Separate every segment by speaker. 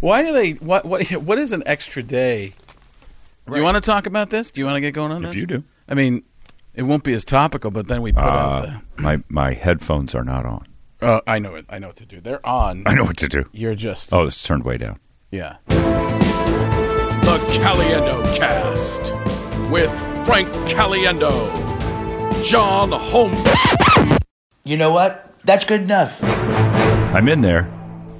Speaker 1: Why do they? What? What? What is an extra day? Do you
Speaker 2: Right.
Speaker 1: want to talk about this? Do you want to get going on
Speaker 2: If
Speaker 1: this?
Speaker 2: you do.
Speaker 1: I mean, it won't be as topical, but then we put out
Speaker 2: Uh, my my headphones are not on.
Speaker 1: the. Uh, I know it. I know what to do. They're on.
Speaker 2: I know what to do.
Speaker 1: You're just.
Speaker 2: Oh, it's turned way down.
Speaker 1: Yeah.
Speaker 3: The Caliendo Cast with Frank Caliendo, John Holmes.
Speaker 4: You know what? That's good enough.
Speaker 2: I'm in there,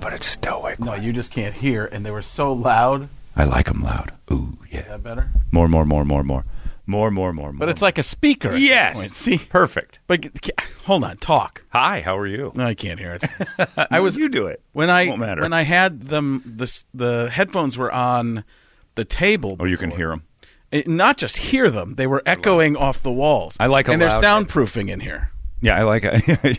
Speaker 2: but it's still way.
Speaker 1: No, you just can't hear, and they were so loud. Is
Speaker 2: I like them loud. Ooh, yeah.
Speaker 1: that better?
Speaker 2: More, more, more, more, more, more, more, more.
Speaker 1: But it's like a speaker. at that
Speaker 2: yes.
Speaker 1: point. See.
Speaker 2: perfect.
Speaker 1: But c- hold on. Talk.
Speaker 2: Hi, how are you?
Speaker 1: No, I can't hear it. I was
Speaker 2: You do it.
Speaker 1: when I
Speaker 2: Won't matter.
Speaker 1: when I had them. The s- the headphones were on the table.
Speaker 2: oh, you can
Speaker 1: before.
Speaker 2: hear them.
Speaker 1: It- not just hear them; they were echoing off the walls.
Speaker 2: I like a
Speaker 1: and they're
Speaker 2: loud
Speaker 1: soundproofing in here.
Speaker 2: Yeah, I like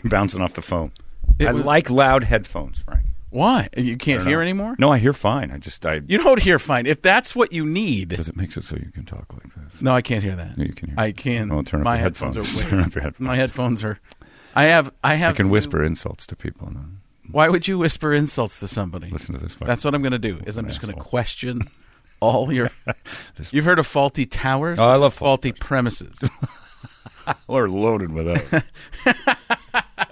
Speaker 2: bouncing off the phone.
Speaker 1: It
Speaker 2: I
Speaker 1: was-
Speaker 2: like loud headphones, Frank.
Speaker 1: Why you can't hear anymore?
Speaker 2: No, I hear fine. I just I
Speaker 1: you don't hear fine. If that's what you need,
Speaker 2: because it makes it so you can talk like this.
Speaker 1: no, I can't hear that.
Speaker 2: No, you can hear.
Speaker 1: I can.
Speaker 2: Well, turn up
Speaker 1: my
Speaker 2: your
Speaker 1: headphones,
Speaker 2: headphones.
Speaker 1: are. way-
Speaker 2: Turn up your headphones.
Speaker 1: My headphones are. I have. I
Speaker 2: I
Speaker 1: have.
Speaker 2: can
Speaker 1: to-
Speaker 2: whisper insults to people. And
Speaker 1: Why would you whisper insults to somebody?
Speaker 2: listen to this. fucking-
Speaker 1: That's what I'm going to do. Is I'm just going to
Speaker 2: asshole.
Speaker 1: question all your. You've heard of faulty towers?
Speaker 2: Oh, I
Speaker 1: This
Speaker 2: love
Speaker 1: is faulty premises.
Speaker 2: We're loaded with those.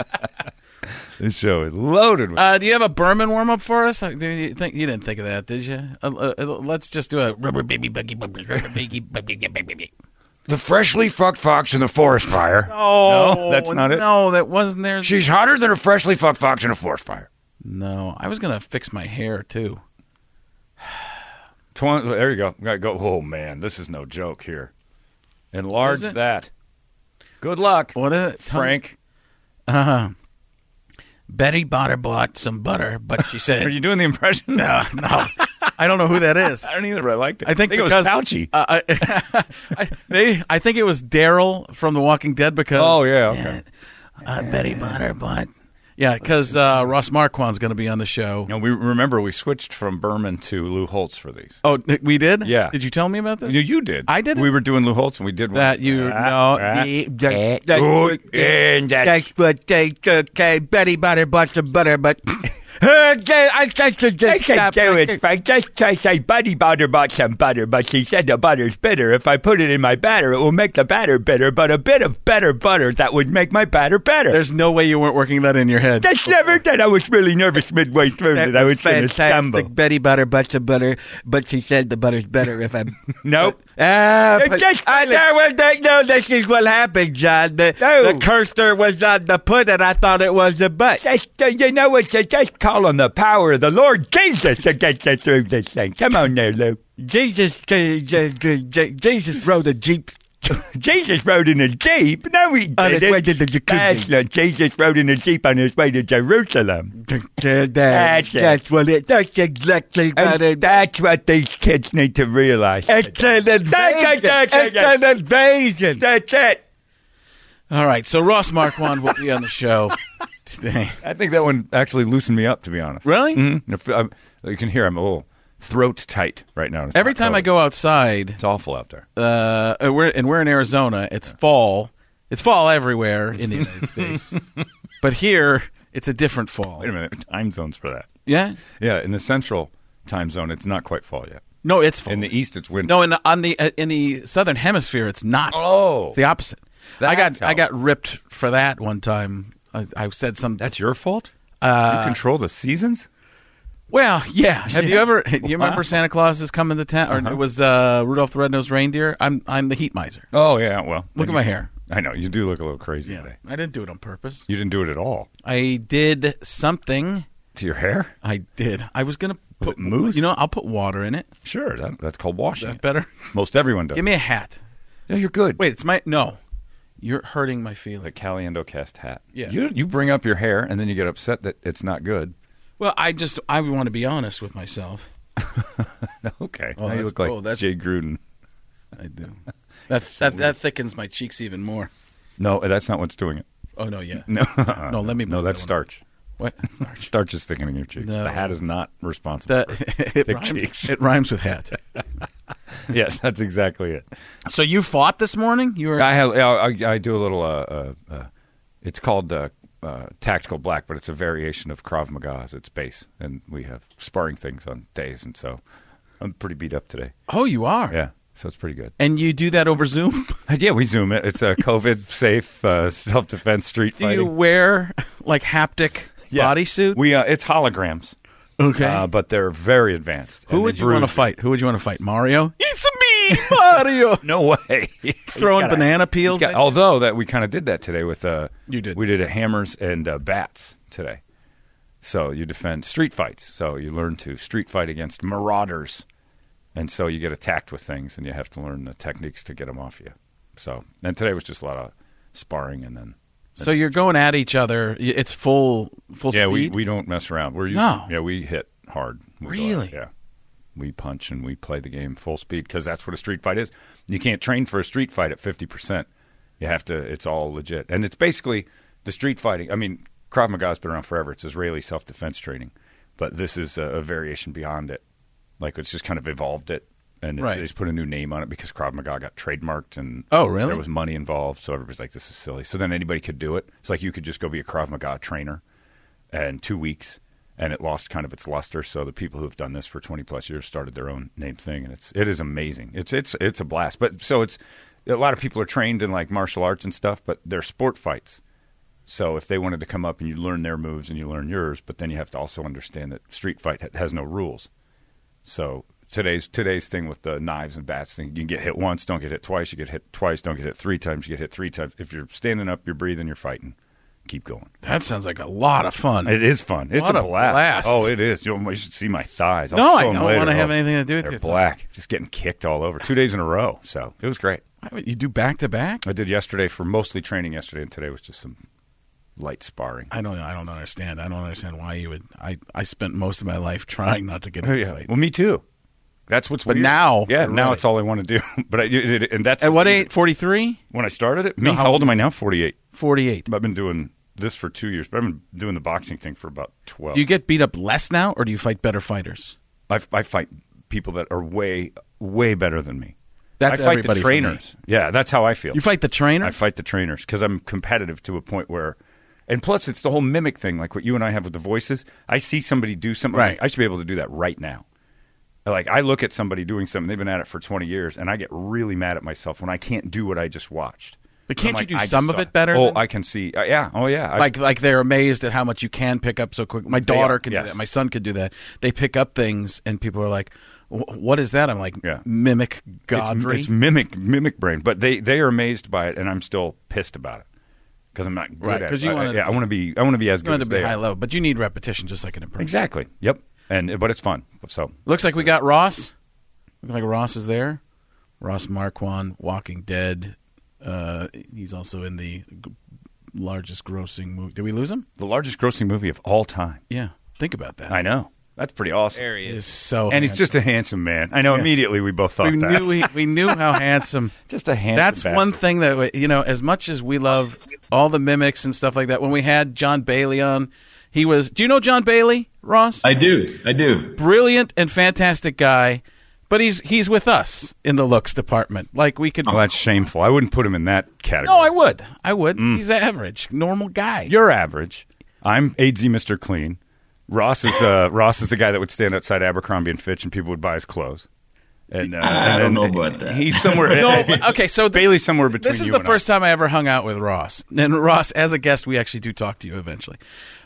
Speaker 2: this show is loaded with.
Speaker 1: Uh, do you have a Berman warm up for us? Like, Do you think you didn't think of that, did you? Uh, uh, uh, let's just do a rubber baby buggy bumpers, rubber baby buggy buggy buggy.
Speaker 5: The freshly fucked fox in the forest fire.
Speaker 1: Oh,
Speaker 2: that's not it.
Speaker 1: No, that wasn't there.
Speaker 5: She's hotter than a freshly fucked fox in a forest fire.
Speaker 1: no, I was gonna fix my hair too.
Speaker 2: Twen- there you go. Gotta go. Oh man, this is no joke here. Enlarge
Speaker 1: Is it?
Speaker 2: that. Good luck,
Speaker 1: What is it, Tell me-
Speaker 2: Frank.
Speaker 1: Betty Botter bought some butter, but she said,
Speaker 2: Are you doing the impression?
Speaker 1: "No, no, I don't know who that is."
Speaker 2: I don't either. but I liked it.
Speaker 1: I think,
Speaker 2: it was
Speaker 1: because
Speaker 2: Fauci.
Speaker 1: Uh, I, I, they, I think it was Daryl from The Walking Dead because
Speaker 2: oh yeah. Okay.
Speaker 1: uh, Betty Botter bought. Yeah, because uh, Ross Marquand's going to be on the show.
Speaker 2: No, we remember we switched from Berman to Lou Holtz for these.
Speaker 1: Oh, th- we did.
Speaker 2: Yeah.
Speaker 1: Did you tell me about this?
Speaker 2: You, you did.
Speaker 1: I did it?
Speaker 2: We were doing Lou Holtz, and we did one.
Speaker 1: that you
Speaker 2: Ah,
Speaker 1: know.
Speaker 2: ah.
Speaker 5: Good and that's
Speaker 1: what they took. Betty Butter bought some butter, but
Speaker 5: I can't
Speaker 1: stop
Speaker 5: do it, Frank. Just because a buddy butter bought some butter, but she said the butter's bitter. If I put it in my batter, it will make the batter bitter, but a bit of better butter, that would make my batter better.
Speaker 1: there's no way you weren't working that in your head.
Speaker 5: That's never that I was really nervous midway through that, I was going to stumble.
Speaker 4: Betty Butter butts of butter, but she said the butter's better if I.
Speaker 5: Nope.
Speaker 4: Ah,
Speaker 5: It's
Speaker 4: but-
Speaker 5: just
Speaker 4: I
Speaker 5: really-
Speaker 4: know what they- no, this is what happened, John. The,
Speaker 5: No.
Speaker 4: the cursor was on the pudding. I thought it was the butt.
Speaker 5: Just, uh, you know what? Just- Just call on the power of the Lord Jesus to get you through this thing. Come on there, Lou.
Speaker 4: Jesus, Je- Je- Je- Je- Jesus rode a jeep.
Speaker 5: Jesus rode in a jeep. No, he
Speaker 4: On his
Speaker 5: didn't.
Speaker 4: way to the jacuzzi.
Speaker 5: That's not- Jesus rode in a jeep on his way to Jerusalem.
Speaker 4: That's, that's what it. That's exactly what
Speaker 5: And
Speaker 4: it.
Speaker 5: that's what these kids need to realize.
Speaker 4: It's an invasion. It's an invasion.
Speaker 5: That's it.
Speaker 1: All right, so Ross Marquand will be on the show today.
Speaker 2: I think that one actually loosened me up, to be honest.
Speaker 1: Really?
Speaker 2: Mm-hmm. If, I'm, you can hear I'm a little throat tight right now. It's
Speaker 1: Every
Speaker 2: not
Speaker 1: time I
Speaker 2: COVID.
Speaker 1: go outside,
Speaker 2: it's awful out there.
Speaker 1: uh, uh, we're, and we're in Arizona, it's fall. It's fall everywhere in the United States, but here it's a different fall.
Speaker 2: Wait a minute, time zones for that.
Speaker 1: Yeah,
Speaker 2: Yeah, in the central time zone, it's not quite fall yet.
Speaker 1: no, it's fall.
Speaker 2: In the east, it's winter.
Speaker 1: no, in the, on the uh, in the southern hemisphere, it's not.
Speaker 2: Oh.
Speaker 1: it's the opposite. I got
Speaker 2: That's how-
Speaker 1: I got ripped for that one time. I, I said some.
Speaker 2: that's your fault. Uh, you control the seasons.
Speaker 1: Well, yeah. Have you ever? You remember Santa Claus is coming to town, or it was uh, Rudolph the Red-Nosed Reindeer? I'm I'm the heat miser.
Speaker 2: Oh yeah, well,
Speaker 1: Look at my hair.
Speaker 2: I know you do look a little crazy today.
Speaker 1: I didn't do it on purpose.
Speaker 2: You didn't do it at all
Speaker 1: I did something.
Speaker 2: to your hair.
Speaker 1: I did. I was gonna
Speaker 2: Was
Speaker 1: put
Speaker 2: it mousse?
Speaker 1: You know, I'll put water in it.
Speaker 2: Sure, that, that's called washing. it.
Speaker 1: Better.
Speaker 2: Most everyone does.
Speaker 1: Give me a hat.
Speaker 2: no, you're good.
Speaker 1: Wait, it's my no. You're hurting my feelings.
Speaker 2: the Caliendo cast hat.
Speaker 1: Yeah.
Speaker 2: You you bring up your hair and then you get upset that it's not good.
Speaker 1: well, I just I want to be honest with myself.
Speaker 2: Okay.
Speaker 1: Oh,
Speaker 2: now you
Speaker 1: that's-
Speaker 2: look like
Speaker 1: oh, that's-
Speaker 2: Jay Gruden.
Speaker 1: I do. That's that that thickens my cheeks even more.
Speaker 2: No, that's not what's doing it.
Speaker 1: Oh no, yeah.
Speaker 2: No.
Speaker 1: No, let me
Speaker 2: No,
Speaker 1: blow that one.
Speaker 2: that's starch.
Speaker 1: What?
Speaker 2: Starch is thickening your cheeks.
Speaker 1: No.
Speaker 2: The hat is not responsible.
Speaker 1: The, it,
Speaker 2: Thick
Speaker 1: rhymes,
Speaker 2: cheeks.
Speaker 1: it rhymes with hat.
Speaker 2: for- yes, that's exactly it.
Speaker 1: So you fought this morning? You were
Speaker 2: I have I, I I do a little uh, uh, uh it's called uh, uh, tactical black, but it's a variation of Krav Maga as its base, and we have sparring things on days, and so I'm pretty beat up today.
Speaker 1: Oh, you are.
Speaker 2: Yeah, so it's pretty good.
Speaker 1: And you do that over Zoom?
Speaker 2: Yeah, we zoom it. It's a COVID safe uh, self defense street
Speaker 1: do you
Speaker 2: fighting.
Speaker 1: wear like haptic
Speaker 2: Yeah.
Speaker 1: bodysuits?
Speaker 2: We uh, it's holograms,
Speaker 1: okay.
Speaker 2: uh, but they're very advanced.
Speaker 1: Who
Speaker 2: and
Speaker 1: would
Speaker 2: they
Speaker 1: you want to
Speaker 2: bruise-
Speaker 1: fight? Who would you want to fight? Mario? It's me, Mario.
Speaker 2: No way.
Speaker 1: Throwing banana peels.
Speaker 2: Got-
Speaker 1: at-
Speaker 2: although that we kind of did that today with uh,
Speaker 1: You did.
Speaker 2: We did a hammers and uh, bats today. So you defend street fights. So you learn to street fight against marauders, and so you get attacked with things, and you have to learn the techniques to get them off you. So and today was just a lot of sparring, and then
Speaker 1: so you're going at each other. Y- It's full full
Speaker 2: yeah, we,
Speaker 1: speed.
Speaker 2: we don't mess around. We're usually,
Speaker 1: No.
Speaker 2: yeah, we hit hard. We go at it,
Speaker 1: Really?
Speaker 2: yeah. We punch and we play the game full speed because that's what a street fight is. You can't train for a street fight at fifty percent. You have to. It's all legit, and it's basically the street fighting. I mean, Krav Maga's been around forever. It's Israeli self defense training, but this is a, a variation beyond it. Like it's just kind of evolved it, and it,
Speaker 1: Right.
Speaker 2: they just put a new name on it because Krav Maga got trademarked and
Speaker 1: Oh, really?
Speaker 2: there was money involved, so everybody's like, "This is silly." So then anybody could do it. It's like you could just go be a Krav Maga trainer, and two weeks, and it lost kind of its luster. So the people who have done this for twenty plus years started their own name thing, and it's it is amazing. It's it's it's a blast. But so it's a lot of people are trained in like martial arts and stuff, but they're sport fights. So if they wanted to come up and you learn their moves and you learn yours, but then you have to also understand that street fight ha- has no rules. So today's today's thing with the knives and bats thing, you get hit once, don't get hit twice, you get hit twice, don't get hit three times, you get hit three times. If you're standing up, you're breathing, you're fighting. Keep going.
Speaker 1: that sounds like a lot of fun.
Speaker 2: It is fun. It's
Speaker 1: What
Speaker 2: a
Speaker 1: a
Speaker 2: blast.
Speaker 1: blast.
Speaker 2: Oh, it is. You, you should see my thighs. I'll
Speaker 1: No,
Speaker 2: show
Speaker 1: I
Speaker 2: 'em
Speaker 1: don't
Speaker 2: later.
Speaker 1: wanna have
Speaker 2: Oh,
Speaker 1: anything to do with
Speaker 2: they're
Speaker 1: your thighs.
Speaker 2: black. Just getting kicked all over. Two days in a row. So it was great.
Speaker 1: Why would you do back to back?
Speaker 2: I did yesterday for mostly training yesterday, and today was just some light sparring.
Speaker 1: I don't. know. I don't understand. I don't understand why you would. I I spent most of my life trying not to get
Speaker 2: Oh,
Speaker 1: in a
Speaker 2: yeah.
Speaker 1: fight.
Speaker 2: Well, me too. That's what's
Speaker 1: But
Speaker 2: weird.
Speaker 1: now
Speaker 2: yeah,
Speaker 1: you're
Speaker 2: now
Speaker 1: ready.
Speaker 2: it's all I want to do. but I, it, it- and that's
Speaker 1: At what age? Forty three.
Speaker 2: When I started it, me. how old am I now? Forty-eight.
Speaker 1: Forty eight.
Speaker 2: I've been doing this for two years, but I've been doing the boxing thing for about twelve.
Speaker 1: Do you get beat up less now, or do you fight better fighters?
Speaker 2: I, I fight people that are way, way better than me.
Speaker 1: That's
Speaker 2: I fight
Speaker 1: everybody
Speaker 2: the
Speaker 1: for me.
Speaker 2: trainers. Yeah, that's how I feel.
Speaker 1: You fight the trainer.
Speaker 2: I fight the trainers because I'm competitive to a point where, and plus it's the whole mimic thing, like what you and I have with the voices. I see somebody do something,
Speaker 1: Right.
Speaker 2: I should be able to do that right now. Like I look at somebody doing something, they've been at it for 20 years, and I get really mad at myself when I can't do what I just watched.
Speaker 1: But
Speaker 2: And I'm
Speaker 1: can't you
Speaker 2: like,
Speaker 1: do
Speaker 2: I just
Speaker 1: some of
Speaker 2: saw
Speaker 1: it better
Speaker 2: Oh,
Speaker 1: than-
Speaker 2: I can see. Uh, yeah. Oh, yeah. I-
Speaker 1: like like they're amazed at how much you can pick up so quick. My daughter can
Speaker 2: yes.
Speaker 1: do that. My son could do that. They pick up things, and people are like, "Wh- "What is that?" I'm like,
Speaker 2: Yeah.
Speaker 1: "Mimic
Speaker 2: It's-
Speaker 1: godry."
Speaker 2: It's, mimic mimic brain, but they they are amazed by it, and I'm still pissed about it because I'm not good
Speaker 1: Right,
Speaker 2: at it.
Speaker 1: 'cause you
Speaker 2: I- I-
Speaker 1: wanna-
Speaker 2: yeah, I want to be I want to be as
Speaker 1: you
Speaker 2: good
Speaker 1: want
Speaker 2: as
Speaker 1: to be
Speaker 2: they
Speaker 1: high
Speaker 2: are.
Speaker 1: level, but you need repetition, just like an impression.
Speaker 2: Exactly. Yep. And but it's fun. So
Speaker 1: Looks like we got Ross. Looks like Ross is there. Ross Marquand, Walking Dead. Uh, he's also in the g- largest grossing movie. Did we lose him?
Speaker 2: the largest grossing movie of all time.
Speaker 1: Yeah. Think about that.
Speaker 2: I know. That's pretty awesome.
Speaker 6: There he
Speaker 1: He
Speaker 6: is.
Speaker 1: is so.
Speaker 2: and he's just a handsome man. I know. Immediately we both thought
Speaker 1: handsome. We
Speaker 2: that.
Speaker 1: knew we, we knew how handsome.
Speaker 2: just a handsome.
Speaker 1: That's one
Speaker 2: bastard.
Speaker 1: thing that you know. As much as we love all the mimics and stuff like that, when we had John Bailey on, he was. Do you know John Bailey, Ross?
Speaker 7: I do. I do.
Speaker 1: Brilliant and fantastic guy, but he's he's with us in the looks department. Like we could.
Speaker 2: Well,
Speaker 7: Oh.
Speaker 2: that's shameful. I wouldn't put him in that category.
Speaker 1: No, I would. I would.
Speaker 7: Mm.
Speaker 1: He's average, normal guy.
Speaker 2: You're average. I'm AZ Mr. Clean. Ross is uh, Ross is the guy that would stand outside Abercrombie and Fitch, and people would buy his clothes. And, uh,
Speaker 7: I
Speaker 2: and then
Speaker 7: don't know about that.
Speaker 2: He's somewhere.
Speaker 1: no, but- okay, so th-
Speaker 2: Bailey's somewhere between.
Speaker 1: This is
Speaker 2: you
Speaker 1: the
Speaker 2: and
Speaker 1: first time I ever hung out with Ross. And Ross, as a guest, we actually do talk to you eventually.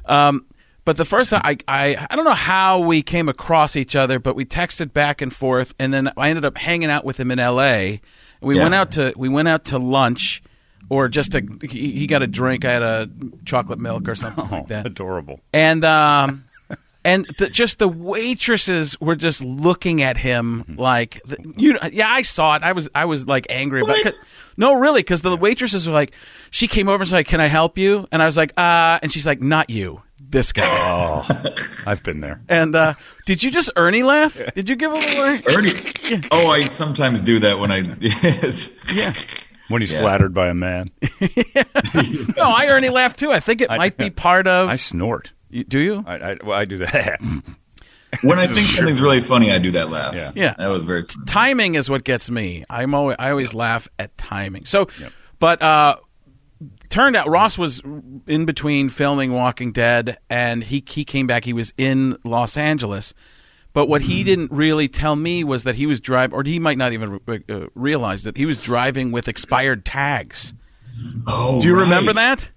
Speaker 1: Um, but the first time, I, I, I don't know how we came across each other, but we texted back and forth, and then I ended up hanging out with him in L.A. We
Speaker 7: Yeah.
Speaker 1: went out to we went out to lunch, or just a he, he got a drink. I had a chocolate milk or something like
Speaker 2: I.
Speaker 1: that.
Speaker 2: Adorable.
Speaker 1: and um and the, just the waitresses were just looking at him
Speaker 2: Mm-hmm.
Speaker 1: like the, you yeah I saw it I was I was like angry about cause, no really because the waitresses were like she came over and was like can I help you and I was like uh and she's like not you this guy
Speaker 2: I've been there.
Speaker 1: and uh did you just Ernie laugh did you give a little Ernie?
Speaker 7: Ernie. Oh, I sometimes do that when I. Yes.
Speaker 1: yeah
Speaker 2: When he's flattered by a man,
Speaker 1: no I Ernie laugh too I think it might be part of
Speaker 2: I snort.
Speaker 1: You- do you
Speaker 2: I, I, well, I do that.
Speaker 7: When I think something's really funny, I do that laugh.
Speaker 2: Yeah.
Speaker 1: Yeah.
Speaker 7: That was very. funny.
Speaker 1: timing is what gets me. I'm always I always laugh at timing. So, but uh, turned out Ross was in between filming Walking Dead, and he he came back. He was in Los Angeles, but what he didn't really tell me was that he was driving, or he might not even re- uh, realize that he was driving with expired tags.
Speaker 7: Oh,
Speaker 1: Do you
Speaker 7: right.
Speaker 1: remember that?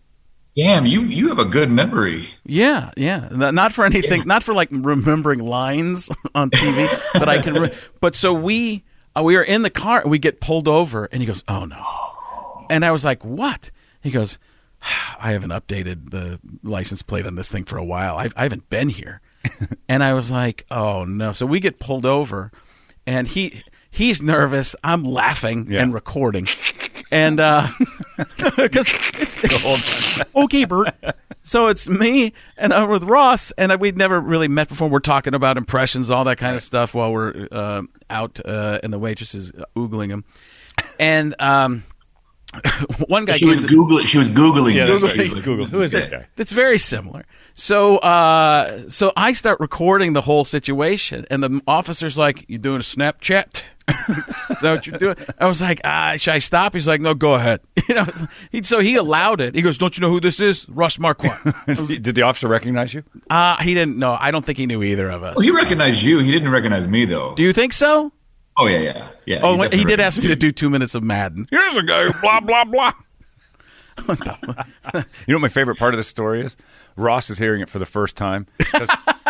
Speaker 7: Damn, you you have a good memory.
Speaker 1: Yeah, yeah. N- Not for anything, not for like remembering lines on TV, but I can. Re- but so we uh, we are in the car, we get pulled over, and he goes, "Oh no," and I was like, "What?" He goes, "Ah, "I haven't updated the license plate on this thing for a while. I've, I haven't been here," and I was like, "Oh no!" So we get pulled over, and he he's nervous. I'm laughing and recording, and uh, because it's okay, Bert. So it's me and I'm with Ross, and we'd never really met before. We're talking about impressions, all that kind of stuff, while we're uh, out, uh, and the waitress is oogling him. And um, one guy
Speaker 7: She
Speaker 1: came
Speaker 7: was
Speaker 1: to-
Speaker 7: googling. She was googling.
Speaker 2: Yeah,
Speaker 7: this.
Speaker 2: that's right.
Speaker 7: She's like,
Speaker 2: Google. Who is
Speaker 7: this
Speaker 2: that
Speaker 7: guy?
Speaker 2: guy?
Speaker 1: That's very similar. So, uh, so I start recording the whole situation, and the officer's like, "You doing a Snapchat? Is that what you're doing?" I was like, ah, "Should I stop?" He's like, "No, go ahead." You know, he, so he allowed it. He goes, "Don't you know who this is? Russ Marquardt."
Speaker 2: Did the officer recognize you?
Speaker 1: uh, he didn't know. I don't think he knew either of us.
Speaker 7: Well, Oh, he recognized you. He didn't recognize me though.
Speaker 1: Do you think so?
Speaker 7: oh yeah, yeah, yeah.
Speaker 1: Oh, he,
Speaker 7: definitely
Speaker 1: did
Speaker 7: recognized
Speaker 1: ask me to do two minutes of Madden. Here's a guy. Blah blah blah.
Speaker 2: You know what my favorite part of this story is? Ross is hearing it for the first time. 'cause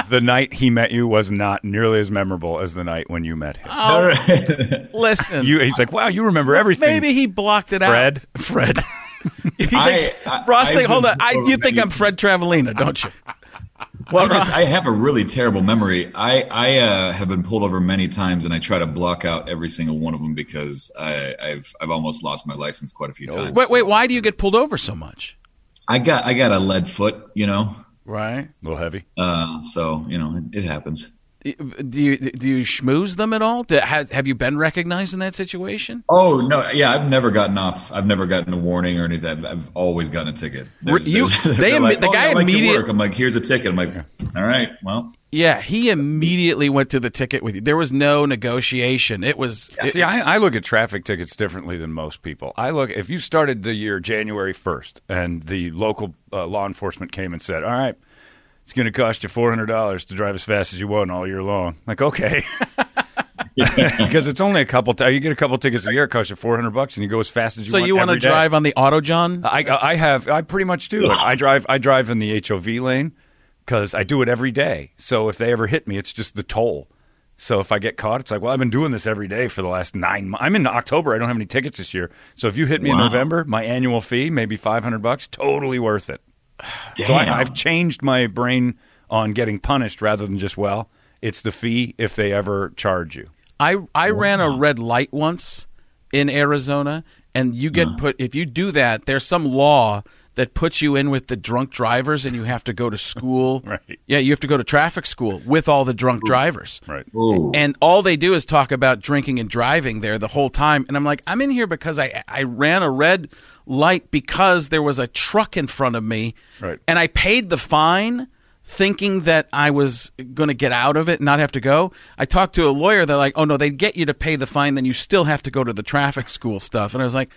Speaker 2: the night he met you was not nearly as memorable as the night when you met him.
Speaker 1: Listen,
Speaker 2: You, he's like, wow, you remember everything.
Speaker 1: maybe he blocked it
Speaker 2: Fred.
Speaker 1: out. Fred. Fred. He
Speaker 7: I-
Speaker 1: thinks,
Speaker 7: I-
Speaker 1: Ross,
Speaker 7: I've
Speaker 1: think, hold
Speaker 7: been
Speaker 1: on. I,
Speaker 7: told
Speaker 1: you
Speaker 7: that
Speaker 1: think
Speaker 7: you-
Speaker 1: I'm Fred Travelina, don't you?
Speaker 7: Well, I just I have a really terrible memory. I I uh, have been pulled over many times, and I try to block out every single one of them because I, I've I've almost lost my license quite a few times.
Speaker 1: Wait, wait. Why do you get pulled over so much?
Speaker 7: I got I got a lead foot, you know.
Speaker 1: Right.
Speaker 2: A little heavy.
Speaker 7: Uh, so you know it, it happens.
Speaker 1: Do you do you schmooze them at all? Do, have, have you been recognized in that situation?
Speaker 7: Oh no, yeah, I've never gotten off. I've never gotten a warning or anything. I've, I've always gotten a ticket. There's-
Speaker 1: You-
Speaker 7: there's-
Speaker 1: they
Speaker 7: they're
Speaker 1: imme- the
Speaker 7: "Oh,
Speaker 1: guy
Speaker 7: I like your
Speaker 1: immediate-
Speaker 7: work." I'm like, here's a ticket. I'm like, all right, well,
Speaker 1: Yeah, he immediately went to the ticket with you. There was no negotiation. It was it-
Speaker 2: See, I, I look at traffic tickets differently than most people. I look if you started the year January first, and the local uh, law enforcement came and said, "All right, it's going to cost you four hundred dollars to drive as fast as you want all year long." Like, okay, because it's only a couple. T- you get a couple tickets a year, it costs you four hundred bucks, and you go as fast as you
Speaker 1: so
Speaker 2: want.
Speaker 1: you want to
Speaker 2: every day. Uh,
Speaker 1: drive on the auto, John?
Speaker 2: I, I have. I pretty much do. I drive. I drive in the HOV lane because I do it every day. So if they ever hit me, it's just the toll. So if I get caught, it's like, well, I've been doing this every day for the last nine. months. I'm in October. I don't have any tickets this year. So if you hit me in
Speaker 7: Wow.
Speaker 2: November, my annual fee maybe five hundred bucks, totally worth it.
Speaker 7: damn.
Speaker 2: So I, I've changed my brain on getting punished rather than just well, it's the fee if they ever charge you.
Speaker 1: I I ran a red light once in Arizona, and you
Speaker 2: Uh-huh.
Speaker 1: get put if you do that. There's some law that puts you in with the drunk drivers, and you have to go to school.
Speaker 2: Right.
Speaker 1: Yeah, you have to go to traffic school with all the drunk drivers.
Speaker 2: Right.
Speaker 7: Ooh.
Speaker 1: And all they do is talk about drinking and driving there the whole time. And I'm like, I'm in here because I I ran a red light because there was a truck in front of me.
Speaker 2: Right.
Speaker 1: And I paid the fine thinking that I was going to get out of it and not have to go. I talked to a lawyer. They're like, oh, no, they'd get you to pay the fine. Then you still have to go to the traffic school stuff. And I was like,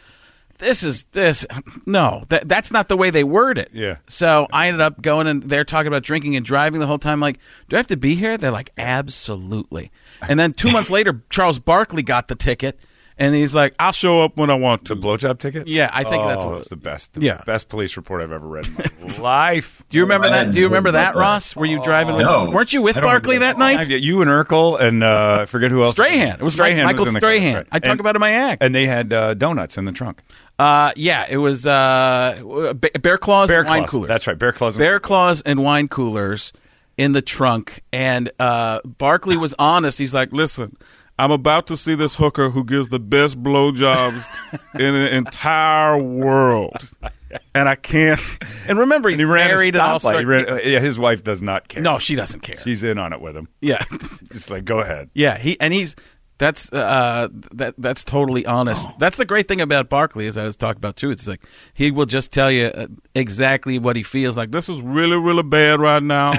Speaker 1: this is this. No, that, that's not the way they word it.
Speaker 2: Yeah.
Speaker 1: So I ended up going and they're talking about drinking and driving the whole time. Like, do I have to be here? They're like, absolutely. And then two months later, Charles Barkley got the ticket and he's like, I'll show up when I want
Speaker 2: The
Speaker 1: to.
Speaker 2: blowjob ticket?
Speaker 1: Yeah, I think
Speaker 2: oh,
Speaker 1: that's what-
Speaker 2: that's the best.
Speaker 1: Yeah.
Speaker 2: best police report I've ever read in my life.
Speaker 1: Do you remember
Speaker 7: I
Speaker 1: that?
Speaker 7: hadn't
Speaker 1: Do you
Speaker 7: heard
Speaker 1: remember
Speaker 7: about
Speaker 1: that,
Speaker 7: that.
Speaker 1: Ross? Were you driving with?
Speaker 7: No.
Speaker 1: Weren't you with
Speaker 7: I don't
Speaker 1: Barkley that
Speaker 7: remember
Speaker 1: night?
Speaker 2: Yeah, you and Urkel and uh, I forget who else.
Speaker 1: Strahan. It was
Speaker 2: Strahan
Speaker 1: Mike- Michael
Speaker 2: in the car,
Speaker 1: Strahan.
Speaker 2: right.
Speaker 1: I talk
Speaker 2: And-
Speaker 1: about it in my act.
Speaker 2: And they had uh, donuts in the trunk.
Speaker 1: Uh, yeah, it was uh, Ba- Bear Claws
Speaker 2: Bear
Speaker 1: and wine
Speaker 2: claws.
Speaker 1: coolers.
Speaker 2: That's right. Bear claws. and-
Speaker 1: Bear Claws and wine coolers in the trunk. And uh, Barkley was honest. He's like, listen, I'm about to see this hooker who gives the best blowjobs in the entire world. And I can't. And remember, he's
Speaker 2: he ran a
Speaker 1: married and all
Speaker 2: stoplight. He
Speaker 1: sorts-
Speaker 2: ran- uh, yeah, his wife does not care.
Speaker 1: No, she doesn't care.
Speaker 2: she's in on it with him.
Speaker 1: yeah.
Speaker 2: Just like go ahead.
Speaker 1: Yeah, he and he's that's uh that that's totally honest. That's the great thing about Barkley, as I was talking about too. It's like he will just tell you uh, exactly what he feels like. This is really really bad right now.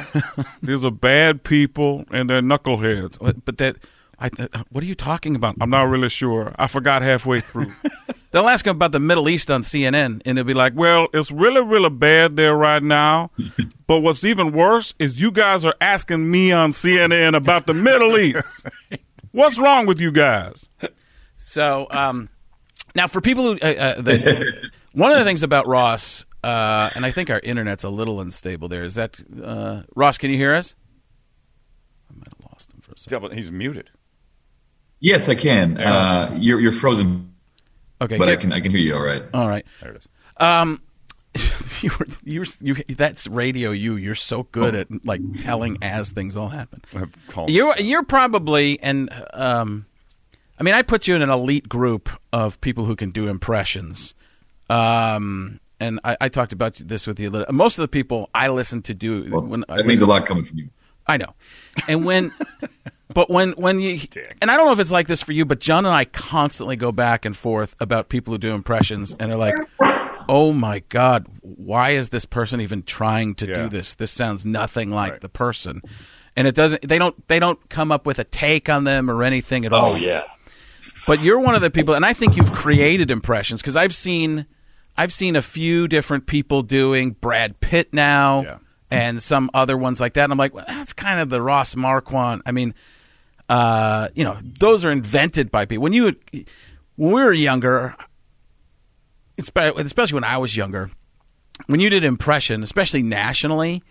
Speaker 1: These are bad people and they're knuckleheads. uh, But- But that, I, th- what are you talking about? I'm not really sure. I forgot halfway through. They'll ask him about the Middle East on CNN, and they'll be like, "Well, it's really, really bad there right now. but what's even worse is you guys are asking me on CNN about the Middle East. What's wrong with you guys?" So, um, now for people who, uh, uh, the, one of the things about Ross, uh, and I think our internet's a little unstable. There is that uh, Ross. Can you hear us? I might have lost him for a second.
Speaker 2: Double, he's muted.
Speaker 7: Yes, I can. Uh, you're, you're frozen,
Speaker 1: Okay,
Speaker 7: but I
Speaker 1: good.
Speaker 7: can I can hear you all right.
Speaker 1: all right.
Speaker 2: There it is.
Speaker 1: Um, you were, you were, you, that's radio. You, you're so
Speaker 7: Oh.
Speaker 1: good at like telling as things all happen.
Speaker 2: Call him.
Speaker 1: You're, you're probably, and um, I mean, I put you in an elite group of people who can do impressions. Um, and I, I talked about this with you a little. Most of the people I listen to do
Speaker 7: Well,
Speaker 1: when
Speaker 7: that means a lot coming from you.
Speaker 1: I know. And when, but when, when you, and I don't know if it's like this for you, but John and I constantly go back and forth about people who do impressions and are like, oh my God, why is this person even trying to
Speaker 2: Yeah.
Speaker 1: do this? This sounds nothing like the person. And it doesn't, they don't, they don't come up with a take on them or anything at all.
Speaker 7: Oh yeah.
Speaker 1: But you're one of the people, and I think you've created impressions because I've seen, I've seen a few different people doing Brad Pitt now,
Speaker 2: Yeah.
Speaker 1: and some other ones like that. And I'm like, well, that's kind of the Ross Marquand. I mean, uh, you know, those are invented by people. When you, when we were younger, espe- especially when I was younger, when you did impression, especially nationally,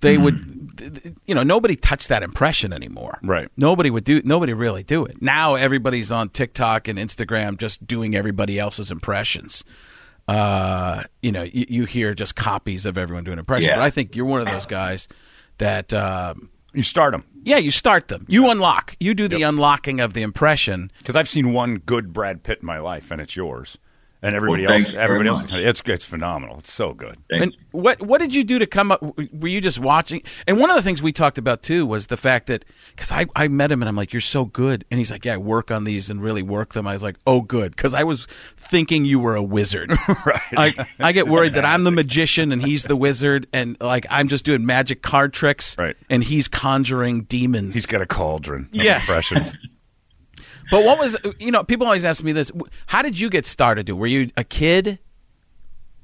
Speaker 1: they would, th- th- you know, nobody touched that impression anymore.
Speaker 2: Right.
Speaker 1: Nobody would do. Nobody really do it now. Everybody's on TikTok and Instagram, just doing everybody else's impressions. Uh, you know, you, you hear just copies of everyone doing impressions.
Speaker 7: Yeah.
Speaker 1: But I think you're one of those guys that. Um,
Speaker 2: You start him
Speaker 1: yeah, you start them. You unlock. You do the unlocking of the impression.
Speaker 2: because I've seen one good Brad Pitt in my life, and it's yours. And everybody
Speaker 7: Well, thank
Speaker 2: else,
Speaker 7: you very
Speaker 2: everybody else,
Speaker 7: much.
Speaker 2: it's it's phenomenal. It's so good.
Speaker 7: Thank
Speaker 1: And
Speaker 7: you.
Speaker 1: what what did you do to come up? Were you just watching? And one of the things we talked about too was the fact that because I, I met him and I'm like, you're so good, and he's like, yeah, I work on these and really work them. I was like, oh, good, because I was thinking you were a wizard. right. I, I get worried that I'm the magician and he's the wizard, and like I'm just doing magic card tricks,
Speaker 2: Right.
Speaker 1: And he's conjuring demons.
Speaker 2: He's got a cauldron. of
Speaker 1: Yes.
Speaker 2: impressions.
Speaker 1: but what was you know? People always ask me this: How did you get started? Do were you a kid?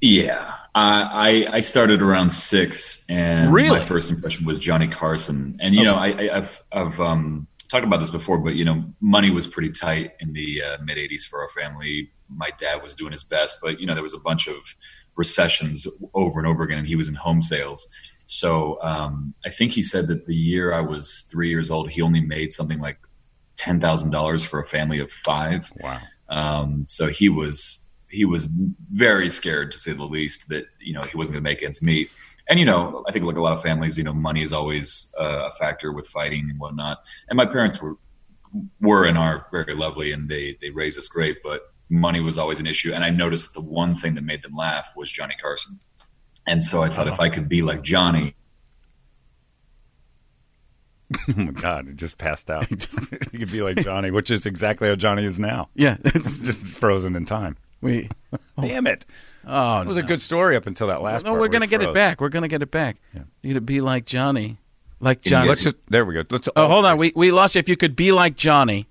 Speaker 7: Yeah, I, I I started around six, and
Speaker 1: Really?
Speaker 7: my first impression was Johnny Carson. And you know, I, I, I've I've um, talked about this before, but you know, money was pretty tight in the uh, mid '80s for our family. My dad was doing his best, but you know, there was a bunch of recessions over and over again, and he was in home sales. So um, I think he said that the year I was three years old, he only made something like ten thousand dollars for a family of five.
Speaker 2: wow.
Speaker 7: Um, so he was he was very scared to say the least that you know he wasn't going to make ends meet. And you know, I think like a lot of families, you know, money is always uh, a factor with fighting and whatnot. And my parents were were and are very lovely, and they they raised us great, but money was always an issue. And I noticed that the one thing that made them laugh was Johnny Carson. And so I thought if I could be like Johnny,
Speaker 2: Oh my God, he just passed out. He just- he could be like Johnny, which is exactly how Johnny is now.
Speaker 1: Yeah,
Speaker 2: just frozen in time.
Speaker 1: we.
Speaker 2: Damn it.
Speaker 1: Oh,
Speaker 2: It was a good story up until that last
Speaker 1: No,
Speaker 2: part
Speaker 1: we're
Speaker 2: where
Speaker 1: gonna
Speaker 2: he
Speaker 1: get it
Speaker 2: froze.
Speaker 1: back. We're gonna get it back. You're gonna be like Johnny, like
Speaker 7: you
Speaker 1: Johnny.
Speaker 7: get
Speaker 2: Let's just, there we go. Let's
Speaker 1: oh, hold on. We we lost you. If you could be like Johnny,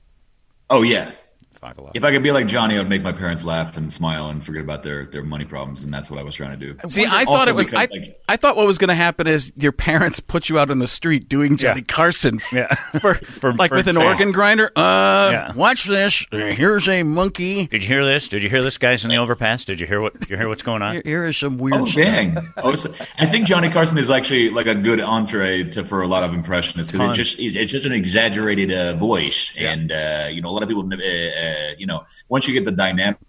Speaker 7: oh yeah,
Speaker 2: Fuck a lot.
Speaker 7: if I could be like Johnny, I would make my parents laugh and smile and forget about their their money problems, and that's what I was trying to do.
Speaker 1: see, I thought
Speaker 7: Also
Speaker 1: it was.
Speaker 7: because,
Speaker 1: I,
Speaker 7: like-
Speaker 1: I thought what was gonna happen is your parents put you out on the street doing Johnny Carson.
Speaker 2: Yeah.
Speaker 1: For,
Speaker 2: For-
Speaker 1: like
Speaker 2: for-
Speaker 1: with an organ grinder. Uh,
Speaker 2: Yeah.
Speaker 1: watch this. Uh, Here's a monkey.
Speaker 6: Did you hear this? Did you hear this, guys, in the overpass? Did you hear what? Did you hear what's going on?
Speaker 1: Here, here is some weird.
Speaker 7: Oh
Speaker 1: stuff.
Speaker 7: dang! Oh, so- I think Johnny Carson is actually like a good entree to for a lot of impressionists because it just it's it's just an exaggerated uh, voice, and uh, you know a lot of people, uh, uh, you know, once you get the dynamics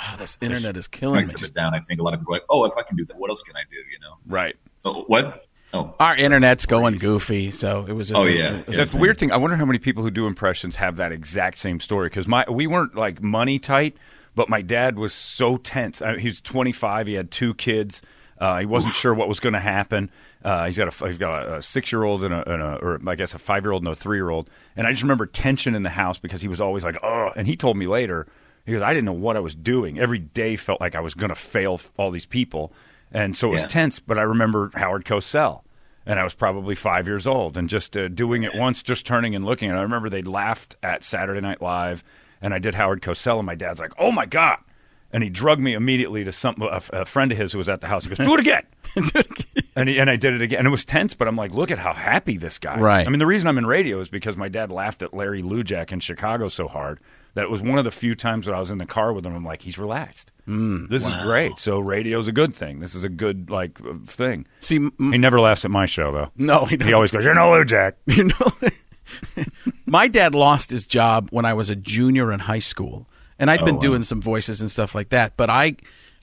Speaker 1: Oh, this internet is killing me.
Speaker 7: of it down, I think a lot of people are like, oh, if I can do that, what else can I do? You know,
Speaker 2: right.
Speaker 7: oh, what? Oh,
Speaker 1: Our internet's going goofy, so it was just.
Speaker 7: oh
Speaker 1: a-
Speaker 7: yeah, yeah.
Speaker 2: That's the weird thing. I wonder how many people who do impressions have that exact same story. Because my we weren't like money tight, but my dad was so tense. I, he was 25. He had two kids. Uh, he wasn't sure what was going to happen. Uh, he's got a he's got a, six year old and a, and a or I guess a five year old and a three year old. And I just remember tension in the house because he was always like, oh. And he told me later he goes, I didn't know what I was doing. Every day felt like I was going to fail f- all these people, and so it was
Speaker 7: Yeah.
Speaker 2: tense. But I remember Howard Cosell and I was probably five years old, and just uh, doing it once, just turning and looking. And I remember they laughed at Saturday Night Live and I did Howard Cosell, and my dad's like, "Oh my god!" And he drug me immediately to some a, a friend of his who was at the house. He goes, "Do it again." And, he, and I did it again. And it was tense, but I'm like, look at how happy this guy.
Speaker 1: Right.
Speaker 2: I mean, the reason I'm in radio is because my dad laughed at Larry Lujak in Chicago so hard that it was one of the few times that I was in the car with him. I'm like, he's relaxed. Mm, this is great. So radio's a good thing. This is a good like uh, thing.
Speaker 1: See, m-
Speaker 2: He never laughs at my show though.
Speaker 1: no, he doesn't.
Speaker 2: He always goes, "You're no Lujak."
Speaker 1: you know my dad lost his job when i was a junior in high school and i'd been doing some voices and stuff like that but i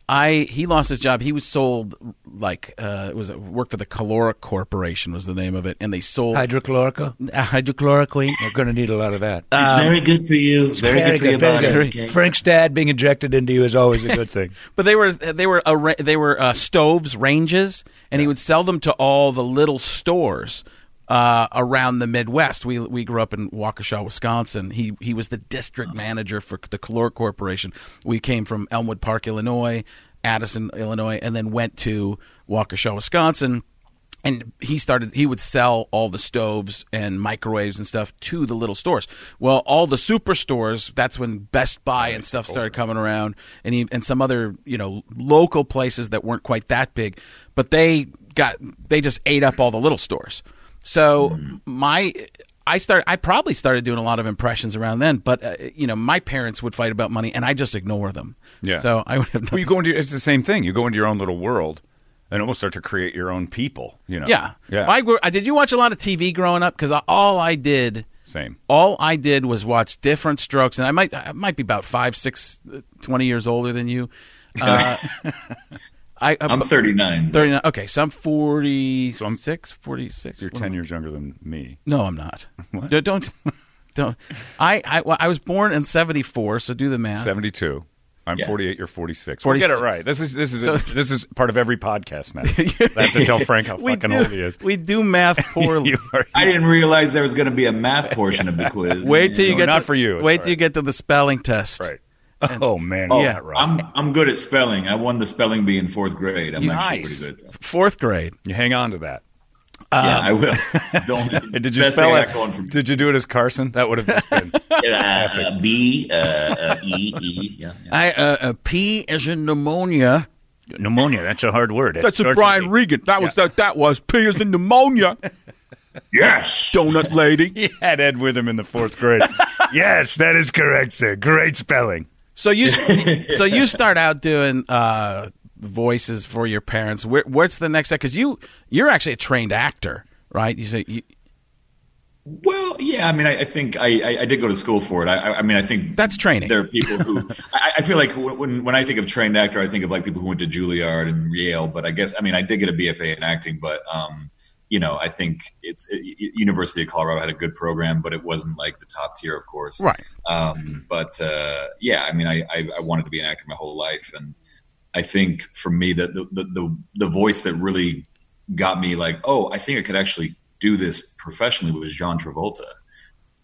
Speaker 1: i he lost his job he was sold like uh it was worked for the caloric corporation was the name of it and they sold
Speaker 8: Hydrochlorica.
Speaker 1: uh, hydrochloroquine
Speaker 8: We're going to need a lot of that.
Speaker 9: it's very good for you. Very, good for your body.
Speaker 8: very
Speaker 9: okay?
Speaker 8: good. Frank Stad being injected into you is always a good thing.
Speaker 1: but they were they were a, ra- they were uh, stoves ranges and he would sell them to all the little stores uh, around the Midwest. We we grew up in Waukesha, Wisconsin. He he was the district manager for the Calor Corporation. We came from Elmwood Park, Illinois, Addison, Illinois, and then went to Waukesha, Wisconsin and he started he would sell all the stoves and microwaves and stuff to the little stores well all the superstores that's when best buy and stuff started coming around and he, and some other you know local places that weren't quite that big but they got they just ate up all the little stores so
Speaker 2: Hmm.
Speaker 1: my I start I probably started doing a lot of impressions around then but uh, you know my parents would fight about money and I just ignore them
Speaker 2: Yeah.
Speaker 1: so I would have no
Speaker 2: Well, you go into it's the same thing. You go into your own little world and almost start to create your own people. You know.
Speaker 1: Yeah.
Speaker 2: Yeah.
Speaker 1: I grew, I- did you watch a lot of TV growing up? Because all I did,
Speaker 2: Same.
Speaker 1: all I did was watch different strokes, and I might, I might be about five, six, uh, 20 years older than you. Uh, I,
Speaker 7: I'm 39.
Speaker 1: 39. Okay, so I'm 46,
Speaker 2: I'm-
Speaker 1: 46.
Speaker 2: You're
Speaker 1: What am
Speaker 2: ten
Speaker 1: I-
Speaker 2: years younger than me.
Speaker 1: No, I'm not. Don't, don't, don't. I, I, well, I was born in 74, so do the math.
Speaker 2: 72. I'm
Speaker 7: Yeah.
Speaker 2: 48. You're 46. We'll get it
Speaker 1: 46.
Speaker 2: right. This is this is this is part of every podcast now. I have to tell Frank how
Speaker 1: We
Speaker 2: fucking
Speaker 1: do,
Speaker 2: old he is.
Speaker 1: we do math poorly.
Speaker 2: You are-
Speaker 7: I didn't realize there was going to be a math portion of the quiz.
Speaker 1: Wait till you
Speaker 2: No,
Speaker 1: get
Speaker 2: not
Speaker 1: to-
Speaker 2: for you. It's
Speaker 1: Wait
Speaker 2: all
Speaker 1: till you get to the spelling test.
Speaker 2: right. Oh man.
Speaker 1: yeah.
Speaker 2: Yeah. Rough.
Speaker 7: I'm I'm good at spelling. I won the spelling bee in fourth grade. I'm actually
Speaker 2: Nice.
Speaker 7: pretty good.
Speaker 1: Fourth grade.
Speaker 2: You hang on to that.
Speaker 7: yeah, I will. It's the only-
Speaker 2: Did you
Speaker 7: best
Speaker 2: spell
Speaker 7: thing I
Speaker 2: it?
Speaker 7: got going for me.
Speaker 2: Did you do it as Carson? That would have just been.
Speaker 9: Uh, uh, B, uh, uh, E, E. Yeah, yeah.
Speaker 1: I uh, uh, P as in pneumonia.
Speaker 6: Pneumonia. That's a hard word. It
Speaker 1: That's a
Speaker 6: starts
Speaker 1: Brian
Speaker 6: with-
Speaker 1: Regan. That was that. That was P as in pneumonia.
Speaker 2: Yes.
Speaker 1: Donut lady.
Speaker 2: He had Ed with him in the fourth grade. yes, that is correct, sir. Great spelling.
Speaker 1: So you so you start out doing uh, voices for your parents. Where, what's the next step? Because you you're actually a trained actor, right? You say you,
Speaker 7: Well, yeah. I mean, I, I think I, I I did go to school for it. I, I I mean, I think
Speaker 1: that's training.
Speaker 7: there are people who I, I feel like when when I think of trained actor, I think of like people who went to Juilliard and Yale. But I guess I mean I did get a BFA in acting, but um, you know I think it's it, University of Colorado had a good program, but it wasn't like the top tier, of course.
Speaker 1: Right.
Speaker 7: Um, but uh, yeah, I mean I, I I wanted to be an actor my whole life, and I think for me that the, the the the voice that really got me like oh I think I could actually do this professionally was John Travolta.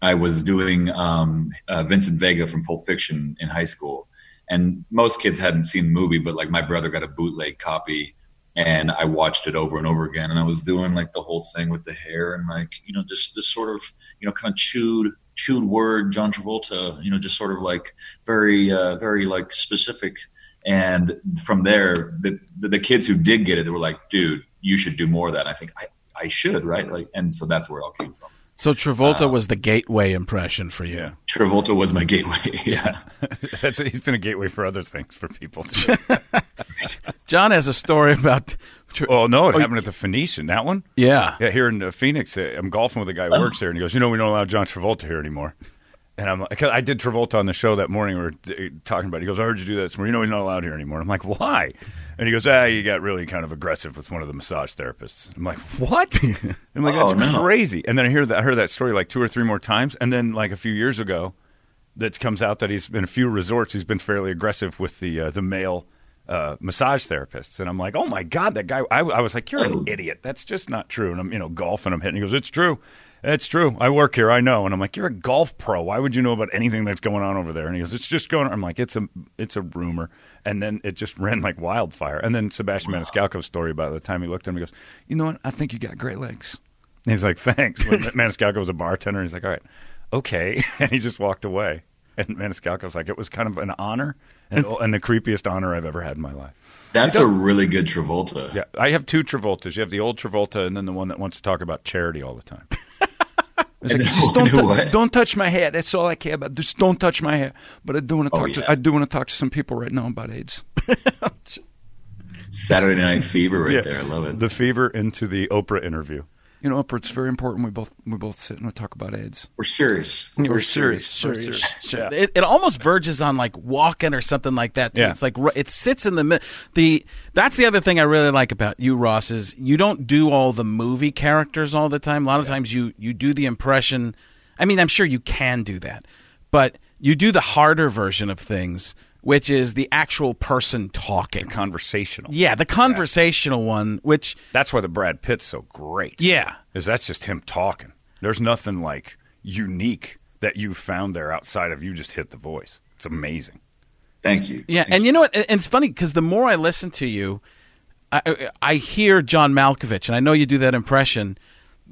Speaker 7: I was doing um, uh, Vincent Vega from Pulp Fiction in high school, and most kids hadn't seen the movie, but like my brother got a bootleg copy, and I watched it over and over again, and I was doing like the whole thing with the hair and like you know just this sort of you know kind of chewed chewed word John Travolta, you know just sort of like very uh, very like specific, and from there the, the the kids who did get it they were like dude you should do more of that. And I think I I should right like and so that's where it all came from.
Speaker 1: So Travolta was the gateway impression for you.
Speaker 7: Travolta was my gateway. yeah.
Speaker 2: That's he's been a gateway for other things for people. Too.
Speaker 1: John has a story about. Tra-
Speaker 2: oh no, it
Speaker 1: Oh,
Speaker 2: happened at the Phoenician. That one.
Speaker 1: yeah.
Speaker 2: Yeah, here in uh, Phoenix, uh, I'm golfing with a guy who works here, and he goes, "You know, we don't allow John Travolta here anymore." And I'm like, 'cause I did Travolta on the show that morning. We were uh, talking about. it. He goes, "I heard you do that somewhere. You know, he's not allowed here anymore." I'm like, "Why?" And he goes, "Ah, you got really kind of aggressive with one of the massage therapists." I'm like, "What?" I'm like, "That's
Speaker 7: Oh, no.
Speaker 2: crazy." And then I hear that I heard that story like two or three more times, and then like a few years ago, that comes out that he's in a few resorts. He's been fairly aggressive with the uh, the male uh, massage therapists, and I'm like, oh my god, that guy. I, I was like, you're an idiot. That's just not true. And I'm you know golfing. I'm hitting. He goes, it's true. It's true. I work here. I know. And I'm like, you're a golf pro. Why would you know about anything that's going on over there? And he goes, it's just going. on. I'm like, it's a it's a rumor. And then it just ran like wildfire. And then Sebastian Maniscalco's story about the time he looked at him, he goes, you know what? I think you got great legs. And he's like, thanks. When Maniscalco was a bartender, he's like, all right, okay. And he just walked away. And Maniscalco's like, it was kind of an honor and, and the creepiest honor I've ever had in my life.
Speaker 7: That's a really good Travolta.
Speaker 2: Yeah, I have two Travoltas. You have the old Travolta and then the one that wants to talk about charity all the time. It's like,
Speaker 7: And
Speaker 2: just
Speaker 7: who
Speaker 2: don't,
Speaker 7: knew
Speaker 2: tou-
Speaker 7: what?
Speaker 2: don't touch my hair. That's all I care about. Just don't touch my hair. But I do want to
Speaker 7: Oh,
Speaker 2: talk. to,
Speaker 7: yeah.
Speaker 2: I do want to talk to some people right now about AIDS.
Speaker 7: Saturday Night Fever right there. I love it.
Speaker 2: The fever into the Oprah interview. You know, Oprah, it's very important. We both we both sit and we talk about AIDS.
Speaker 7: We're serious.
Speaker 2: We're, serious. We're serious. Yeah.
Speaker 1: It, it almost verges on like walking or something like that. Too.
Speaker 2: Yeah.
Speaker 1: It's like ri- it sits in the mid. The that's the other thing I really like about you, Ross, is you don't do all the movie characters all the time. A lot of times you you do the impression. I mean, I'm sure you can do that, but you do the harder version of things, which is the actual person talking.
Speaker 2: Conversational.
Speaker 1: yeah, the conversational one, which
Speaker 2: That's why the Brad Pitt's so great.
Speaker 1: yeah,
Speaker 2: Is that's just him talking. There's nothing like unique that you found there outside of you just hit the voice. It's amazing.
Speaker 7: Thank you.
Speaker 1: Yeah, and you know what? And and it's funny because the more I listen to you, I- I, I hear John Malkovich, and I know you do that impression,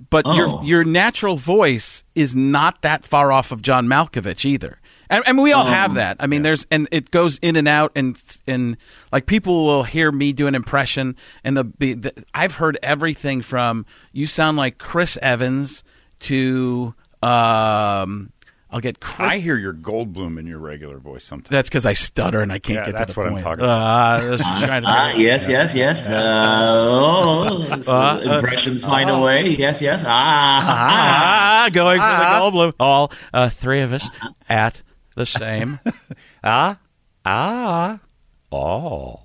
Speaker 1: but
Speaker 7: Oh.
Speaker 1: your your natural voice is not that far off of John Malkovich either. And, and we all have that. I mean, there's and it goes in and out, and s- and like people will hear me do an impression, and the, the, the I've heard everything from you sound like Chris Evans to um, I'll get Chris.
Speaker 2: I hear your Goldblum in your regular voice sometimes.
Speaker 1: That's because I stutter and I can't
Speaker 2: Yeah,
Speaker 1: get to
Speaker 2: that's
Speaker 1: the
Speaker 2: what I'm
Speaker 1: point.
Speaker 2: talking
Speaker 1: Uh, I was trying to-
Speaker 9: Ah, yes, yes, yes. Uh, oh, so
Speaker 2: Uh,
Speaker 9: impressions mine away. Yes, yes.
Speaker 2: Uh-huh.
Speaker 9: Ah,
Speaker 1: ah, going for the gold blue. All uh, three of us at the same.
Speaker 2: Ah, oh.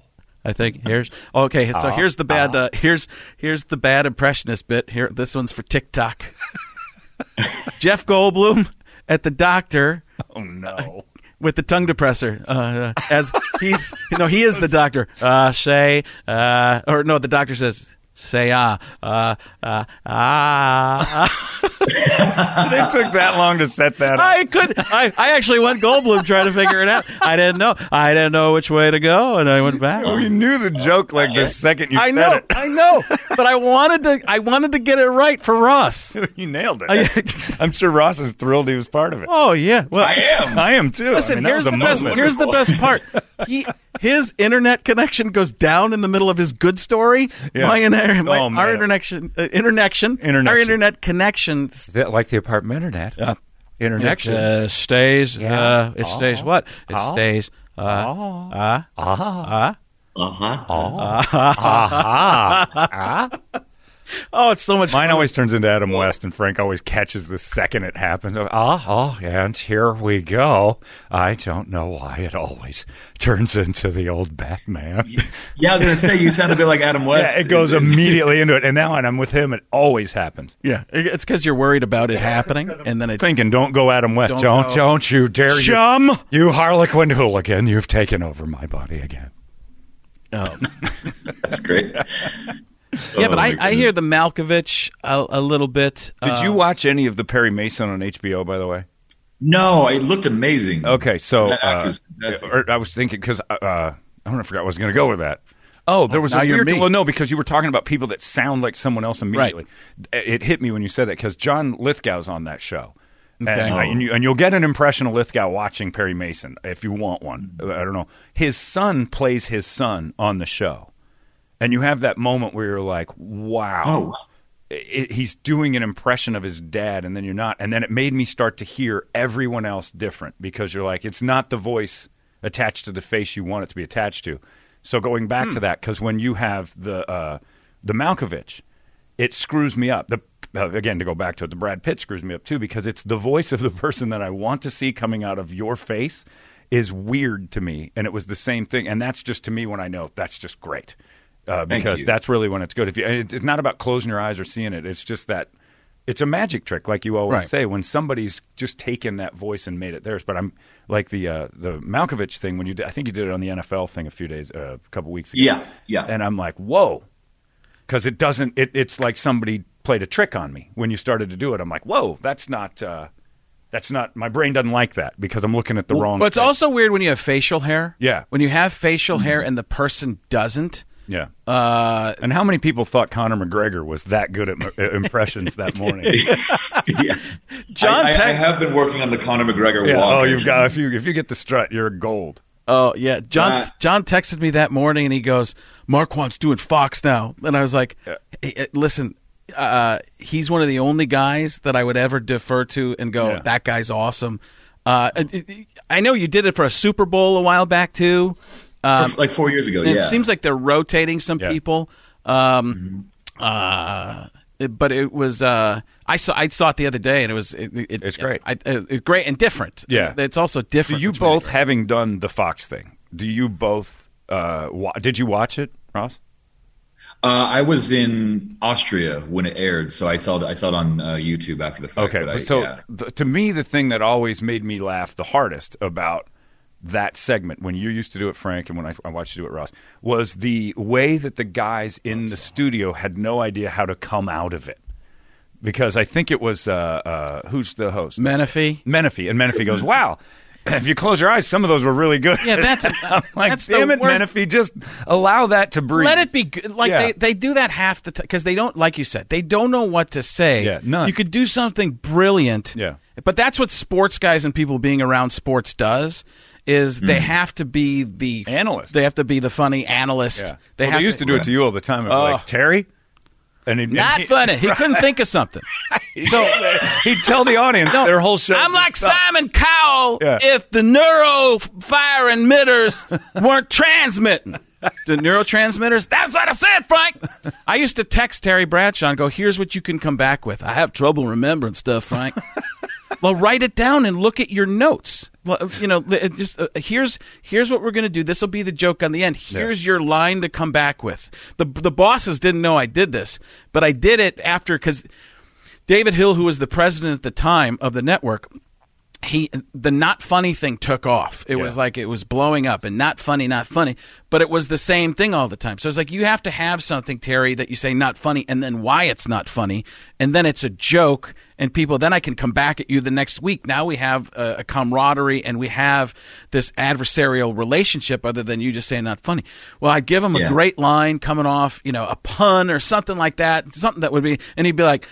Speaker 1: I think here's okay.
Speaker 2: Ah.
Speaker 1: So here's the bad. Uh, here's here's the bad impressionist bit. Here, this one's for TikTok. Jeff Goldblum at the doctor
Speaker 2: Oh no.
Speaker 1: with the tongue depressor. Uh, as he's no, he is the doctor. Uh, say uh, or no, the doctor says say ah uh, uh, ah.
Speaker 2: they took that long to set that up.
Speaker 1: I could. I, I actually went Goldblum trying to figure it out. I didn't know. I didn't know which way to go, and I went back.
Speaker 2: We knew the joke like the second you
Speaker 1: I
Speaker 2: Oh, said
Speaker 1: know.
Speaker 2: it.
Speaker 1: I know. But I wanted to. I wanted to get it right for Ross.
Speaker 2: you nailed it.
Speaker 1: I-
Speaker 2: That's- I'm sure Ross is thrilled he was part of it.
Speaker 1: Oh yeah. Oh, Well,
Speaker 7: I am.
Speaker 2: I am too.
Speaker 1: listen.
Speaker 2: I mean, that
Speaker 1: here's
Speaker 2: was a
Speaker 1: the best.
Speaker 2: moment.
Speaker 1: Here's the best part. He his internet connection goes down in the middle of his good story.
Speaker 2: Yeah.
Speaker 1: My, inter- my-
Speaker 2: Oh, man.
Speaker 1: our interconnection, uh, interconnection, our
Speaker 2: Internection.
Speaker 1: internet connection
Speaker 2: that like the apartment internet? Yeah. Internet.
Speaker 1: uh, stays. Uh, it
Speaker 2: Uh-huh.
Speaker 1: stays what? It stays. Uh,
Speaker 9: uh
Speaker 7: Uh-huh.
Speaker 9: huh.
Speaker 1: oh, it's so much.
Speaker 2: Mine always turns into Adam West, and Frank always catches the second it happens. Ah, oh, and here we go. I don't know why it always turns into the old Batman.
Speaker 7: Yeah, I was gonna say you sound a bit like Adam West.
Speaker 2: Yeah, it goes immediately into it, and now when I'm with him, it always happens.
Speaker 1: Yeah, it's because you're worried about it happening, and then it.
Speaker 2: Thinking, don't go Adam West,
Speaker 1: Don't
Speaker 2: don't, don't,
Speaker 1: go.
Speaker 2: you dare, you-
Speaker 1: Chum.
Speaker 2: you, Harlequin hooligan, you've taken over my body again.
Speaker 7: That's great.
Speaker 1: Yeah, but
Speaker 7: Oh,
Speaker 1: I,
Speaker 7: my
Speaker 1: I hear the Malkovich a, a little bit.
Speaker 2: Did
Speaker 1: uh,
Speaker 2: you watch any of the Perry Mason on HBO? By the way,
Speaker 7: No, it looked amazing.
Speaker 2: Okay, so
Speaker 7: That
Speaker 2: uh,
Speaker 7: actor's fantastic.
Speaker 2: or I was thinking because uh, I don't know, I forgot where I was going to go with that. Oh, there was a
Speaker 1: you're
Speaker 2: weird.
Speaker 1: me.
Speaker 2: Well, no, because you were talking about people that sound like someone else immediately. It hit me when you said that because John Lithgow's on that show. And, I- and, you, and you'll get an impression of Lithgow watching Perry Mason if you want one. I don't know. His son plays his son on the show, and you have that moment where you're like, "Wow,
Speaker 7: Oh, wow.
Speaker 2: it, he's doing an impression of his dad and then you're not and then it made me start to hear everyone else different because you're like it's not the voice attached to the face you want it to be attached to so going back
Speaker 7: Hmm.
Speaker 2: to that because when you have the uh, the malkovich it screws me up the uh, again to go back to it the brad pitt screws me up too because it's the voice of the person that i want to see coming out of your face is weird to me and it was the same thing and that's just to me when i know that's just great uh,
Speaker 7: Thank
Speaker 2: because
Speaker 7: you.
Speaker 2: that's really when it's good. If you, and it's it's not about closing your eyes or seeing it. It's just that it's a magic trick, like you always
Speaker 1: Right.
Speaker 2: say. When somebody's just taken that voice and made it theirs. But I'm like the uh, the Malkovich thing when you did. I think you did it on the NFL thing a few days, uh, a couple weeks ago.
Speaker 7: Yeah, yeah.
Speaker 2: And I'm like, whoa, because it doesn't. It, it's like somebody played a trick on me when you started to do it. I'm like, whoa, that's not. Uh, that's not. My brain doesn't like that because I'm looking at the wrong.
Speaker 1: Well, it's
Speaker 2: thing.
Speaker 1: also weird when you have facial hair.
Speaker 2: Yeah.
Speaker 1: When you have facial hair and the person doesn't.
Speaker 2: Yeah.
Speaker 1: uh,
Speaker 2: and how many people thought Conor McGregor was that good at m- uh, impressions that morning?
Speaker 7: yeah.
Speaker 1: John
Speaker 7: I, I, I
Speaker 1: Tech.
Speaker 7: have been working on the Conor McGregor
Speaker 2: Yeah.
Speaker 7: walk.
Speaker 2: Oh, you've got if you if you get the strut, you're gold.
Speaker 1: Oh yeah, John.
Speaker 7: Uh,
Speaker 1: John texted me that morning, and he goes, "Marquand's doing Fox now," and I was like, "Hey, uh, "Listen, uh, he's one of the only guys that I would ever defer to and go,
Speaker 2: Yeah.
Speaker 1: that guy's awesome." Uh, and it- it- I know you did it for a Super Bowl a while back too. Um,
Speaker 7: like four years ago.
Speaker 1: it
Speaker 7: yeah.
Speaker 1: seems like they're rotating some
Speaker 2: Yeah. Mm-hmm.
Speaker 1: people. Um, uh, it- but it was uh, I saw I saw it the other day, and it was it, it-
Speaker 2: It's great.
Speaker 1: I, uh, it, great and different.
Speaker 2: Yeah.
Speaker 1: it's also
Speaker 2: Do
Speaker 1: different.
Speaker 2: you
Speaker 1: which made it
Speaker 2: both,
Speaker 1: great.
Speaker 2: having done the Fox thing, do you both? Uh, wa- did you watch it, Ross?
Speaker 7: Uh, I was in Austria when it aired, so I saw the, I saw it on uh, YouTube after the fact.
Speaker 2: Okay,
Speaker 7: but I,
Speaker 2: but so
Speaker 7: yeah.
Speaker 2: th- to me, the thing that always made me laugh the hardest about that segment when you used to do it, Frank, and when I, I watched you do it, Ross, was the way that the guys in the studio had no idea how to come out of it. Because I think it was uh, uh, who's the host?
Speaker 1: Menifee.
Speaker 2: Menifee, and Menifee goes, "Wow." If you close your eyes, some of those were really good.
Speaker 1: Yeah, that's-
Speaker 2: I'm like,
Speaker 1: that's the
Speaker 2: damn it,
Speaker 1: worst-
Speaker 2: Menifee, just allow that to breathe.
Speaker 1: Let it be good. Like
Speaker 2: Yeah.
Speaker 1: they, they do that half the time because they don't, like you said, they don't know what to say.
Speaker 2: Yeah, none.
Speaker 1: You could do something brilliant.
Speaker 2: Yeah.
Speaker 1: But that's what sports guys and people being around sports does is they have to be the
Speaker 2: Mm. Analyst.
Speaker 1: They have to be the funny analyst.
Speaker 2: Yeah.
Speaker 1: They,
Speaker 2: Well,
Speaker 1: have
Speaker 2: they used to, do it to you all the time. I'd be
Speaker 1: Oh.
Speaker 2: like Terry, and he'd,
Speaker 1: Not
Speaker 2: and he-
Speaker 1: funny. He couldn't think of something.
Speaker 2: So he'd tell the audience
Speaker 1: No,
Speaker 2: their whole show.
Speaker 1: I'm
Speaker 2: just
Speaker 1: like
Speaker 2: sucked.
Speaker 1: Simon Cowell
Speaker 2: Yeah.
Speaker 1: if the neuro fire emitters weren't transmitting. The neurotransmitters? That's what I said, Frank. I used to text Terry Bradshaw and go, here's what you can come back with. I have trouble remembering stuff, Frank. well, write it down and look at your notes. Well, You know, li- just uh, here's here's what we're going to do. This will be the joke on the end. Here's your line to come back with. The the bosses didn't know I did this, but I did it after cuz David Hill, who was the president at the time of the network, he the not funny thing took off. It was like it was blowing up and not funny, not funny. But it was the same thing all the time. So it's like you have to have something, Terry, that you say not funny, and then why it's not funny, and then it's a joke, and people. Then I can come back at you the next week. Now we have a, a camaraderie, and we have this adversarial relationship, other than you just saying not funny. Well, I give him a
Speaker 7: Yeah.
Speaker 1: great line coming off, you know, a pun or something like that, something that would be, and he'd be like,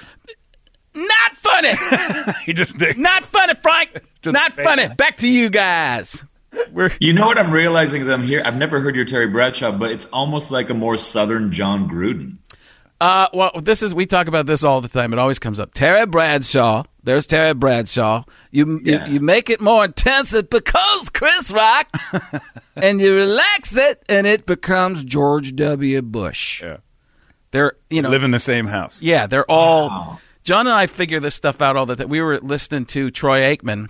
Speaker 1: "Not funny."
Speaker 2: He just did.
Speaker 1: Not funny, Frank. Not funny. Back to you guys.
Speaker 7: you know what I'm realizing is I'm here. I've never heard your Terry Bradshaw, but it's almost like a more southern John Gruden.
Speaker 1: Uh, well, this is we talk about this all the time. It always comes up. Terry Bradshaw. There's Terry Bradshaw. You
Speaker 7: Yeah.
Speaker 1: you, you make it more intense. It becomes Chris Rock, and you relax it, and it becomes George W. Bush.
Speaker 2: Yeah.
Speaker 1: They're you know
Speaker 2: live in the same house.
Speaker 1: Yeah, they're all. John and I figure this stuff out all the time. We were listening to Troy Aikman,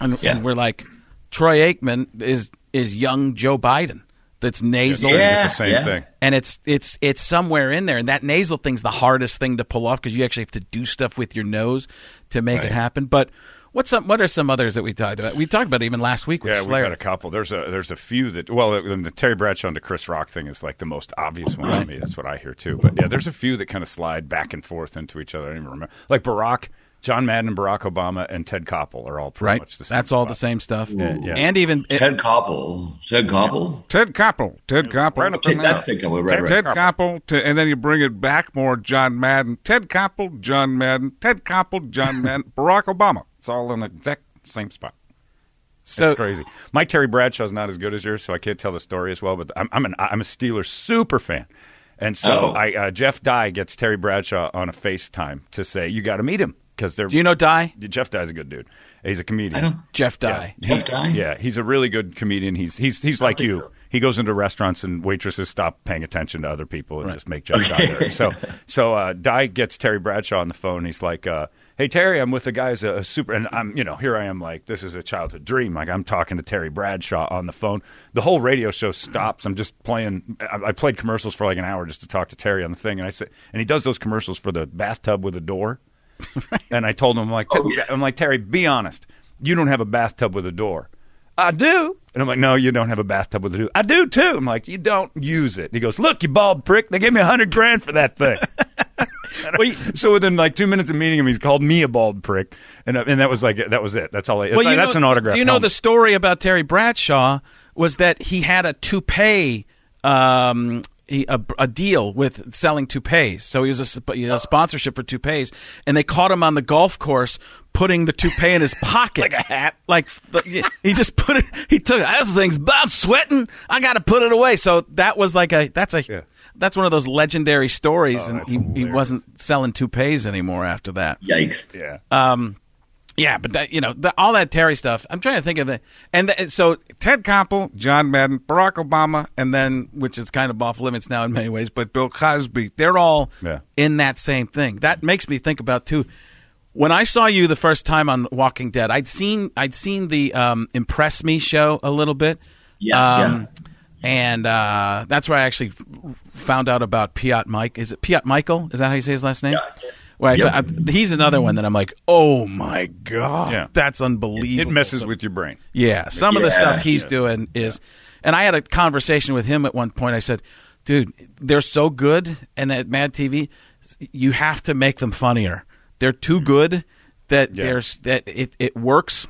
Speaker 1: and,
Speaker 7: Yeah.
Speaker 1: and we're like, Troy Aikman is is young Joe Biden. That's nasal.
Speaker 2: They did
Speaker 7: Yeah,
Speaker 2: the same
Speaker 7: yeah.
Speaker 2: thing.
Speaker 1: And it's it's it's somewhere in there, and that nasal thing's the hardest thing to pull off because you actually have to do stuff with your nose to make it happen. But what's some what are some others that we talked about? We talked about it even last week with
Speaker 2: Yeah, we've
Speaker 1: Flair.
Speaker 2: got a couple. There's a there's a few that well, the, the Terry Bradshaw to Chris Rock thing is like the most obvious one to me. That's what I hear too. But yeah, there's a few that kind of slide back and forth into each other. I don't even remember. Like Barack, John Madden, Barack Obama, and Ted Koppel are all pretty
Speaker 1: right?
Speaker 2: much the same.
Speaker 1: That's all the same stuff.
Speaker 2: yeah.
Speaker 1: And even
Speaker 7: Ted Koppel. Ted Koppel.
Speaker 10: Ted Koppel. Ted Koppel.
Speaker 2: right up
Speaker 7: Ted- that's Ted Koppel, right?
Speaker 10: Ted
Speaker 7: right.
Speaker 10: Koppel, to, and then you bring it back more. John Madden, Ted Koppel, John Madden, Ted Koppel, John Madden, Barack Obama.
Speaker 2: It's all in the exact same spot.
Speaker 1: so
Speaker 2: It's crazy. My Terry Bradshaw's not as good as yours, so I can't tell the story as well. But I'm I'm, an, I'm a Steelers super fan, and so
Speaker 7: Oh.
Speaker 2: I uh, Jeff Dye gets Terry Bradshaw on a FaceTime to say you got to meet him because they're
Speaker 1: do you know Die
Speaker 2: Jeff Dye's a good dude. He's a comedian.
Speaker 7: I don't.
Speaker 1: Jeff Die?
Speaker 7: Jeff Dye.
Speaker 2: Yeah, he's a really good comedian. He's he's he's like
Speaker 7: think
Speaker 2: you.
Speaker 7: so.
Speaker 2: He goes into restaurants and waitresses stop paying attention to other people and just make jokes out there. So so uh, Di gets Terry Bradshaw on the phone. He's like, uh, "Hey Terry, I'm with the guys a, super." And I'm you know here I am like this is a childhood dream. Like I'm talking to Terry Bradshaw on the phone. The whole radio show stops. I'm just playing. I, I played commercials for like an hour just to talk to Terry on the thing. And I said, and he does those commercials for the bathtub with a door. And I told him, I'm like,
Speaker 7: Oh,
Speaker 2: I'm like, Terry, be honest. You don't have a bathtub with a door. I do. And I'm like, no, you don't have a bathtub with a door. I do too. I'm like, you don't use it. He goes, look, you bald prick. They gave me a hundred grand for that thing. And I- so within like two minutes of meeting him, he's called me a bald prick, and uh, and that was like that was it. That's all. I, it's like,
Speaker 1: you
Speaker 2: that's
Speaker 1: know-
Speaker 2: an autograph.
Speaker 1: Do you know
Speaker 2: helmet.
Speaker 1: the story about Terry Bradshaw was that he had a toupee. Um, he, a, a deal with selling toupees. So he was a, sp- he had a sponsorship for toupees, and they caught him on the golf course putting the toupee in his pocket like a hat. Like f- he just put it. He took it. This thing's. I'm sweating. I got to put it away. So that was like a. That's a. That's one of those legendary
Speaker 2: Oh,
Speaker 1: stories, and he, he wasn't selling toupees anymore after that.
Speaker 7: Yikes.
Speaker 2: Yeah.
Speaker 1: Um, yeah, but that, you know, the, all that Terry stuff. I'm trying to think of the and the, so
Speaker 10: Ted Koppel, John Madden, Barack Obama, and then which is kind of off limits now in many ways, but Bill Cosby.
Speaker 1: they're all
Speaker 2: Yeah.
Speaker 1: in that same thing. That makes me think about too. When I saw you the first time on Walking Dead, I'd seen I'd seen the um, Impress Me show a little bit. Um,
Speaker 9: Yeah,
Speaker 1: And uh, that's where I actually f- found out about Piot Mike. Is it Piot Michael? Is that how you say his last name? Where I,
Speaker 2: Yep.
Speaker 1: I- he's another one that I'm like, oh my god,
Speaker 2: Yeah.
Speaker 1: that's unbelievable.
Speaker 2: It messes with your brain.
Speaker 1: Yeah, some of the
Speaker 2: Yeah,
Speaker 1: stuff he's
Speaker 2: yeah.
Speaker 1: doing is, and I had a conversation with him at one point. I said, "Dude, they're so good, and at Mad TV, you have to make them funnier. They're too good that
Speaker 2: Mm-hmm. Yeah.
Speaker 1: there's that it it works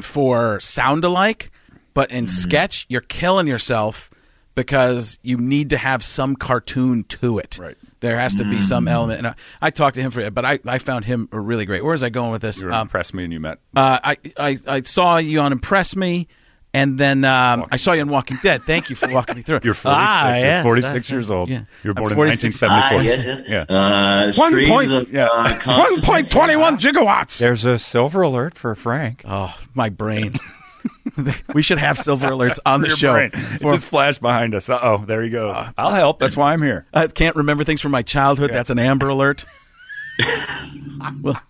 Speaker 1: for sound alike, but
Speaker 2: Mm-hmm.
Speaker 1: in sketch, you're killing yourself." Because you need to have some cartoon to it. Right. There has to be
Speaker 2: Mm-hmm.
Speaker 1: some element. And I, I talked to him for it, but I, I found him a really great. Where is I going with this?
Speaker 2: You were
Speaker 1: Um,
Speaker 2: impressed me and you met.
Speaker 1: uh, I, I I saw you on Impress Me, and then um, I saw you on Walking Dead. Thank you for walking me through.
Speaker 2: You're 46,
Speaker 1: Ah,
Speaker 2: you're
Speaker 1: yes,
Speaker 2: 46
Speaker 1: that's
Speaker 2: years
Speaker 1: right.
Speaker 2: old.
Speaker 1: Yeah.
Speaker 2: You were
Speaker 1: I'm
Speaker 2: born in
Speaker 1: 46.
Speaker 2: 1974.
Speaker 9: Ah, yes, yes. Uh, One streams point- of, yeah. uh, consciousness.
Speaker 10: 1.21 gigawatts.
Speaker 2: There's a silver alert for Frank.
Speaker 1: Oh, my brain. we should have silver alerts on the
Speaker 2: Your
Speaker 1: show.
Speaker 2: brain. It
Speaker 1: For-
Speaker 2: just flashed behind us. Uh oh, there he goes. I'll help. That's why I'm here.
Speaker 1: I can't remember things from my childhood. That's an Amber Alert. well,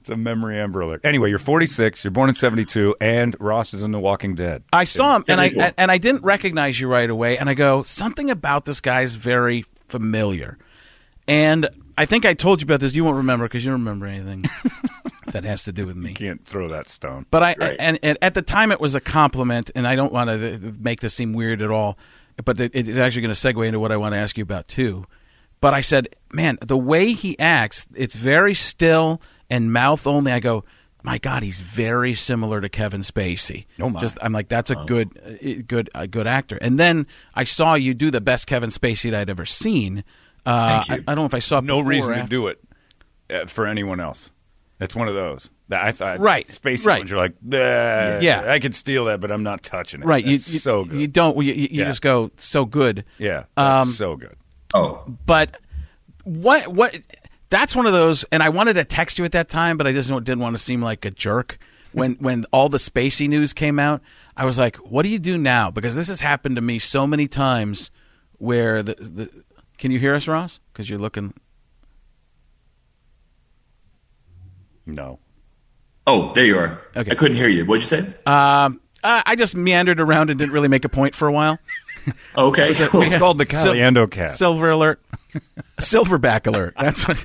Speaker 2: It's a memory amber alert. Anyway, you're 46. You're born in 72, and Ross is in The Walking Dead.
Speaker 1: I saw him, and I
Speaker 2: Seventy-four.
Speaker 1: and I didn't recognize you right away. And I go, something about this guy's very familiar. And I think I told you about this. You won't remember because you don't remember anything that has to do with me.
Speaker 2: Can't throw that stone.
Speaker 1: But I and, and at the time it was a compliment, and I don't want to make this seem weird at all. But it it is actually going to segue into what I want to ask you about too. But I said, man, the way he acts, it's very still and mouth only. I go, my God, he's very similar to Kevin Spacey.
Speaker 2: Oh, my.
Speaker 1: Just I'm like, that's a good, uh, good, a good actor. And then I saw you do the best Kevin Spacey that I'd ever seen. Uh,
Speaker 7: Thank you.
Speaker 1: I, I don't know if I saw it
Speaker 2: no
Speaker 1: before or
Speaker 2: reason to
Speaker 1: after.
Speaker 2: do it uh, for anyone else. That's one of those. That I thought
Speaker 1: Right,
Speaker 2: space
Speaker 1: right.
Speaker 2: ones. You're like, yeah,
Speaker 1: Yeah.
Speaker 2: I could steal that, but I'm not touching it.
Speaker 1: Right, you,
Speaker 2: That's
Speaker 1: you
Speaker 2: so good.
Speaker 1: you don't you, you you
Speaker 2: Yeah.
Speaker 1: just go so good.
Speaker 2: yeah,
Speaker 1: um,
Speaker 2: that's so good.
Speaker 7: Oh,
Speaker 1: but what what that's one of those and i wanted to text you at that time but i just don't- didn't want to seem like a jerk when when all the spacey news came out i was like what do you do now because this has happened to me so many times where the, the can you hear us ross because you're looking
Speaker 2: No,
Speaker 7: oh, there you are.
Speaker 1: Okay.
Speaker 7: I couldn't hear you. What'd you say?
Speaker 1: um I I just meandered around and didn't really make a point for a while.
Speaker 7: okay.
Speaker 2: it's called the Caliendo cat.
Speaker 1: Silver alert, silverback alert. That's what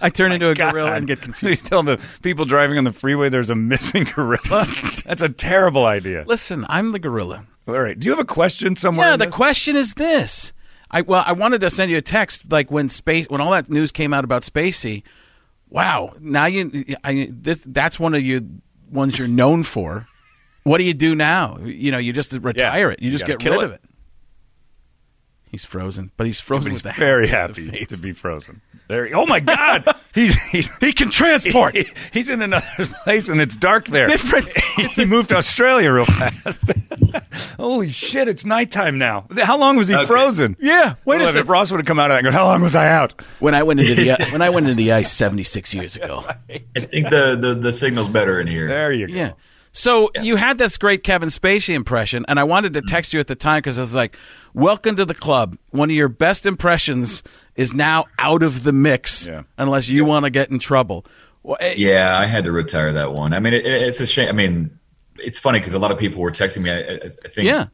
Speaker 1: I turn into a gorilla and get confused.
Speaker 2: you tell the people driving on the freeway there's a missing gorilla. That's a terrible idea.
Speaker 1: Listen, I'm the gorilla.
Speaker 2: All right, do you have a question somewhere?
Speaker 1: Yeah,
Speaker 2: in
Speaker 1: the
Speaker 2: this?
Speaker 1: question is this. I well, I wanted to send you a text like when space when all that news came out about Spacey. Wow, now you I, this, that's one of your ones you're known for. What do you do now? You know, you just retire it. You
Speaker 2: you
Speaker 1: just
Speaker 2: gotta
Speaker 1: get
Speaker 2: kill
Speaker 1: rid
Speaker 2: it.
Speaker 1: of it. He's frozen, but he's frozen
Speaker 2: But he's
Speaker 1: with the
Speaker 2: very
Speaker 1: hand. It's the
Speaker 2: happy
Speaker 1: face.
Speaker 2: to be frozen. There. He, oh my God! he's, he's he can transport. he's in another place and it's dark there.
Speaker 1: Different.
Speaker 2: he moved to Australia real fast. Holy shit! It's nighttime now. How long was he frozen?
Speaker 1: Yeah, wait
Speaker 2: Well,
Speaker 1: a
Speaker 2: If
Speaker 1: second.
Speaker 2: Ross would have come out of that, and go, how long was I out?
Speaker 1: When I went into the uh, when I went into the ice 76 years ago.
Speaker 7: I think the, the, the signal's better in here.
Speaker 2: There you go.
Speaker 1: Yeah. So you had this great Kevin Spacey impression, and I wanted to text you at the time because I was like, "Welcome to the club. One of your best impressions is now out of the mix,
Speaker 2: Yeah.
Speaker 1: unless you want to get in trouble." Well, eh,
Speaker 7: Yeah, I had to retire that one. I mean, it, it's a shame. I mean, it's funny because a lot of people were texting me. I, I, I think,
Speaker 1: Yeah.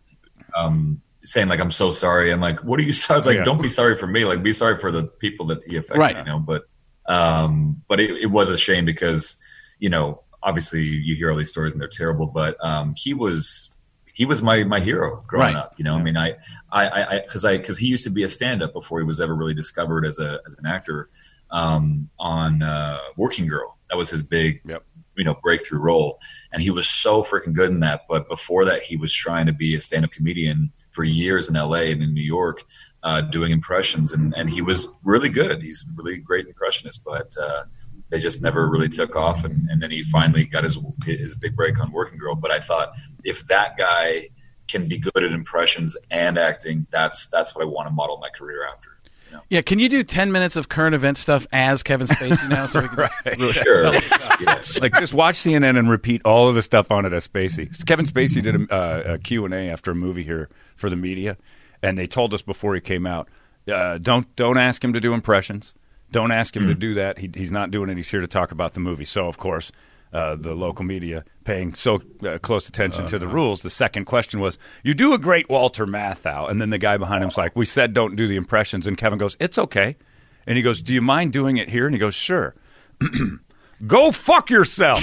Speaker 7: um, saying like, "I'm so sorry." I'm like, "What are you sorry? Like,
Speaker 2: Yeah.
Speaker 7: don't be sorry for me. Like, be sorry for the people that he affected."
Speaker 1: Right.
Speaker 7: You know, but um, but it, it was a shame because you know, obviously, you hear all these stories and they're terrible. But um, he was he was my my hero growing
Speaker 1: Right.
Speaker 7: up. You know, I mean, I I because I because he used to be a stand up before he was ever really discovered as a as an actor um, on uh, Working Girl. That was his big
Speaker 2: Yep.
Speaker 7: you know breakthrough role, and he was so freaking good in that. But before that, he was trying to be a stand up comedian for years in L.A. and in New York uh, doing impressions, and, and he was really good. He's a really great impressionist, but uh, they just never really took off. And, and then he finally got his his big break on Working Girl. But I thought if that guy can be good at impressions and acting, that's that's what I want to model my career after.
Speaker 1: Yeah, can you do ten minutes of current event stuff as Kevin Spacey now? So we can
Speaker 2: Really? Sure. like just watch CNN and repeat all of the stuff on it as Spacey. Kevin Spacey did a, uh, a Q and A after a movie here for the media, and they told us before he came out, uh, don't don't ask him to do impressions. Don't ask him to do that. He, he's not doing it. He's here to talk about the movie. So of course. Uh, the local media paying so uh, close attention to the rules. The second question was, "You do a great Walter Matthau," and then the guy behind him's like, "We said don't do the impressions," and Kevin goes, "It's okay," and he goes, "Do you mind doing it here?" And he goes, "Sure." go fuck yourself.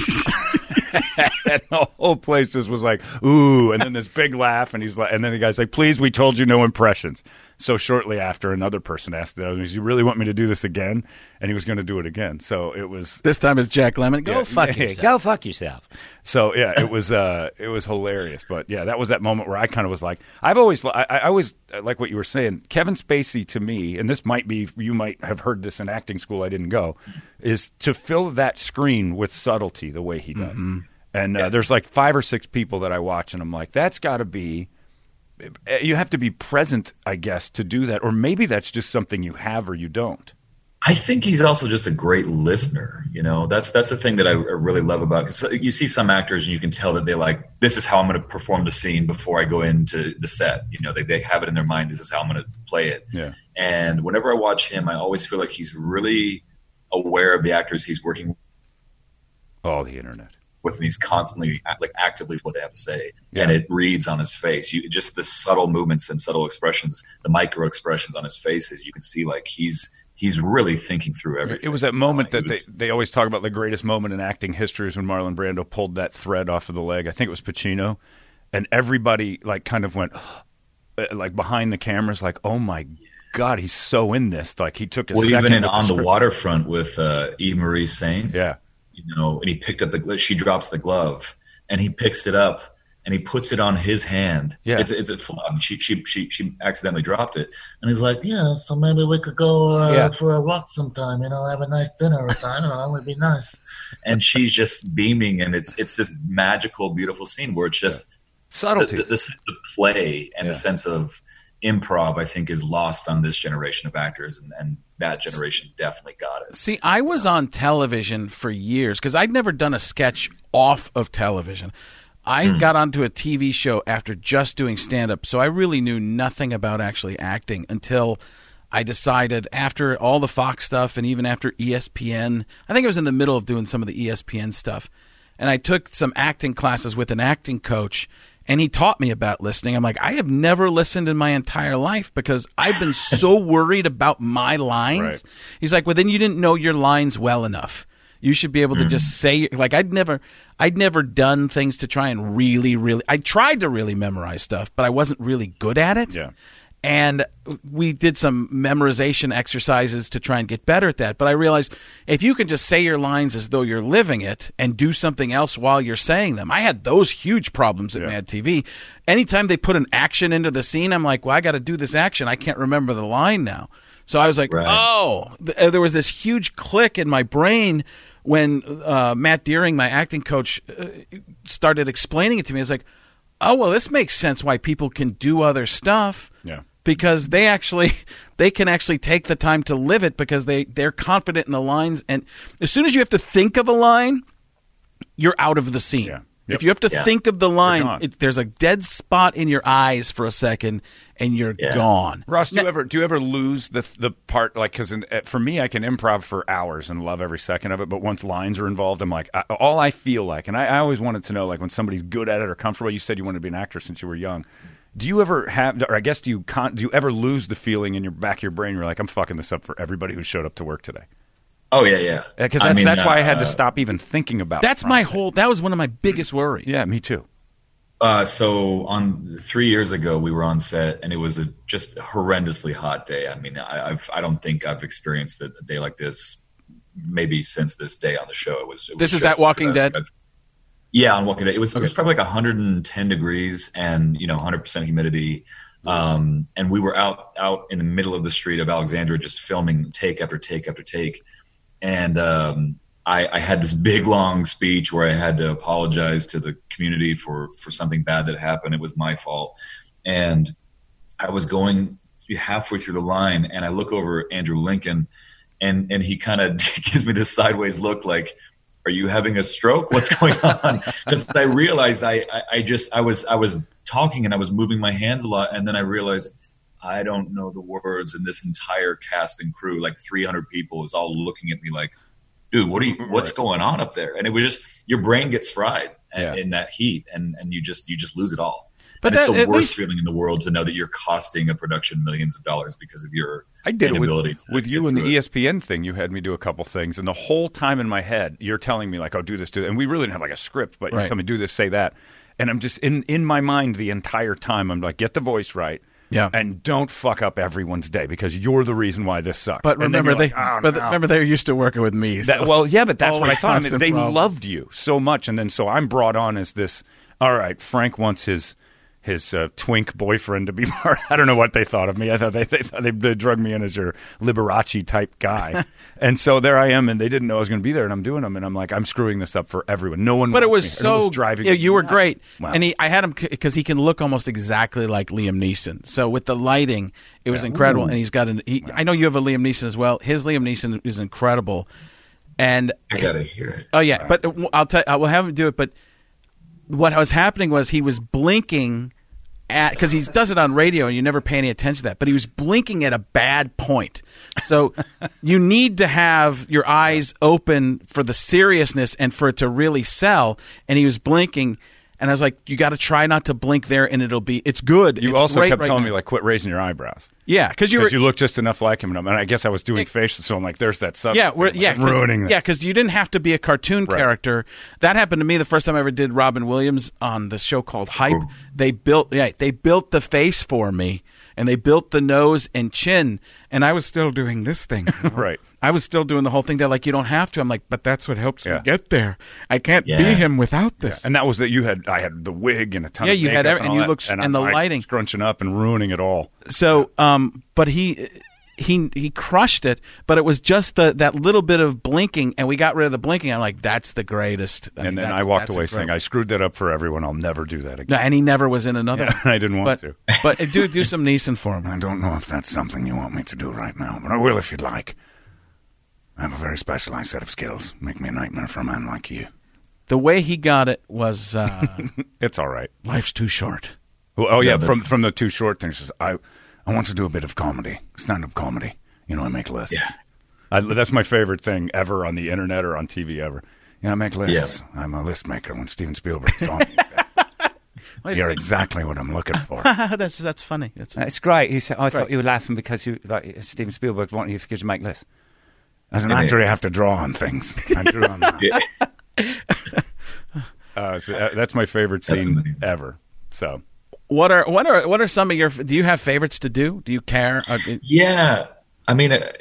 Speaker 2: and the whole place just was like, ooh, and then this big laugh, and he's like, and then the guy's like, please, we told you no impressions. So shortly after, another person asked the other, you really want me to do this again? And he was going to do it again. So it was
Speaker 1: this time it's Jack Lemmon. Go fuck yourself.
Speaker 2: Go fuck yourself. So yeah, it was uh, it was hilarious. But yeah, that was that moment where I kind of was like, I've always, I, I always uh, like what you were saying. Kevin Spacey to me, and this might be, you might have heard this in acting school. I didn't go, is to fill that screen with subtlety the way he does. And uh, there's like five or six people that I watch, and I'm like, that's got to be. uh, You have to be present, I guess, to do that, or maybe that's just something you have or you don't.
Speaker 7: I think he's also just a great listener. You know, that's that's the thing that I I really love about. Cause you see some actors, and you can tell that they like this is how I'm going to perform the scene before I go into the set. You know, they they have it in their mind. This is how I'm going to play it.
Speaker 2: Yeah.
Speaker 7: And whenever I watch him, I always feel like he's really aware of the actors he's working with
Speaker 2: All the internet.
Speaker 7: with and he's constantly act- like actively what they have to say
Speaker 2: Yeah.
Speaker 7: and it reads on his face you just the subtle movements and subtle expressions the micro expressions on his faces you can see like he's he's really thinking through everything
Speaker 2: It was that
Speaker 7: uh,
Speaker 2: moment that they, they always talk about the greatest moment in acting history is when Marlon Brando pulled that thread off of the leg. I think it was Pacino, and everybody like kind of went uh, like behind the cameras, like, "Oh my god, he's so in this!" Like he took a
Speaker 7: well
Speaker 2: second
Speaker 7: even in
Speaker 2: with
Speaker 7: on the,
Speaker 2: script.
Speaker 7: waterfront with uh e marie saint
Speaker 2: yeah
Speaker 7: you know and he picked up the gl- she drops the glove and he picks it up and he puts it on his hand
Speaker 2: Yeah.
Speaker 7: it's, it's a flop she, she she she accidentally dropped it and he's like yeah so maybe we could go uh,
Speaker 11: Yeah.
Speaker 7: for a walk sometime you know have a nice dinner or something i don't know it would be nice and she's just beaming and it's it's this magical beautiful scene where it's just
Speaker 2: subtlety
Speaker 7: the, the, the sense of play and the sense of improv i think is lost on this generation of actors and, and that generation definitely got it
Speaker 1: See, I was on television for years because I'd never done a sketch off of television. I got onto a TV show after just doing stand up, so I really knew nothing about actually acting until I decided after all the Fox stuff and even after E ESPN. I think I was in the middle of doing some of the E ESPN stuff, and I took some acting classes with an acting coach. And he taught me about listening. I'm like, I have never listened in my entire life because I've been so worried about my lines.
Speaker 2: Right.
Speaker 1: He's like, well, then you didn't know your lines well enough. You should be able to just say like I'd never, I'd never done things to try and really, really. I tried to really memorize stuff, but I wasn't really good at it.
Speaker 2: Yeah.
Speaker 1: And we did some memorization exercises to try and get better at that. But I realized if you can just say your lines as though you're living it and do something else while you're saying them, I had those huge problems at Mad TV. Anytime they put an action into the scene, I'm like, well, I got to do this action. I can't remember the line now. So I was like, oh, Th- uh, there was this huge click in my brain when uh, Matt Deering, my acting coach, uh, started explaining it to me. It's like, oh, well, this makes sense why people can do other stuff
Speaker 2: Yeah.
Speaker 1: because they actually they can actually take the time to live it because they they're confident in the lines and as soon as you have to think of a line you're out of the scene
Speaker 2: Yep.
Speaker 1: if you have to
Speaker 2: Yeah.
Speaker 1: think of the
Speaker 2: gone.
Speaker 1: line it, there's a dead spot in your eyes for a second and you're gone
Speaker 2: Ross, do you ever do you ever lose the the part like because for me I can improv for hours and love every second of it, but once lines are involved, I'm like I, all I feel like, and I, I always wanted to know like when somebody's good at it or comfortable. You said you wanted to be an actor since you were young. Do you ever have, or I guess do you con- do you ever lose the feeling in your back of your brain? You're like I'm fucking this up for everybody who showed up to work today.
Speaker 7: oh yeah yeah
Speaker 2: Because
Speaker 7: I
Speaker 2: that's,
Speaker 7: mean,
Speaker 2: that's why I had to
Speaker 7: uh,
Speaker 2: stop even thinking about.
Speaker 1: that's my whole that was one of my biggest worries
Speaker 2: yeah me too
Speaker 7: Uh, so on three years ago, we were on set, and it was a just horrendously hot day. I mean, I, I've I don't think I've experienced a, a day like this maybe since this day on the show. It was. It was
Speaker 1: this is
Speaker 7: just-
Speaker 1: at walking
Speaker 7: uh,
Speaker 1: dead
Speaker 7: yeah, on Walking Dead, it was it was probably like 110 degrees and you know 100 percent humidity. Um, and we were out out in the middle of the street of Alexandria, just filming take after take after take. And um, I, I had this big long speech where I had to apologize to the community for for something bad that happened. It was my fault, and I was going halfway through the line, and I look over at Andrew Lincoln, and and he kind of gives me this sideways look, like, "Are you having a stroke? What's going on?" Because I realized I, I I just I was I was talking and I was moving my hands a lot, and then I realized I don't know the words, and this entire cast and crew, like 300 people, is all looking at me like, "Dude, what are you? What's going on up there?" And it was just your brain gets fried
Speaker 2: Yeah.
Speaker 7: a in that heat, and and you just you just lose it all.
Speaker 1: But
Speaker 7: But it's
Speaker 1: that-
Speaker 7: the
Speaker 1: at
Speaker 7: worst
Speaker 1: least-
Speaker 7: feeling in the world to know that you're costing a production millions of dollars because of your
Speaker 2: I did it with,
Speaker 7: inability to
Speaker 2: with you
Speaker 7: get
Speaker 2: and E the
Speaker 7: through it.
Speaker 2: ESPN thing. You had me do a couple things, and the whole time in my head, you're telling me like, "Oh, do this, do," that. and we really didn't have like a script, but
Speaker 1: Right.
Speaker 2: you tell me do this, say that, and I'm just in in my mind the entire time. I'm like, get the voice right.
Speaker 1: Yeah.
Speaker 2: and don't fuck up everyone's day because you're the reason why this sucks.
Speaker 1: But
Speaker 2: And then
Speaker 1: remember,
Speaker 2: you're
Speaker 1: they
Speaker 2: like, "Oh,
Speaker 1: but
Speaker 2: no."
Speaker 1: remember they're used to working with me. so-
Speaker 2: That, well, yeah, but that's what I
Speaker 1: Always
Speaker 2: thought. I mean,
Speaker 1: constant
Speaker 2: they
Speaker 1: problems.
Speaker 2: loved you so much, and then so I'm brought on as this. All right, Frank wants his his uh, twink boyfriend to be part. I don't know what they thought of me. I thought they they, thought they, they drug me in as your Liberace type guy, and so there I am, and they didn't know I was going to be there, and I'm doing them, and I'm like, I'm screwing this up for everyone. No one.
Speaker 1: But it
Speaker 2: wants
Speaker 1: was
Speaker 2: me.
Speaker 1: so
Speaker 2: Everyone's driving.
Speaker 1: Yeah, you were
Speaker 2: nuts.
Speaker 1: great,
Speaker 2: Wow.
Speaker 1: and he I had him because he can look almost exactly like Liam Neeson. So with the lighting, it was incredible, and he's got an. He, I know you have a Liam Neeson as well. His Liam Neeson is incredible, and
Speaker 7: I gotta hear it.
Speaker 1: Oh yeah, but uh, I'll tell. I will have him do it. But what was happening was he was blinking at because he does it on radio and you never pay any attention to that. But he was blinking at a bad point. So you need to have your eyes open for the seriousness and for it to really sell. And he was blinking. And I was like, "You got to try not to blink there, and it'll be. It's good.
Speaker 2: You
Speaker 1: It's
Speaker 2: also
Speaker 1: great
Speaker 2: kept
Speaker 1: right
Speaker 2: telling
Speaker 1: now."
Speaker 2: me like, quit raising your eyebrows.
Speaker 1: yeah, because you were,
Speaker 2: Because you look just enough like him, and, I'm- and I guess I was doing facial, so I'm like, "There's that sub."
Speaker 1: yeah, we're, yeah, 'cause-
Speaker 2: ruining that.
Speaker 1: Yeah, because you didn't have to be a cartoon character. That happened to me the first time I ever did Robin Williams on the show called Hype. They built, yeah, they built the face for me, and they built the nose and chin, and I was still doing this thing. you know?
Speaker 2: Right.
Speaker 1: I was still doing the whole thing. They're like, you don't have to. I'm like, but that's what helps
Speaker 2: Yeah.
Speaker 1: me get there. I can't be
Speaker 7: Yeah.
Speaker 1: him without this.
Speaker 2: And that was that you had I had the wig and a ton
Speaker 1: Yeah,
Speaker 2: of
Speaker 1: you had
Speaker 2: makeup
Speaker 1: every- and
Speaker 2: all
Speaker 1: you
Speaker 2: that,
Speaker 1: looked-
Speaker 2: I'm,
Speaker 1: and the
Speaker 2: like,
Speaker 1: lighting.
Speaker 2: scrunching up and ruining it all.
Speaker 1: So, um, but he he he crushed it. But it was just the that little bit of blinking, and we got rid of the blinking. I'm like, that's the greatest. I mean,
Speaker 2: and then
Speaker 1: that's-
Speaker 2: I walked
Speaker 1: that's
Speaker 2: away
Speaker 1: incredible.
Speaker 2: saying I screwed that up for everyone. I'll never do that
Speaker 1: No,
Speaker 2: again.
Speaker 1: and he never was in another. one.
Speaker 2: I didn't want
Speaker 1: but,
Speaker 2: to.
Speaker 1: But uh, do do some Neeson for him.
Speaker 2: I don't know if that's something you want me to do right now, but I will if you'd like. I have a very specialized set of skills. Make me a nightmare for a man like you.
Speaker 1: The way he got it was uh,
Speaker 2: It's all right.
Speaker 1: life's too short.
Speaker 2: Well, oh yeah,
Speaker 7: that's-
Speaker 2: from from the two short things. just, I I want to do a bit of comedy, stand up comedy. You know, I make lists.
Speaker 7: Yeah.
Speaker 2: I, that's my favorite thing ever on the internet or on TV ever. You know, I make lists. I'm a list maker. When Steven Spielberg's on, me, he said,
Speaker 1: Wait a
Speaker 2: you're
Speaker 1: second.
Speaker 2: exactly what I'm looking for.
Speaker 1: that's that's funny. That's
Speaker 5: It's great. He said, I thought you were laughing because you, like, Steven Spielberg wanted you because you make less.
Speaker 2: As an
Speaker 7: Yeah.
Speaker 2: actor, you have to draw on things. I drew on that.
Speaker 7: Yeah.
Speaker 2: Uh, so, uh, that's my favorite
Speaker 7: That's
Speaker 2: scene
Speaker 7: amazing.
Speaker 2: ever. So
Speaker 1: what are what are what are some of your? Do you have favorites to do? Do you care? Uh, Or,
Speaker 7: Yeah, I mean, uh,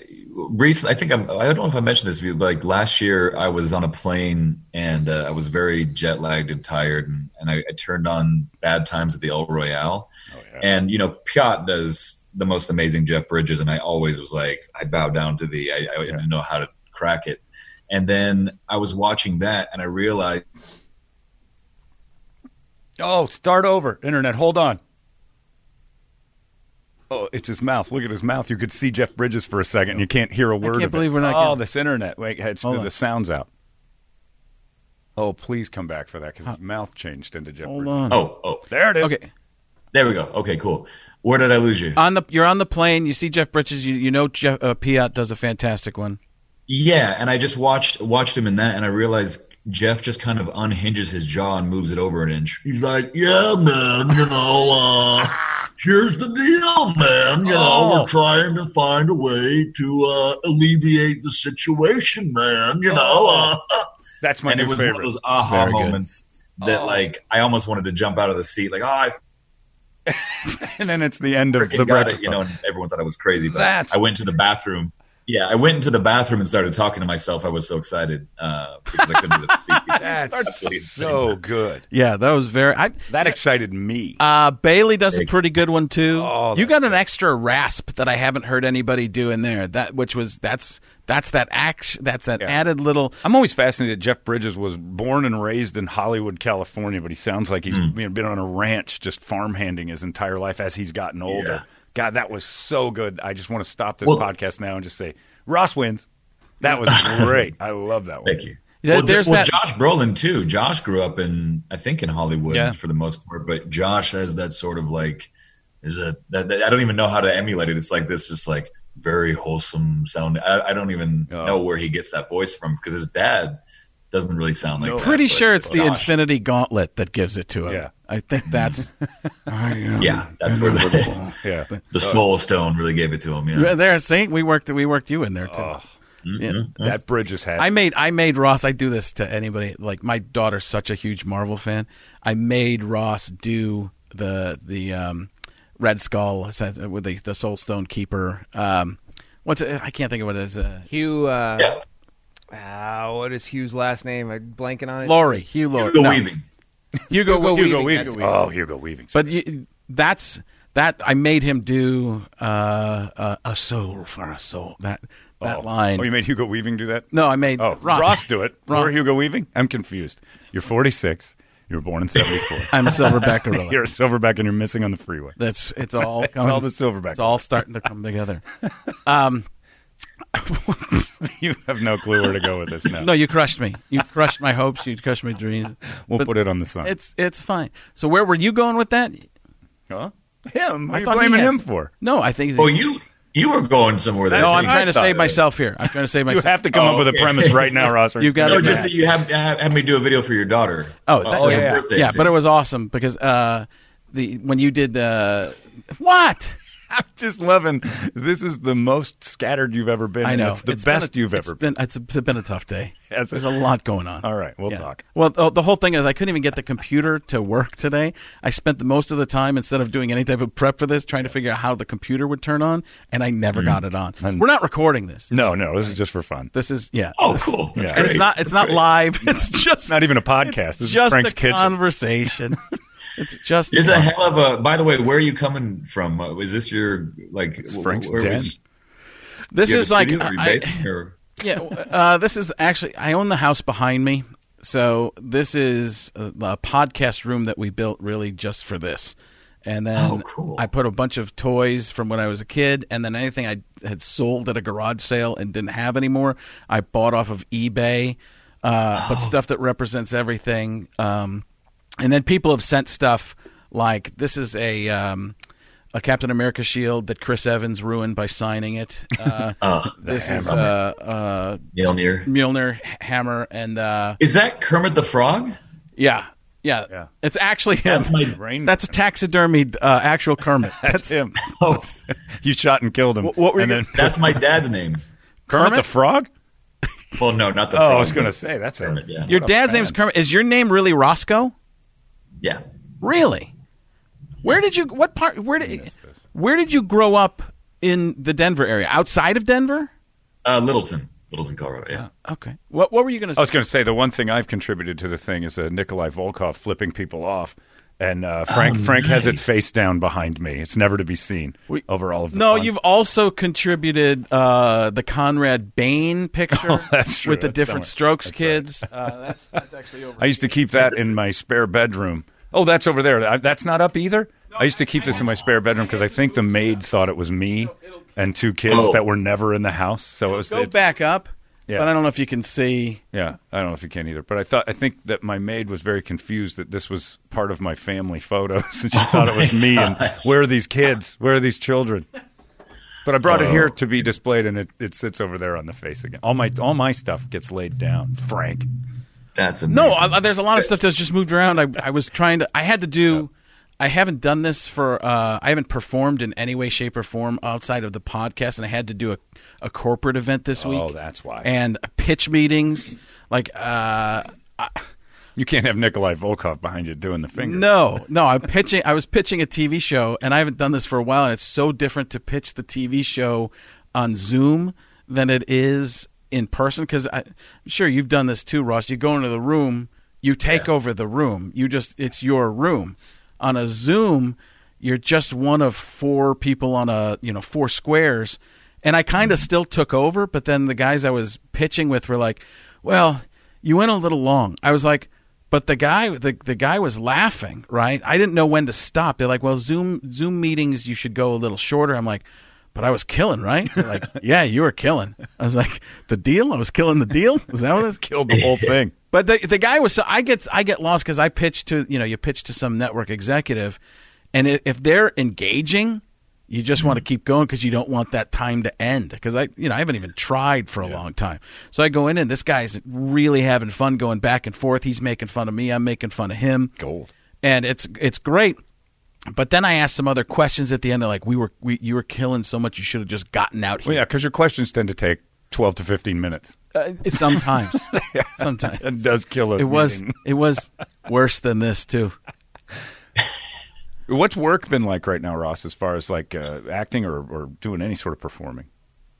Speaker 7: recently I think I'm, I don't know if I mentioned this, to you, but like last year I was on a plane and uh, I was very jet lagged and tired, and, and I, I turned on Bad Times at the El Royale, and you know Piat does the most amazing Jeff Bridges, and I always was like I bow down to the I, I didn't know how to crack it, and then I was watching that and I realized
Speaker 2: Oh, start over. Internet, hold on. Oh, it's his mouth. Look at his mouth. You could see Jeff Bridges for a second, and you can't hear a word.
Speaker 1: can't
Speaker 2: of
Speaker 1: believe
Speaker 2: it.
Speaker 1: we're not
Speaker 2: Oh,
Speaker 1: getting-
Speaker 2: this internet. Wait, it's
Speaker 1: Hold on.
Speaker 2: the sounds out. Oh, please come back for that because his mouth changed into Jeff.
Speaker 1: hold
Speaker 2: Bridges.
Speaker 1: on.
Speaker 7: oh oh
Speaker 2: There it is.
Speaker 1: Okay,
Speaker 7: there we go okay cool where did I lose you
Speaker 1: on the you're on the plane. You see Jeff Bridges. You you know Jeff uh, Piat does a fantastic one.
Speaker 7: Yeah, and I just watched watched him in that, and I realized Jeff just kind of unhinges his jaw and moves it over an inch.
Speaker 9: He's like, yeah, man, you know, uh, here's the deal, man. You know, we're trying to find a way to uh, alleviate the situation, man. You know, uh,
Speaker 2: That's my
Speaker 7: and
Speaker 2: new
Speaker 7: it was
Speaker 2: favorite.
Speaker 7: one of those aha
Speaker 1: Very good.
Speaker 7: moments that, like, I almost wanted to jump out of the seat, like, oh, I
Speaker 2: and then it's the end of
Speaker 7: freaking
Speaker 2: the
Speaker 7: got
Speaker 2: breakfast.
Speaker 7: it, you know.
Speaker 2: Club.
Speaker 7: And everyone thought I was crazy, but
Speaker 2: That's-
Speaker 7: I went to the bathroom. Yeah, I went into the bathroom and started talking to myself. I was so excited uh, because I couldn't really see.
Speaker 2: That's so good.
Speaker 1: Yeah, that was very. I,
Speaker 2: that excited me.
Speaker 1: Uh, Bailey does a pretty good one too. you got an extra rasp that I haven't heard anybody do in there. That which was that's that's that action. That's that added little.
Speaker 2: I'm always fascinated. Jeff Bridges was born and raised in Hollywood, California, but he sounds like he's
Speaker 7: Hmm.
Speaker 2: you know, been on a ranch just farmhanding his entire life as he's gotten older.
Speaker 7: Yeah.
Speaker 2: God, that was so good. I just want to stop this
Speaker 7: Well-
Speaker 2: podcast now and just say Ross wins. That was great. I love that one.
Speaker 7: Thank you.
Speaker 1: There-
Speaker 7: well,
Speaker 1: there's
Speaker 7: there's well,
Speaker 1: that-
Speaker 7: Josh Brolin too. Josh grew up in, I think, in Hollywood
Speaker 2: Yeah.
Speaker 7: for the most part. But Josh has that sort of like, is a that, that- I don't even know how to emulate it. It's like this, just like very wholesome sound. I, I don't even
Speaker 2: Oh.
Speaker 7: know where he gets that voice from because his dad doesn't really sound like. that,
Speaker 1: Pretty
Speaker 7: but
Speaker 1: sure it's the
Speaker 7: Josh-
Speaker 1: Infinity Gauntlet that gives it to him.
Speaker 2: Yeah.
Speaker 1: I think that's
Speaker 7: Yeah, that's where the,
Speaker 2: Yeah.
Speaker 7: the
Speaker 1: Uh,
Speaker 7: Soul Stone really gave it to him. Yeah,
Speaker 1: there. See, we worked. We worked you in there too.
Speaker 2: Oh,
Speaker 7: Mm-hmm.
Speaker 1: Yeah.
Speaker 2: That Bridges had.
Speaker 1: I made I made Ross. I do this to anybody. Like my daughter's such a huge Marvel fan. I made Ross do the the um, Red Skull uh, with the, the Soul Stone Keeper. Um, what's it? I can't think of what it is. Uh,
Speaker 11: Hugh. Uh,
Speaker 7: yeah.
Speaker 11: uh, what is Hugh's last name? I'm blanking on it.
Speaker 1: Laurie, Hugh Laurie,
Speaker 7: The
Speaker 1: No,
Speaker 7: weaving.
Speaker 1: Hugo,
Speaker 11: Hugo
Speaker 1: Weaving.
Speaker 11: Weaving,
Speaker 1: Weaving.
Speaker 11: that's it.
Speaker 2: Oh, Hugo Weaving.
Speaker 1: But you, that's that. I made him do uh, uh, a soul for a soul. That that
Speaker 2: oh.
Speaker 1: line.
Speaker 2: Oh, you made Hugo Weaving do that?
Speaker 1: no, I made
Speaker 2: Oh,
Speaker 1: Ross.
Speaker 2: Ross, do it.
Speaker 1: Ross.
Speaker 2: Or Hugo Weaving? I'm confused. You're 46. You were born in 74.
Speaker 1: I'm Silverback Gorilla.
Speaker 2: you're a silverback and you're missing on the freeway.
Speaker 1: That's it's all
Speaker 2: It's
Speaker 1: coming,
Speaker 2: all the silverback.
Speaker 1: It's all starting to come together.
Speaker 2: You have no clue where to go with this now.
Speaker 1: No, you crushed me. You crushed my hopes. You crushed my dreams.
Speaker 2: we'll
Speaker 1: but
Speaker 2: put it on the sign.
Speaker 1: It's it's fine. So where were you going with that?
Speaker 2: huh? Him? What
Speaker 1: I
Speaker 2: are you
Speaker 1: thought he
Speaker 2: blaming
Speaker 1: had-
Speaker 2: him for?
Speaker 1: No, I think.
Speaker 7: Oh, you you were going somewhere there.
Speaker 1: no, I'm
Speaker 7: too.
Speaker 1: trying to
Speaker 2: thought
Speaker 1: save
Speaker 2: of it.
Speaker 1: myself here. I'm trying to save
Speaker 2: You
Speaker 1: myself.
Speaker 2: have to come
Speaker 7: Oh,
Speaker 2: up with a
Speaker 7: okay.
Speaker 2: premise right now, Ross. or
Speaker 1: You've got
Speaker 2: it's
Speaker 7: No,
Speaker 1: it,
Speaker 2: gonna be
Speaker 7: just
Speaker 1: man.
Speaker 7: that you have, have have me do a video for your daughter.
Speaker 1: Oh,
Speaker 7: Uh,
Speaker 1: that-
Speaker 7: her
Speaker 1: yeah,
Speaker 7: birthday,
Speaker 1: yeah.
Speaker 7: too.
Speaker 1: But it was awesome because uh, the when you did uh, what?
Speaker 2: bad. I'm just loving. This is the most scattered you've ever been.
Speaker 1: I
Speaker 2: and
Speaker 1: know
Speaker 2: It's the
Speaker 1: been
Speaker 2: best
Speaker 1: a-
Speaker 2: you've
Speaker 1: it's
Speaker 2: ever been.
Speaker 1: been. It's been a tough day.
Speaker 2: Yes.
Speaker 1: There's a lot going on.
Speaker 2: All right, we'll
Speaker 1: Yeah.
Speaker 2: talk.
Speaker 1: Well, the, the whole thing is I couldn't even get the computer to work today. I spent the most of the time instead of doing any type of prep for this trying to figure out how the computer would turn on, and I never
Speaker 2: Mm-hmm.
Speaker 1: got it on. We're not recording this.
Speaker 2: No, no, this is just for fun.
Speaker 1: This is yeah.
Speaker 7: Oh, cool. That's
Speaker 2: Yeah.
Speaker 1: And
Speaker 7: great.
Speaker 1: it's not. It's
Speaker 7: That's
Speaker 1: not
Speaker 7: great.
Speaker 1: live. It's just
Speaker 2: Not even a
Speaker 1: it's
Speaker 2: podcast. This
Speaker 1: just
Speaker 2: is Frank's
Speaker 1: a
Speaker 2: kitchen.
Speaker 1: conversation. it's just
Speaker 7: It's a hell of a. By the way, where are you coming from? Uh, Is this your like w-
Speaker 2: Frank's
Speaker 7: where
Speaker 2: den.
Speaker 7: was-
Speaker 1: this
Speaker 7: you have
Speaker 1: is
Speaker 7: a
Speaker 1: like
Speaker 7: studio or your
Speaker 1: I-
Speaker 7: basement or-
Speaker 1: yeah. Uh, this is actually I own the house behind me, so this is a, a podcast room that we built really just for this. And then
Speaker 7: Oh, cool.
Speaker 1: I put a bunch of toys from when I was a kid, and then anything I had sold at a garage sale and didn't have anymore, I bought off of eBay. Uh,
Speaker 7: Oh.
Speaker 1: But stuff that represents everything. Um, and then people have sent stuff like this is a um, a Captain America shield that Chris Evans ruined by signing it. Uh, this is uh, uh,
Speaker 7: Mjolnir.
Speaker 1: Mjolnir h- hammer and uh,
Speaker 7: Is that Kermit the Frog?
Speaker 1: yeah, yeah,
Speaker 2: Yeah.
Speaker 1: It's actually him. That's,
Speaker 7: That's my.
Speaker 2: Rain-
Speaker 1: a taxidermied uh, actual Kermit.
Speaker 2: That's him. you shot and killed him.
Speaker 1: Oh. Wh- what were
Speaker 2: and
Speaker 1: you-
Speaker 2: then
Speaker 7: That's my dad's name.
Speaker 2: Kermit the Frog?
Speaker 7: Well, no, not the.
Speaker 2: Oh,
Speaker 7: frog,
Speaker 2: I was going to
Speaker 7: but
Speaker 2: say that's him.
Speaker 7: Kermit. Yeah.
Speaker 1: Your dad's name's Kermit. Is your name really Roscoe?
Speaker 7: yeah.
Speaker 1: Really? Where did you? What part? Where did? Where did you grow up in the Denver area? Outside of Denver?
Speaker 7: Uh, Littleton, Littleton, Colorado. Yeah.
Speaker 1: Okay. What What were you going to?
Speaker 2: I was going to say the one thing I've contributed to the thing is uh, Nikolai Volkov flipping people off, and uh, Frank Frank has it face down behind me. It's never to be seen over all of the
Speaker 1: No,
Speaker 2: fun.
Speaker 1: you've also contributed uh, the Conrad Bain picture
Speaker 2: Oh, that's true.
Speaker 1: with the
Speaker 2: That's
Speaker 1: different
Speaker 2: somewhere.
Speaker 1: strokes kids. Uh, that's, that's actually over.
Speaker 2: I used to keep that in my spare bedroom. Oh, that's over there. I, that's not up either. I used to keep this in my spare bedroom because I think the maid thought it was me and two kids
Speaker 7: Oh.
Speaker 2: that were never in the house. So it was
Speaker 1: Go
Speaker 2: it's-
Speaker 1: back up,
Speaker 2: Yeah.
Speaker 1: but I don't know if you can see.
Speaker 2: Yeah, I don't know if you can either, but I thought I think that my maid was very confused that this was part of my family photos, and she
Speaker 1: Oh
Speaker 2: thought it was me. And where are these kids? Where are these children? But I brought it here to be displayed, and it, it sits over there on the face again. All my all my stuff gets laid down. Frank,
Speaker 7: That's amazing.
Speaker 1: No, I, I- there's a lot of stuff that's just moved around. I, I was trying to. I had to do. I haven't done this for. Uh, I haven't performed in any way, shape, or form outside of the podcast, and I had to do a, a corporate event this week.
Speaker 2: Oh, that's why.
Speaker 1: And pitch meetings, like. Uh,
Speaker 2: you can't have Nikolai Volkov behind you doing the finger.
Speaker 1: No, no. I'm pitching. I was pitching a TV show, and I haven't done this for a while. And it's so different to pitch the TV show on Zoom than it is in person? Because I'm sure you've done this too, Ross. You go into the room, you take over the room. You just it's your room. On a Zoom, you're just one of four people on a you know four squares. And I kind of still took over, but then the guys I was pitching with were like, "Well, you went a little long." I was like, but the guy the, the guy was laughing right i didn't know when to stop they're like well zoom zoom meetings you should go a little shorter i'm like but i was killing right They're like yeah you were killing i was like the deal i was killing the deal is that what it is
Speaker 2: killed the whole thing
Speaker 1: but the, the guy was so i get i get lost because i pitch to you know you pitch to some network executive and i- if they're engaging you just want to keep going because you don't want that time to end. Because I, you know, I haven't even tried for a long time. So I go in and this guy's really having fun going back and forth. He's making fun of me. I'm making fun of him.
Speaker 2: Gold.
Speaker 1: And it's it's great. But then I asked some other questions at the end. They're like, "We were we, you were killing so much. You should have just gotten out here."
Speaker 2: Well, yeah, because your questions tend to take twelve to fifteen minutes.
Speaker 1: Uh, it's sometimes, sometimes
Speaker 2: It does kill a
Speaker 1: It was
Speaker 2: meeting.
Speaker 1: it was worse than this too.
Speaker 2: What's work been like right now, Ross? As far as like uh, acting or, or doing any sort of performing?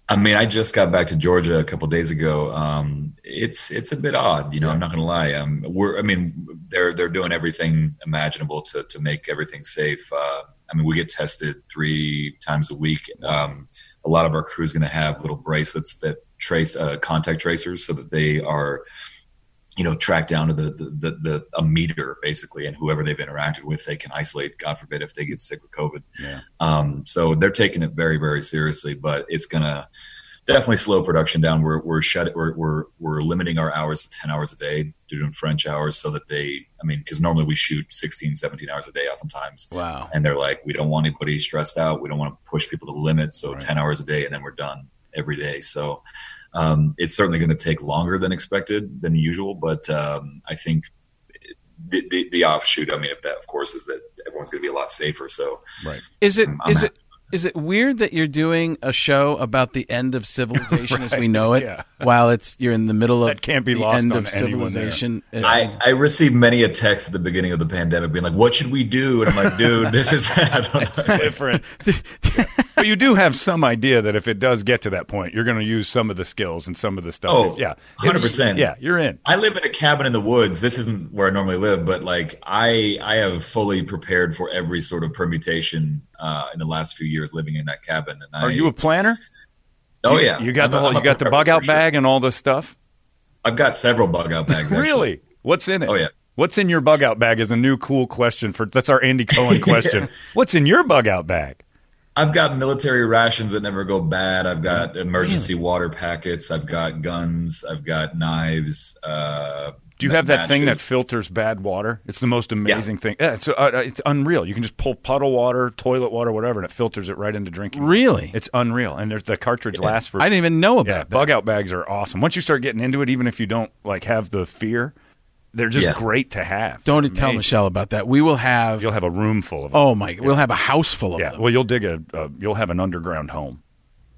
Speaker 7: I mean, I just got back to Georgia a couple days ago. Um, it's it's a bit odd, you know. I'm not going to lie. Um, we're, I mean, they're they're doing everything imaginable to to make everything safe. Uh, I mean, we get tested three times a week. Um, a lot of our crew is going to have little bracelets that trace uh, contact tracers, so that they are, you know, tracked down to the the, the the a meter basically, and whoever they've interacted with, they can isolate. God forbid if they get sick with COVID.
Speaker 2: Yeah.
Speaker 7: Um, so they're taking it very, very seriously, but it's gonna definitely slow production down. We're we're shut we're we're, we're limiting our hours to ten hours a day, doing French hours, so that they I mean, because normally we shoot 16, 17 hours a day oftentimes.
Speaker 1: Wow.
Speaker 7: And they're like, we don't want anybody stressed out. We don't want to push people to the limit. So ten hours a day, and then we're done every day. So um, it's certainly going to take longer than expected than usual, but um, I think. The, the, the offshoot, I mean, of that, of course, is that everyone's going to be a lot safer. So,
Speaker 2: right.
Speaker 1: Is it
Speaker 7: I'm- I'm
Speaker 1: is
Speaker 7: happy
Speaker 1: it is it weird that you're doing a show about the end of civilization as we know it,
Speaker 2: yeah.
Speaker 1: while it's you're in the middle of
Speaker 2: That can't be
Speaker 1: the
Speaker 2: lost
Speaker 1: end
Speaker 2: on
Speaker 1: of
Speaker 2: anyone there.
Speaker 1: civilization?
Speaker 7: I, I received many a text at the beginning of the pandemic being like, what should we do? And I'm like, dude, this is I don't know."
Speaker 6: Different.
Speaker 2: but you do have some idea that if it does get to that point, you're going to use some of the skills and some of the stuff.
Speaker 7: Oh,
Speaker 2: yeah,
Speaker 7: 100%.
Speaker 2: Yeah, you're in.
Speaker 7: I live in a cabin in the woods. This isn't where I normally live, but like I, I have fully prepared for every sort of permutation uh, in the last few years living in that cabin. And I,
Speaker 2: Are you a planner?
Speaker 7: oh
Speaker 2: You-
Speaker 7: yeah,
Speaker 2: you got
Speaker 7: I'm
Speaker 2: the
Speaker 7: a-
Speaker 2: whole,
Speaker 7: I'm
Speaker 2: you
Speaker 7: a
Speaker 2: got the
Speaker 7: prepper
Speaker 2: bug out
Speaker 7: for sure.
Speaker 2: bag and all this stuff.
Speaker 7: I've got several bug out bags. actually.
Speaker 2: Really? What's in it?
Speaker 7: Oh, yeah.
Speaker 2: What's in your bug out bag is a new cool question for that's our Andy Cohen question. What's in your bug out bag?
Speaker 7: I've got military rations that never go bad. I've got emergency water packets. I've got guns. I've got knives. Uh,
Speaker 2: Do you have that thing
Speaker 7: matches.
Speaker 2: that filters bad water? It's the most amazing thing. Yeah, it's, uh, uh, it's unreal. You can just pull puddle water, toilet water, whatever, and it filters it right into drinking.
Speaker 1: Really?
Speaker 2: It's unreal. And there's the cartridge lasts for
Speaker 1: I didn't even know about
Speaker 2: Yeah,
Speaker 1: that.
Speaker 2: bug out bags are awesome. Once you start getting into it, even if you don't like have the fear, they're just
Speaker 7: Yeah.
Speaker 2: great to have.
Speaker 1: Don't
Speaker 2: Amazing.
Speaker 1: tell Michelle about that. We will have
Speaker 2: You'll have a room full of them.
Speaker 1: oh my, we'll have a house full of
Speaker 2: yeah.
Speaker 1: them.
Speaker 2: Well, you'll dig a, a you'll have an underground home.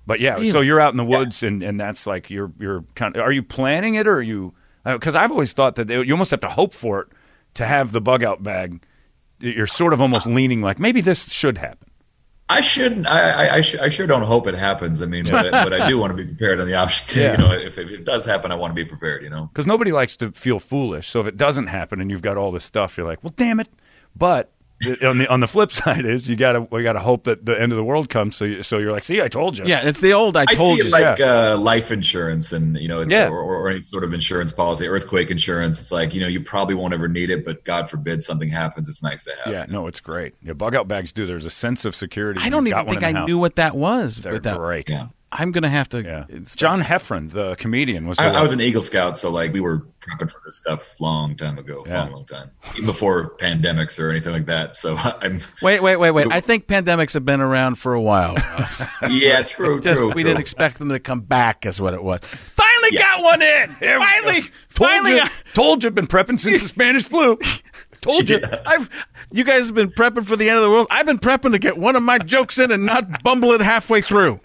Speaker 2: But yeah, so
Speaker 1: Really?
Speaker 2: you're out in the woods, and, and that's like you're you're kind of. Are you planning it or are you? Because I've always thought that they, you almost have to hope for it to have the bug out bag. You're sort of almost leaning like maybe this should happen.
Speaker 7: I shouldn't. I, I, I, sh- I sure don't hope it happens. I mean, but, but I do want to be prepared on the option.
Speaker 2: Yeah.
Speaker 7: You know, if, if it does happen, I want to be prepared. You know,
Speaker 2: because nobody likes to feel foolish. So if it doesn't happen and you've got all this stuff, you're like, well, damn it. But the- on the on the flip side is you gotta we gotta hope that the end of the world comes. So you, so you're like, see, I told you.
Speaker 1: yeah, it's the old I
Speaker 7: I
Speaker 1: told
Speaker 7: see it
Speaker 1: you.
Speaker 7: like uh, life insurance and you know, it's,
Speaker 2: Yeah.
Speaker 7: or, or any sort of insurance policy, earthquake insurance. It's like you know, you probably won't ever need it, but God forbid something happens, it's nice to have.
Speaker 2: Yeah, no, it's great. Yeah, bug out bags do. There's a sense of security.
Speaker 1: I
Speaker 2: when
Speaker 1: don't
Speaker 2: you've
Speaker 1: even
Speaker 2: got one
Speaker 1: think
Speaker 2: in the
Speaker 1: I
Speaker 2: house.
Speaker 1: knew what that was.
Speaker 2: They're
Speaker 1: without-
Speaker 2: great.
Speaker 7: Yeah.
Speaker 1: I'm gonna have to.
Speaker 2: Yeah.
Speaker 1: it's-
Speaker 2: John Heffron, the comedian, was. the
Speaker 7: I, I
Speaker 2: one-
Speaker 7: was an Eagle Scout, so like we were prepping for this stuff long time ago,
Speaker 2: Yeah.
Speaker 7: long, long time, even before pandemics or anything like that. So I'm,
Speaker 1: Wait, wait, wait, wait. I think pandemics have been around for a while. Ross.
Speaker 7: yeah, true,
Speaker 1: Just,
Speaker 7: true.
Speaker 1: we
Speaker 7: true.
Speaker 1: didn't expect them to come back, is what it was. Finally got one in.
Speaker 2: There we
Speaker 1: Finally,
Speaker 2: go. Told
Speaker 1: finally,
Speaker 2: you,
Speaker 1: I-
Speaker 2: told you, been prepping since the Spanish flu. told you.
Speaker 1: I've you guys have been prepping for the end of the world. I've been prepping to get one of my jokes in and not bumble it halfway through.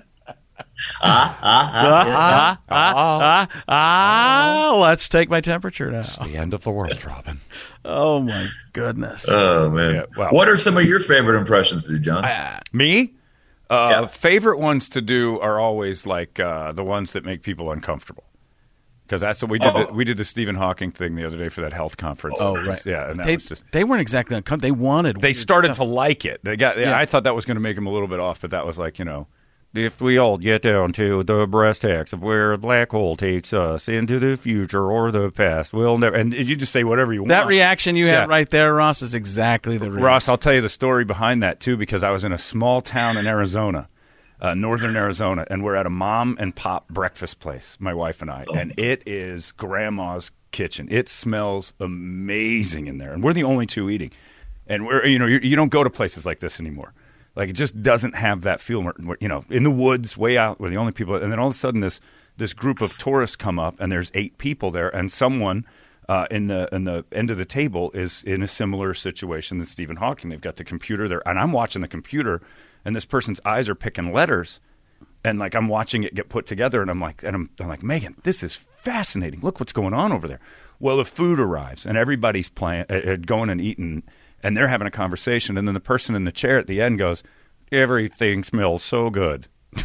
Speaker 1: Ah ah ah ah ah ah. Let's take my temperature now.
Speaker 2: The end of the world, Robin.
Speaker 1: Oh my goodness.
Speaker 7: Oh man!
Speaker 2: wow.
Speaker 7: What are some of your favorite impressions to do, John?
Speaker 2: Me? Uh, Favorite ones to do are always like uh, the ones that make people uncomfortable. Because that's what we did.
Speaker 1: Oh.
Speaker 2: The, we did the Stephen Hawking thing the other day for that health conference.
Speaker 1: Oh,
Speaker 2: It was
Speaker 1: right.
Speaker 2: just- yeah, and that
Speaker 1: they,
Speaker 2: was just.
Speaker 1: they weren't exactly uncomfortable. They wanted.
Speaker 2: They started to like it. They got.
Speaker 1: Yeah.
Speaker 2: I thought that was going to make them a little bit off, but that was like you know, if we all get down to the brass tacks of where a black hole takes us into the future or the past, we'll never. And you just say whatever you want.
Speaker 1: that reaction you
Speaker 2: Yeah.
Speaker 1: had right there, Ross, is exactly the reaction.
Speaker 2: Ross, I'll tell you the story behind that too, because I was in a small town in Arizona, uh, northern Arizona, and we're at a mom and pop breakfast place, my wife and I, and it is grandma's kitchen. It smells amazing in there, and we're the only two eating. And we're you know you, you don't go to places like this anymore. Like it just doesn't have that feel. We're- we're, You know, in the woods, way out, we're the only people. And then all of a sudden, this this group of tourists come up, and there's eight people there, and someone uh, in the in the end of the table is in a similar situation than Stephen Hawking. They've got the computer there, and I'm watching the computer, and this person's eyes are picking letters, and like I'm watching it get put together, and I'm like, and I'm, I'm like, Megan, this is fascinating. Look what's going on over there. Well, the food arrives, and everybody's playing, uh, uh, going and eating, and they're having a conversation, and then the person in the chair at the end goes, "Everything smells so good."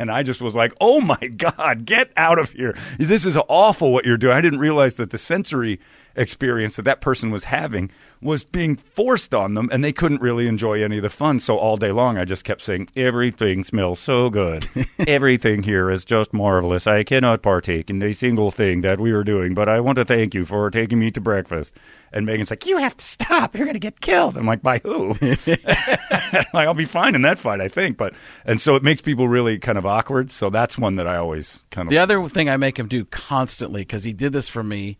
Speaker 2: And I just was like, oh my God, get out of here. This is awful what you're doing. I didn't realize that the sensory experience that that person was having was being forced on them and they couldn't really enjoy any of the fun. So all day long, I just kept saying, everything smells so good. everything here is just marvelous. I cannot partake in a single thing that we were doing, but I want to thank you for taking me to breakfast. And Megan's like, you have to stop. You're going to get killed. I'm like, by who? like I'll be fine in that fight, I think. But and so it makes people really kind of awkward. So that's one that I always kind of
Speaker 1: The other thing I make him do constantly because he did this for me.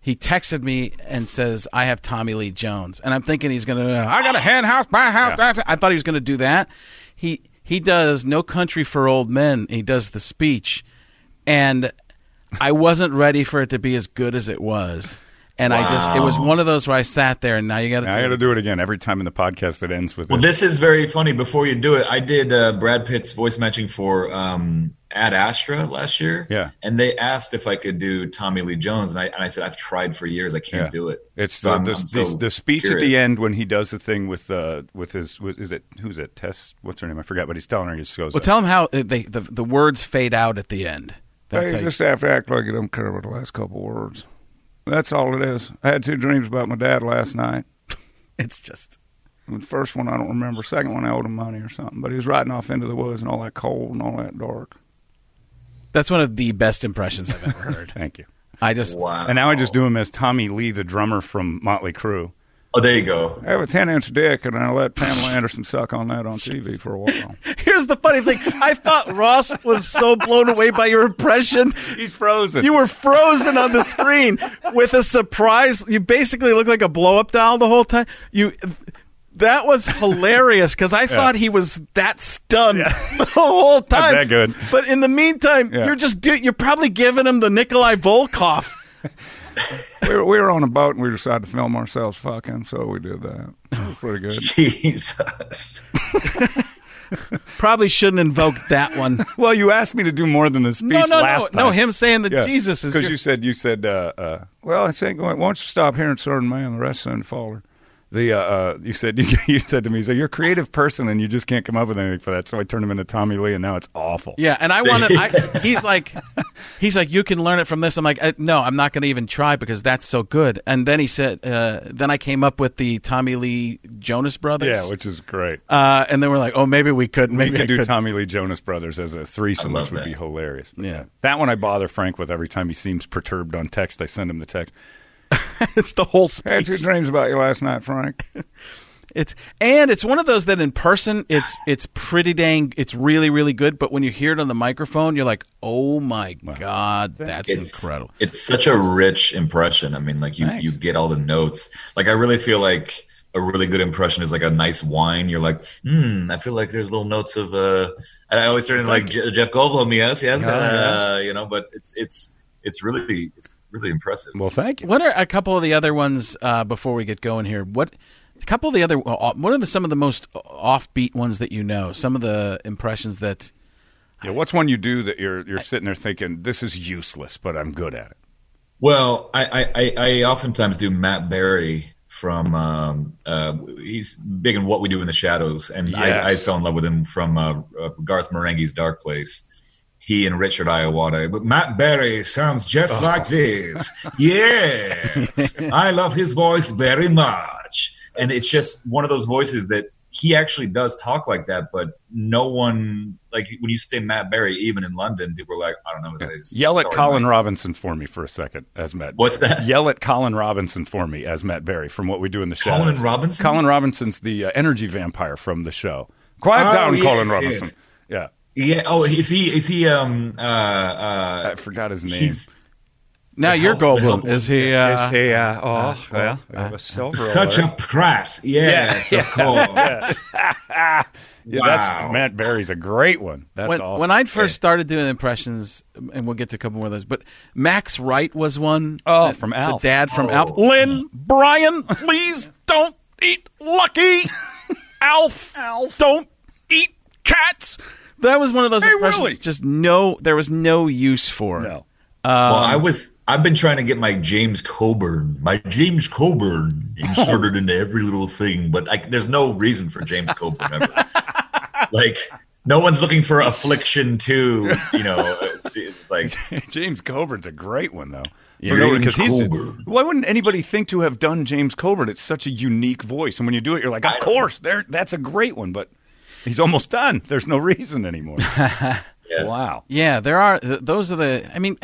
Speaker 1: He texted me and says, "I have Tommy Lee Jones," and I'm thinking he's gonna. I got a hen house, my house.
Speaker 10: Yeah.
Speaker 1: that- I thought he was gonna do that. He he does No Country for Old Men. He does the speech, and I wasn't ready for it to be as good as it was. And I just it was
Speaker 7: Wow.
Speaker 1: one of those where I sat there and now you got to.
Speaker 2: I got to do it again every time in the podcast that ends with
Speaker 7: Well, this is very funny. Before you do it, I did uh, Brad Pitt's voice matching for um, Ad Astra last year.
Speaker 2: Yeah.
Speaker 7: And they asked if I could do Tommy Lee Jones. And I, and I said, I've tried for years. I can't
Speaker 2: Yeah.
Speaker 7: do it.
Speaker 2: It's
Speaker 7: So
Speaker 2: the,
Speaker 7: I'm-
Speaker 2: the,
Speaker 7: I'm
Speaker 2: the,
Speaker 7: so
Speaker 2: the speech at the
Speaker 7: curious.
Speaker 2: end when he does the thing with uh, with his with, is it who's it Tess what's her name I forgot but he's telling her he just goes
Speaker 1: Well, tell him how uh, they the, the words fade out at the end. That's how
Speaker 10: Hey,
Speaker 1: you-
Speaker 10: just have to act like you don't care about the last couple words. That's all it is. I had two dreams about my dad last night.
Speaker 1: it's just
Speaker 10: The first one I don't remember. Second one I owed him money or something. But he was riding off into the woods and all that cold and all that dark.
Speaker 1: that's one of the best impressions I've ever heard.
Speaker 2: Thank you.
Speaker 1: I just
Speaker 2: and now I just do him as Tommy Lee the drummer from Motley Crue
Speaker 7: Oh, there you go.
Speaker 10: I have a ten inch dick and I let Pamela Anderson suck on that on TV for a while.
Speaker 1: Here's the funny thing. I thought Ross was so blown away by your impression.
Speaker 2: He's frozen.
Speaker 1: You were frozen on the screen with a surprise. You basically looked like a blow up doll the whole time. You that was hilarious because I thought he was that stunned the whole time.
Speaker 2: that good.
Speaker 1: But in the meantime, you're just do- you're probably giving him the Nikolai Volkoff.
Speaker 10: we, were, we were on a boat and we decided to film ourselves fucking, so we did that. It was pretty good.
Speaker 7: Jesus.
Speaker 1: Probably shouldn't invoke that one.
Speaker 2: well you asked me to do more than the speech
Speaker 1: no, no,
Speaker 2: last
Speaker 1: no,
Speaker 2: time
Speaker 1: him saying that Jesus is
Speaker 2: because
Speaker 1: your-
Speaker 2: you said you said uh, uh,
Speaker 10: Well, I think on- once you stop hearing certain man, the rest soon follow.
Speaker 2: The uh, uh, you said you, you said to me, so you're a creative person and you just can't come up with anything for that. So I turned him into Tommy Lee, and now it's awful.
Speaker 1: Yeah, and I want to. He's like, he's like, you can learn it from this. I'm like, uh, no, I'm not going to even try because that's so good. And then he said, uh, then I came up with the Tommy Lee Jonas Brothers.
Speaker 2: yeah, which is great.
Speaker 1: uh, and then we're like, oh, maybe we couldn't.
Speaker 2: Maybe
Speaker 1: Maybe
Speaker 2: we
Speaker 1: I
Speaker 2: could do
Speaker 1: couldn't.
Speaker 2: Tommy Lee Jonas Brothers as a threesome,
Speaker 7: I
Speaker 2: which
Speaker 7: love
Speaker 2: would
Speaker 7: that.
Speaker 2: be hilarious. But
Speaker 1: Yeah.
Speaker 2: that one I bother Frank with every time he seems perturbed on text. I send him the text.
Speaker 1: it's the whole
Speaker 10: I had two
Speaker 1: speech.
Speaker 10: dreams about you last night, Frank.
Speaker 1: It's and it's one of those that in person, it's it's pretty dang, it's really really good. But when you hear it on the microphone, you're like, oh my god, that's incredible.
Speaker 7: It's such a rich impression. I mean, like you, you get all the notes. Like I really feel like a really good impression is like a nice wine. You're like, hmm, I feel like there's little notes of. Uh, and I always turn into like Je- Jeff Goldblum. Yes, yes, uh, you know. But it's it's it's really it's really impressive.
Speaker 2: Well, thank you.
Speaker 1: What are a couple of the other ones uh, before we get going here? What a couple of the other uh, what are the, some of the most offbeat ones that you know? Some of the impressions that
Speaker 2: Yeah, what's one you do that you're you're sitting there thinking this is useless, but I'm good at it.
Speaker 7: Well, I I, I, I oftentimes do Matt Berry from um, uh, he's big in what we do in the shadows, and
Speaker 2: Yes.
Speaker 7: I, I fell in love with him from uh, uh, Garth Marenghi's Dark Place. He and Richard Iowata, but Matt Berry sounds just
Speaker 12: Oh.
Speaker 7: like this. Yes, I love his voice very much, and it's just one of those voices that he actually does talk like that. But no one, like when you say Matt Berry, even in London, people are like, I don't know. Who that is.
Speaker 2: Yell at
Speaker 7: Sorry,
Speaker 2: Colin
Speaker 7: mate.
Speaker 2: Robinson for me for a second, as Matt.
Speaker 7: What's
Speaker 2: Berry.
Speaker 7: that?
Speaker 2: Yell at Colin Robinson for me as Matt Berry from what we do in the show.
Speaker 7: Colin Robinson?
Speaker 2: Colin Robinson's the uh, energy vampire from the show. Quiet
Speaker 7: Oh,
Speaker 2: down,
Speaker 7: yes,
Speaker 2: Colin
Speaker 7: yes.
Speaker 2: Robinson. Yeah,
Speaker 7: Yeah. Oh, is he? Is he? Um. Uh. uh I
Speaker 2: forgot his
Speaker 7: name.
Speaker 1: Now you're Goldblum. Is he? Uh,
Speaker 2: Is he, uh, oh, well,
Speaker 1: uh,
Speaker 7: such a prat. Yes, of course.
Speaker 2: yeah that's
Speaker 1: Wow.
Speaker 2: Matt Berry's a great one. That's
Speaker 1: when,
Speaker 2: awesome.
Speaker 1: when I first started doing impressions, and we'll get to a couple more of those, but Max Wright was one. Oh,
Speaker 2: uh, from Alf.
Speaker 1: The dad from
Speaker 2: Oh.
Speaker 1: Alf. Lynn, Brian, please don't eat Lucky. Alf, Alf, don't eat cats. That was one of those impressions. Just no, there was no use for. No.
Speaker 7: well,
Speaker 1: Um,
Speaker 7: I was. I've been trying to get my James Coburn, my James Coburn inserted into every little thing, but I, there's no reason for James Coburn ever. like, no one's looking for Affliction Two. You know, it's, it's like
Speaker 2: James Coburn's a great one though.
Speaker 7: Yeah,
Speaker 2: For no-
Speaker 7: James
Speaker 2: 'cause he's-
Speaker 7: Coburn.
Speaker 2: Why wouldn't anybody think to have done James Coburn? It's such a unique voice, and when you do it, you're like, of course, there. That's a great one, but he's almost done. There's no reason anymore. Wow.
Speaker 1: Yeah, there are. th- Those are the. I mean,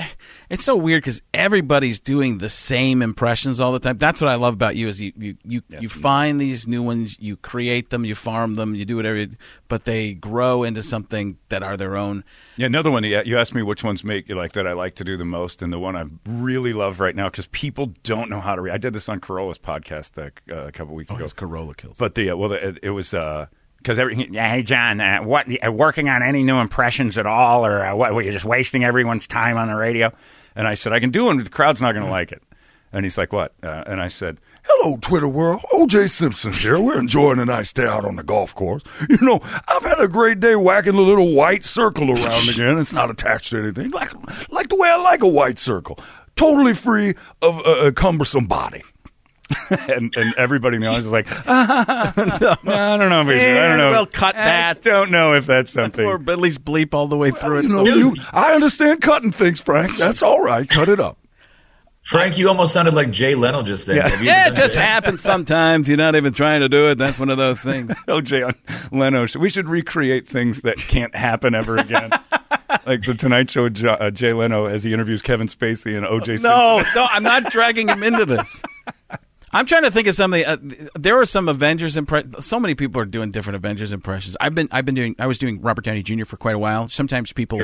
Speaker 1: it's so weird because everybody's doing the same impressions all the time. That's what I love about you is you you you, you find these new ones, you create them, you farm them, you do whatever, you, but they grow into something that are their own.
Speaker 2: Yeah, another one. yeah, You asked me which ones make you like that I like to do the most, and the one I really love right now because people don't know how to read. I did this on Corolla's podcast uh, uh, a couple weeks ago.
Speaker 1: his Corolla kills.
Speaker 2: But the uh, well, the, it, it was uh, because everything. Yeah, hey John, uh, what uh, working on any new impressions at all, or uh, what? Were you just wasting everyone's time on the radio? And I said I can do one, but the crowd's not going to like it. And he's like, what? Uh, and I said,
Speaker 13: Hello, Twitter world. OJ Simpson here. We're enjoying a nice day out on the golf course. You know, I've had a great day whacking the little white circle around again. It's not attached to anything. Like, like the way I like a white circle. Totally free of uh, a cumbersome body.
Speaker 2: and, and everybody in the audience is like, no, I don't know. If we should- I don't know.
Speaker 1: Well, cut that.
Speaker 2: don't know if that's something.
Speaker 1: Or at least bleep all the way through
Speaker 13: You know,
Speaker 1: it.
Speaker 13: you, I understand cutting things, Frank. That's all right. Cut it up.
Speaker 7: Frank, you almost sounded like Jay Leno just then.
Speaker 1: yeah,
Speaker 7: Have you
Speaker 1: Yeah,
Speaker 7: ever
Speaker 1: it
Speaker 7: done
Speaker 1: just
Speaker 7: that?
Speaker 1: happens sometimes. You're not even trying to do it. That's one of those things.
Speaker 2: OJ on Leno. show. We should recreate things that can't happen ever again. like the Tonight Show, Jo- uh, Jay Leno, as he interviews Kevin Spacey and OJ
Speaker 1: No, no, I'm not dragging him into this. I'm trying to think of something. Uh, there are some Avengers impre- So many people are doing different Avengers impressions. I've been, I've been doing. I was doing Robert Downey Jr. for quite a while. Sometimes people,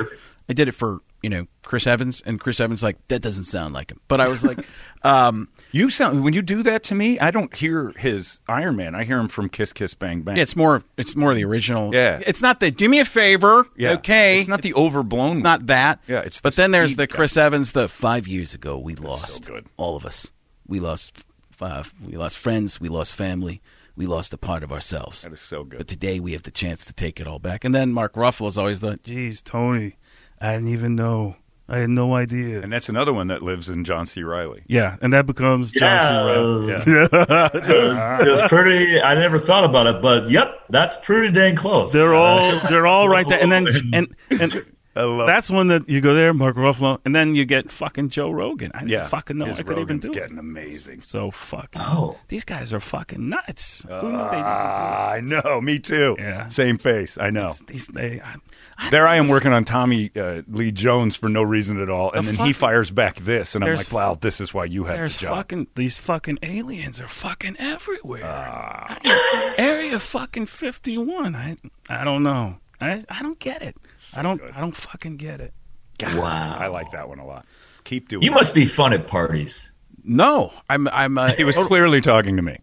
Speaker 1: I did it for you know Chris Evans, and Chris Evans like that doesn't sound like him. But I was like, um,
Speaker 2: you sound when you do that to me, I don't hear his Iron Man. I hear him from Kiss Kiss Bang Bang.
Speaker 1: yeah, it's more, it's more the original.
Speaker 2: Yeah.
Speaker 1: it's not the. Do me a favor,
Speaker 2: Yeah.
Speaker 1: okay?
Speaker 2: It's not the overblown.
Speaker 1: It's not that.
Speaker 2: Yeah, it's
Speaker 1: but
Speaker 2: the
Speaker 1: then there's
Speaker 2: speed
Speaker 1: the
Speaker 2: guy.
Speaker 1: Chris Evans. The five years ago, we lost all of us. We lost, uh, we lost friends. We lost family. We lost a part of ourselves. That
Speaker 2: is so good.
Speaker 1: But today we have the chance to take it all back. And then Mark Ruffalo is always the
Speaker 14: Jeez, Tony, I didn't even know. I had no idea.
Speaker 2: and that's another one that lives in John C. Riley.
Speaker 14: Yeah, and that becomes John C.
Speaker 2: Yeah.
Speaker 14: Reilly.
Speaker 2: Yeah.
Speaker 14: Yeah.
Speaker 7: it was pretty. I never thought about it, but yep, that's pretty dang close.
Speaker 14: They're all they're all right there, and then
Speaker 7: Ruffalo
Speaker 14: and and that's one that you go there, Mark Ruffalo, and then you get fucking Joe Rogan. I didn't fucking know
Speaker 2: His
Speaker 14: I could even
Speaker 2: Rogan's
Speaker 14: do
Speaker 2: getting
Speaker 14: it.
Speaker 2: amazing.
Speaker 14: So fucking
Speaker 7: oh,
Speaker 14: these guys are fucking nuts.
Speaker 2: Uh,
Speaker 14: Who knew they
Speaker 2: Ah, I know, me too.
Speaker 14: Yeah.
Speaker 2: Same face. I know.
Speaker 14: these, they, I,
Speaker 2: there I am working on Tommy uh, Lee Jones for no reason at all, and
Speaker 14: The
Speaker 2: then he
Speaker 14: fuck-
Speaker 2: fires back this, and I'm
Speaker 14: There's-
Speaker 2: like, "Wow, this is why you have
Speaker 14: There's
Speaker 2: the job."
Speaker 14: fucking these fucking aliens are fucking everywhere. How do you- Area fucking fifty one. I I don't know. I I don't get it. I don't I don't fucking get it.
Speaker 7: Wow.
Speaker 2: I like that one a lot. Keep doing.
Speaker 7: You
Speaker 2: it.
Speaker 7: must be fun at parties.
Speaker 1: No, I'm. I'm. Uh,
Speaker 2: he was clearly talking to me.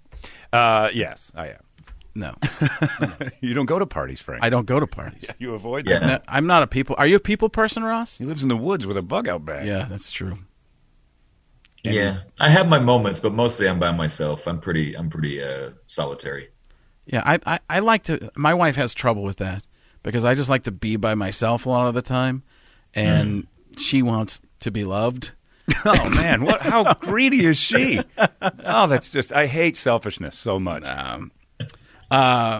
Speaker 2: Uh, yes, I am.
Speaker 1: No,
Speaker 2: you don't go to parties, Frank.
Speaker 1: I don't go to parties.
Speaker 2: You avoid
Speaker 1: Yeah.
Speaker 2: them.
Speaker 1: No, I'm not a people. Are you a people person, Ross?
Speaker 2: He lives in the woods with a bug out bag.
Speaker 1: Yeah, that's true.
Speaker 7: Yeah, I have my moments, but mostly I'm by myself. I'm pretty. I'm pretty uh, solitary.
Speaker 1: Yeah, I, I I like to. My wife has trouble with that because I just Hmm. like to be by myself a lot of the time, and she wants to be loved.
Speaker 2: Oh man, what? How greedy is she? Oh, that's just. I hate selfishness so much.
Speaker 1: Uh,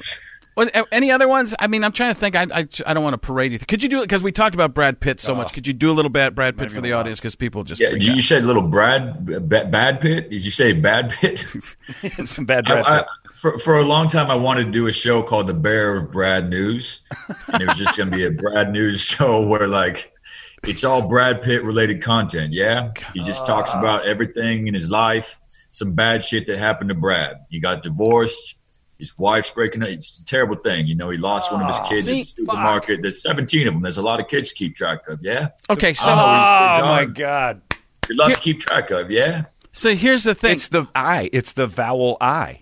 Speaker 1: well, a- any other ones? I mean, I'm trying to think. I I, I don't want to parade you. Could you do it? Because we talked about Brad Pitt so much. Could you do a little bit Brad Pitt for the audience? Because people just
Speaker 7: Yeah,
Speaker 1: freak
Speaker 7: you
Speaker 1: out.
Speaker 7: said little Brad b- bad pit. Did you say bad pit?
Speaker 6: Some bad
Speaker 7: I,
Speaker 6: breath.
Speaker 7: I- for, for a long time, I wanted to do a show called The Bear of Brad News. And it was just going to be a Brad News show where, like, it's all Brad Pitt related content. Yeah. He just talks about everything in his life, some bad shit that happened to Brad. He got divorced. His wife's breaking up. It's a terrible thing. You know, he lost one of his
Speaker 1: Ah,
Speaker 7: kids at
Speaker 1: see?
Speaker 7: the supermarket. There's 17 of them. There's a lot of kids to keep track of. Yeah.
Speaker 1: Okay, so-
Speaker 2: Oh, my
Speaker 7: God. Good luck to keep track of. Yeah.
Speaker 1: So here's the thing.
Speaker 2: It's the I. It's the vowel I.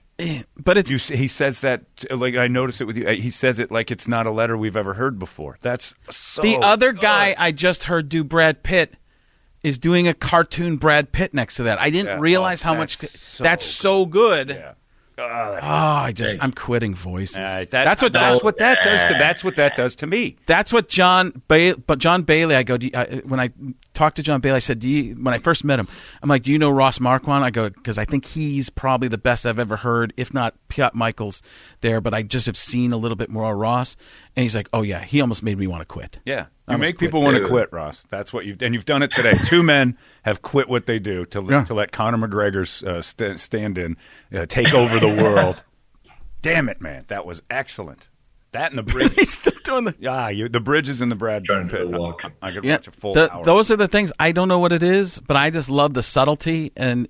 Speaker 1: But it's
Speaker 2: you, s- he says that like I noticed it with you. Uh, He says it like it's not a letter we've ever heard before. That's so.
Speaker 1: the other guy I just heard do Brad Pitt is doing a cartoon Brad Pitt next to that. I didn't realize how much Oh, that's so good. Oh, I just I'm quitting voices. that's what
Speaker 2: that's what that does to. That's what that does to me.
Speaker 1: That's what John ba- but John Bailey. I go do you, I, when I talked to John Bailey. I said, do you, when I first met him, I'm like, do you know Ross Marquand? I go because I think he's probably the best I've ever heard, if not Piot Michaels there. But I just have seen a little bit more of Ross, and he's like, oh yeah, he almost made me want to quit.
Speaker 2: Yeah,
Speaker 1: I
Speaker 2: you
Speaker 1: almost
Speaker 2: make
Speaker 1: quit.
Speaker 2: people want to quit, Ross. That's what you've and you've done it today. Two men have quit what they do to
Speaker 1: Yeah.
Speaker 2: to let Conor McGregor's uh, st- stand in uh, take over the world. Damn it, man! That was excellent. That and the bridge.
Speaker 1: He's still doing the
Speaker 2: yeah. You, the bridge is in the Brad Pitt. I, I could watch a full
Speaker 1: the-
Speaker 2: hour.
Speaker 1: Those are the things I don't know what it is, but I just love the subtlety. And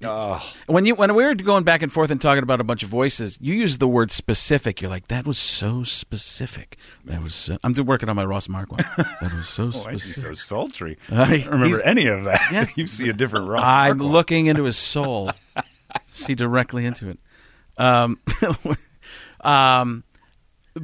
Speaker 1: when you when we were going back and forth and talking about a bunch of voices, you used the word specific. You're like, that was so specific. That was. So, I'm working on my Ross Mark one. That was so
Speaker 2: Why is he
Speaker 1: specific.
Speaker 2: so sultry?
Speaker 1: Uh,
Speaker 2: I don't remember
Speaker 1: he's-
Speaker 2: any of that.
Speaker 1: Yes.
Speaker 2: you see a different Ross.
Speaker 1: I'm
Speaker 2: Marquand.
Speaker 1: looking into his soul. See directly into it. Um, um,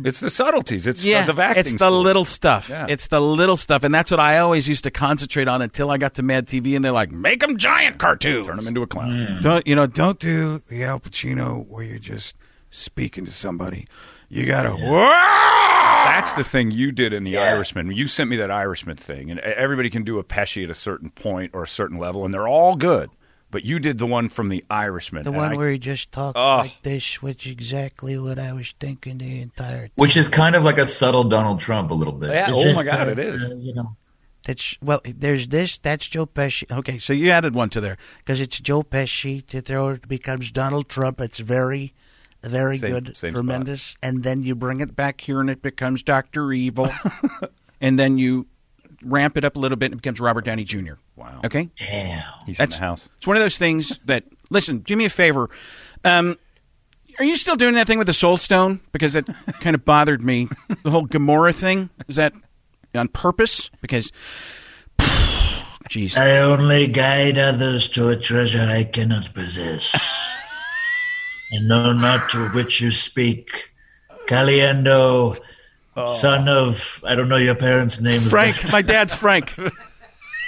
Speaker 2: it's the subtleties. It's 'cause
Speaker 1: yeah,
Speaker 2: of acting
Speaker 1: It's the
Speaker 2: school.
Speaker 1: little stuff.
Speaker 2: Yeah.
Speaker 1: It's the little stuff, and that's what I always used to concentrate on until I got to Mad TV, and they're like, "Make them giant cartoons,
Speaker 2: turn him into a clown."
Speaker 1: Don't you know? Don't do
Speaker 10: do the Al Pacino where you're just speaking to somebody. You
Speaker 2: gotta-
Speaker 10: gotta.
Speaker 2: That's the thing you did in The Irishman. You sent me that Irishman thing, and e-, everybody can do a Pesci at a certain point or a certain level, and they're all good. But you did the one from The Irishman.
Speaker 12: The
Speaker 2: and
Speaker 12: one
Speaker 2: I-
Speaker 12: where he just talks
Speaker 2: Oh.
Speaker 12: like this, which is exactly what I was thinking the entire.
Speaker 7: Which is kind of like a subtle Donald Trump a little bit.
Speaker 12: Yeah,
Speaker 7: It's
Speaker 12: oh my
Speaker 7: just,
Speaker 12: God,
Speaker 7: uh,
Speaker 12: it is.
Speaker 7: uh, You know,
Speaker 12: That's well. There's this. That's Joe Pesci.
Speaker 1: Okay, so you added one to there
Speaker 12: because it's Joe Pesci to throw it becomes Donald Trump. It's very, very
Speaker 1: Same-
Speaker 12: good,
Speaker 1: same spot.
Speaker 12: tremendous.
Speaker 1: and then you bring it back here, and it becomes Doctor Evil, and then you ramp it up a little bit, and it becomes Robert Downey Jr. Wow. Okay.
Speaker 7: Damn.
Speaker 2: He's
Speaker 1: That's,
Speaker 2: in the house.
Speaker 1: It's one of those things that. Listen, do me a favor. Um, are you still doing that thing with the Soul Stone? Because that kind of bothered me. The whole Gamora thing is that on purpose? Because Jeez.
Speaker 12: I only guide others to a treasure I cannot possess.
Speaker 9: I know not to which you speak. Caliendo, son of, I don't know your parents' names.
Speaker 1: Frank, my dad's Frank.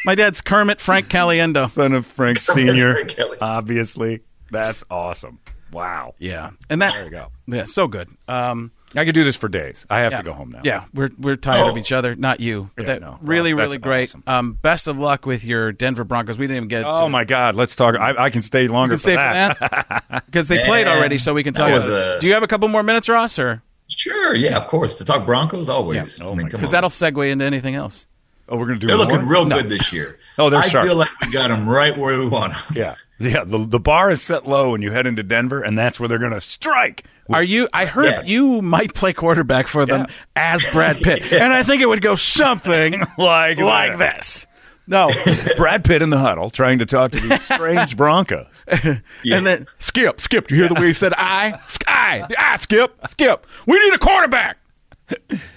Speaker 1: My dad's Kermit Frank Caliendo,
Speaker 2: son of Frank
Speaker 1: Senior.
Speaker 2: obviously. That's awesome. Wow.
Speaker 1: Yeah. And that
Speaker 2: There you go.
Speaker 1: Yeah, so good. Um,
Speaker 2: I could do this for days. I have
Speaker 1: yeah.
Speaker 2: to go home now.
Speaker 1: Yeah, we're we're tired
Speaker 2: Oh.
Speaker 1: of each other, not you. But
Speaker 2: Yeah,
Speaker 1: that
Speaker 2: no,
Speaker 1: really,
Speaker 2: Ross, that's
Speaker 1: really great. Um, best of luck with your Denver Broncos. We didn't even get.
Speaker 2: Oh my God! Let's talk. I, I can stay longer
Speaker 1: can stay for because they played already, so we can
Speaker 7: That
Speaker 1: talk.
Speaker 7: was uh,
Speaker 1: about it.
Speaker 7: a-
Speaker 1: Do you have a couple more minutes, Ross? Or
Speaker 7: sure, yeah, of course. To talk Broncos always. I mean, come
Speaker 1: because
Speaker 7: on.
Speaker 1: that'll segue into anything else.
Speaker 2: Oh, we're gonna do.
Speaker 7: they're looking
Speaker 2: more?
Speaker 7: real
Speaker 2: No.
Speaker 7: good this year.
Speaker 2: Oh, they're
Speaker 7: I
Speaker 2: sharp.
Speaker 7: feel like we got them right where we want them.
Speaker 2: Yeah, yeah. The the bar is set low, and you head into Denver, and that's where they're going to strike.
Speaker 1: Are you? I heard
Speaker 2: Yeah.
Speaker 1: you might play quarterback for them as Brad Pitt, and I think it would go something
Speaker 2: like
Speaker 1: like
Speaker 2: that.
Speaker 1: this. No,
Speaker 2: Brad Pitt in the huddle trying to talk to these strange Broncos.
Speaker 1: and then Skip, Skip. You hear the way he said "I, I, I, Skip, Skip"? We need a quarterback.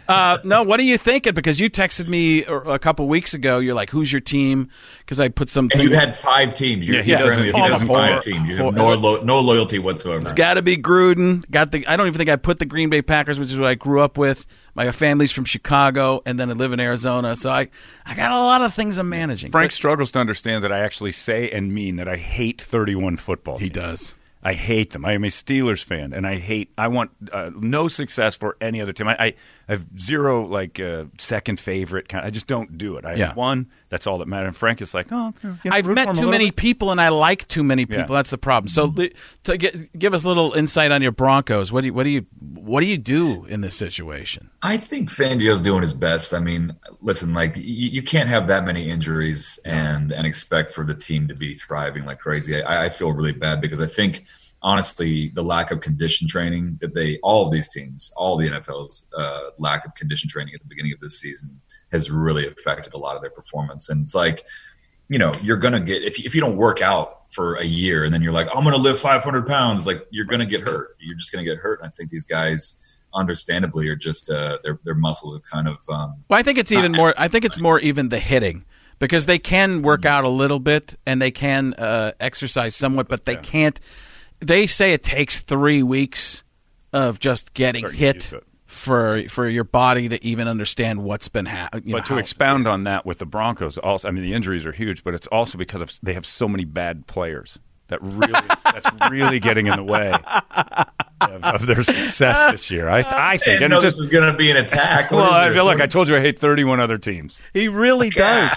Speaker 1: Uh, no, what are you thinking? Because you texted me or- a couple weeks ago. You're like, "Who's your team?" Because I put some.
Speaker 7: And you had five teams. You're,
Speaker 1: Yeah, he
Speaker 7: you're
Speaker 1: doesn't-
Speaker 7: friendly
Speaker 1: he
Speaker 7: with
Speaker 1: doesn't
Speaker 7: five
Speaker 1: follow-
Speaker 7: teams. You have no,
Speaker 1: follow-
Speaker 7: lo- no loyalty whatsoever.
Speaker 1: It's got to be Gruden. Got the. I don't even think I put the Green Bay Packers, which is what I grew up with. My family's from Chicago, and then I live in Arizona, so I I got a lot of things I'm managing.
Speaker 2: Frank struggles to understand that I actually say and mean that I hate 31 football. He
Speaker 1: does.
Speaker 2: I hate them. I am a Steelers fan, and I hate. I want uh, no success for any other team. I, I I have zero like uh, second favorite. Kind. I just don't do it. I
Speaker 1: Yeah.
Speaker 2: have one That's all that matters. And Frank is like, oh, you know,
Speaker 1: I've
Speaker 2: root for
Speaker 1: met
Speaker 2: him a
Speaker 1: too
Speaker 2: little
Speaker 1: many
Speaker 2: bit.
Speaker 1: people, and I like too many people.
Speaker 2: Yeah.
Speaker 1: That's the problem. So, li- to get, give us a little insight on your Broncos. What do you, what do you what do you do in this situation?
Speaker 7: I think Fangio's doing his best. I mean, listen, like you, you can't have that many injuries and and expect for the team to be thriving like crazy. I, I feel really bad because I think honestly the lack of condition training that they all of these teams, all the NFL's uh, lack of condition training at the beginning of this season has really affected a lot of their performance. And it's like you know, you're going to get, if, you- if you don't work out for a year and then you're like, I'm going to lift 500 pounds, like you're going to get hurt. You're just going to get hurt. And I think these guys, understandably, are just, uh, their, their muscles have kind of, um,
Speaker 1: Well, I think it's even more. I think it's more even the hitting because they can work out a little bit and they can uh, exercise somewhat, but they can't. They say it takes three weeks of just getting hit for for your body to even understand what's been happening.
Speaker 2: but to expound on that with the Broncos, also, I mean, the injuries are huge, but it's also because of, they have so many bad players that really that's really getting in the way of, of their success this year. I, I think,
Speaker 7: didn't
Speaker 2: and
Speaker 7: know
Speaker 2: it's
Speaker 7: this
Speaker 2: just
Speaker 7: is going to be an attack. What
Speaker 2: well,
Speaker 7: is
Speaker 2: I
Speaker 7: this?
Speaker 2: feel like I told you I hate 31 other teams.
Speaker 1: He really does.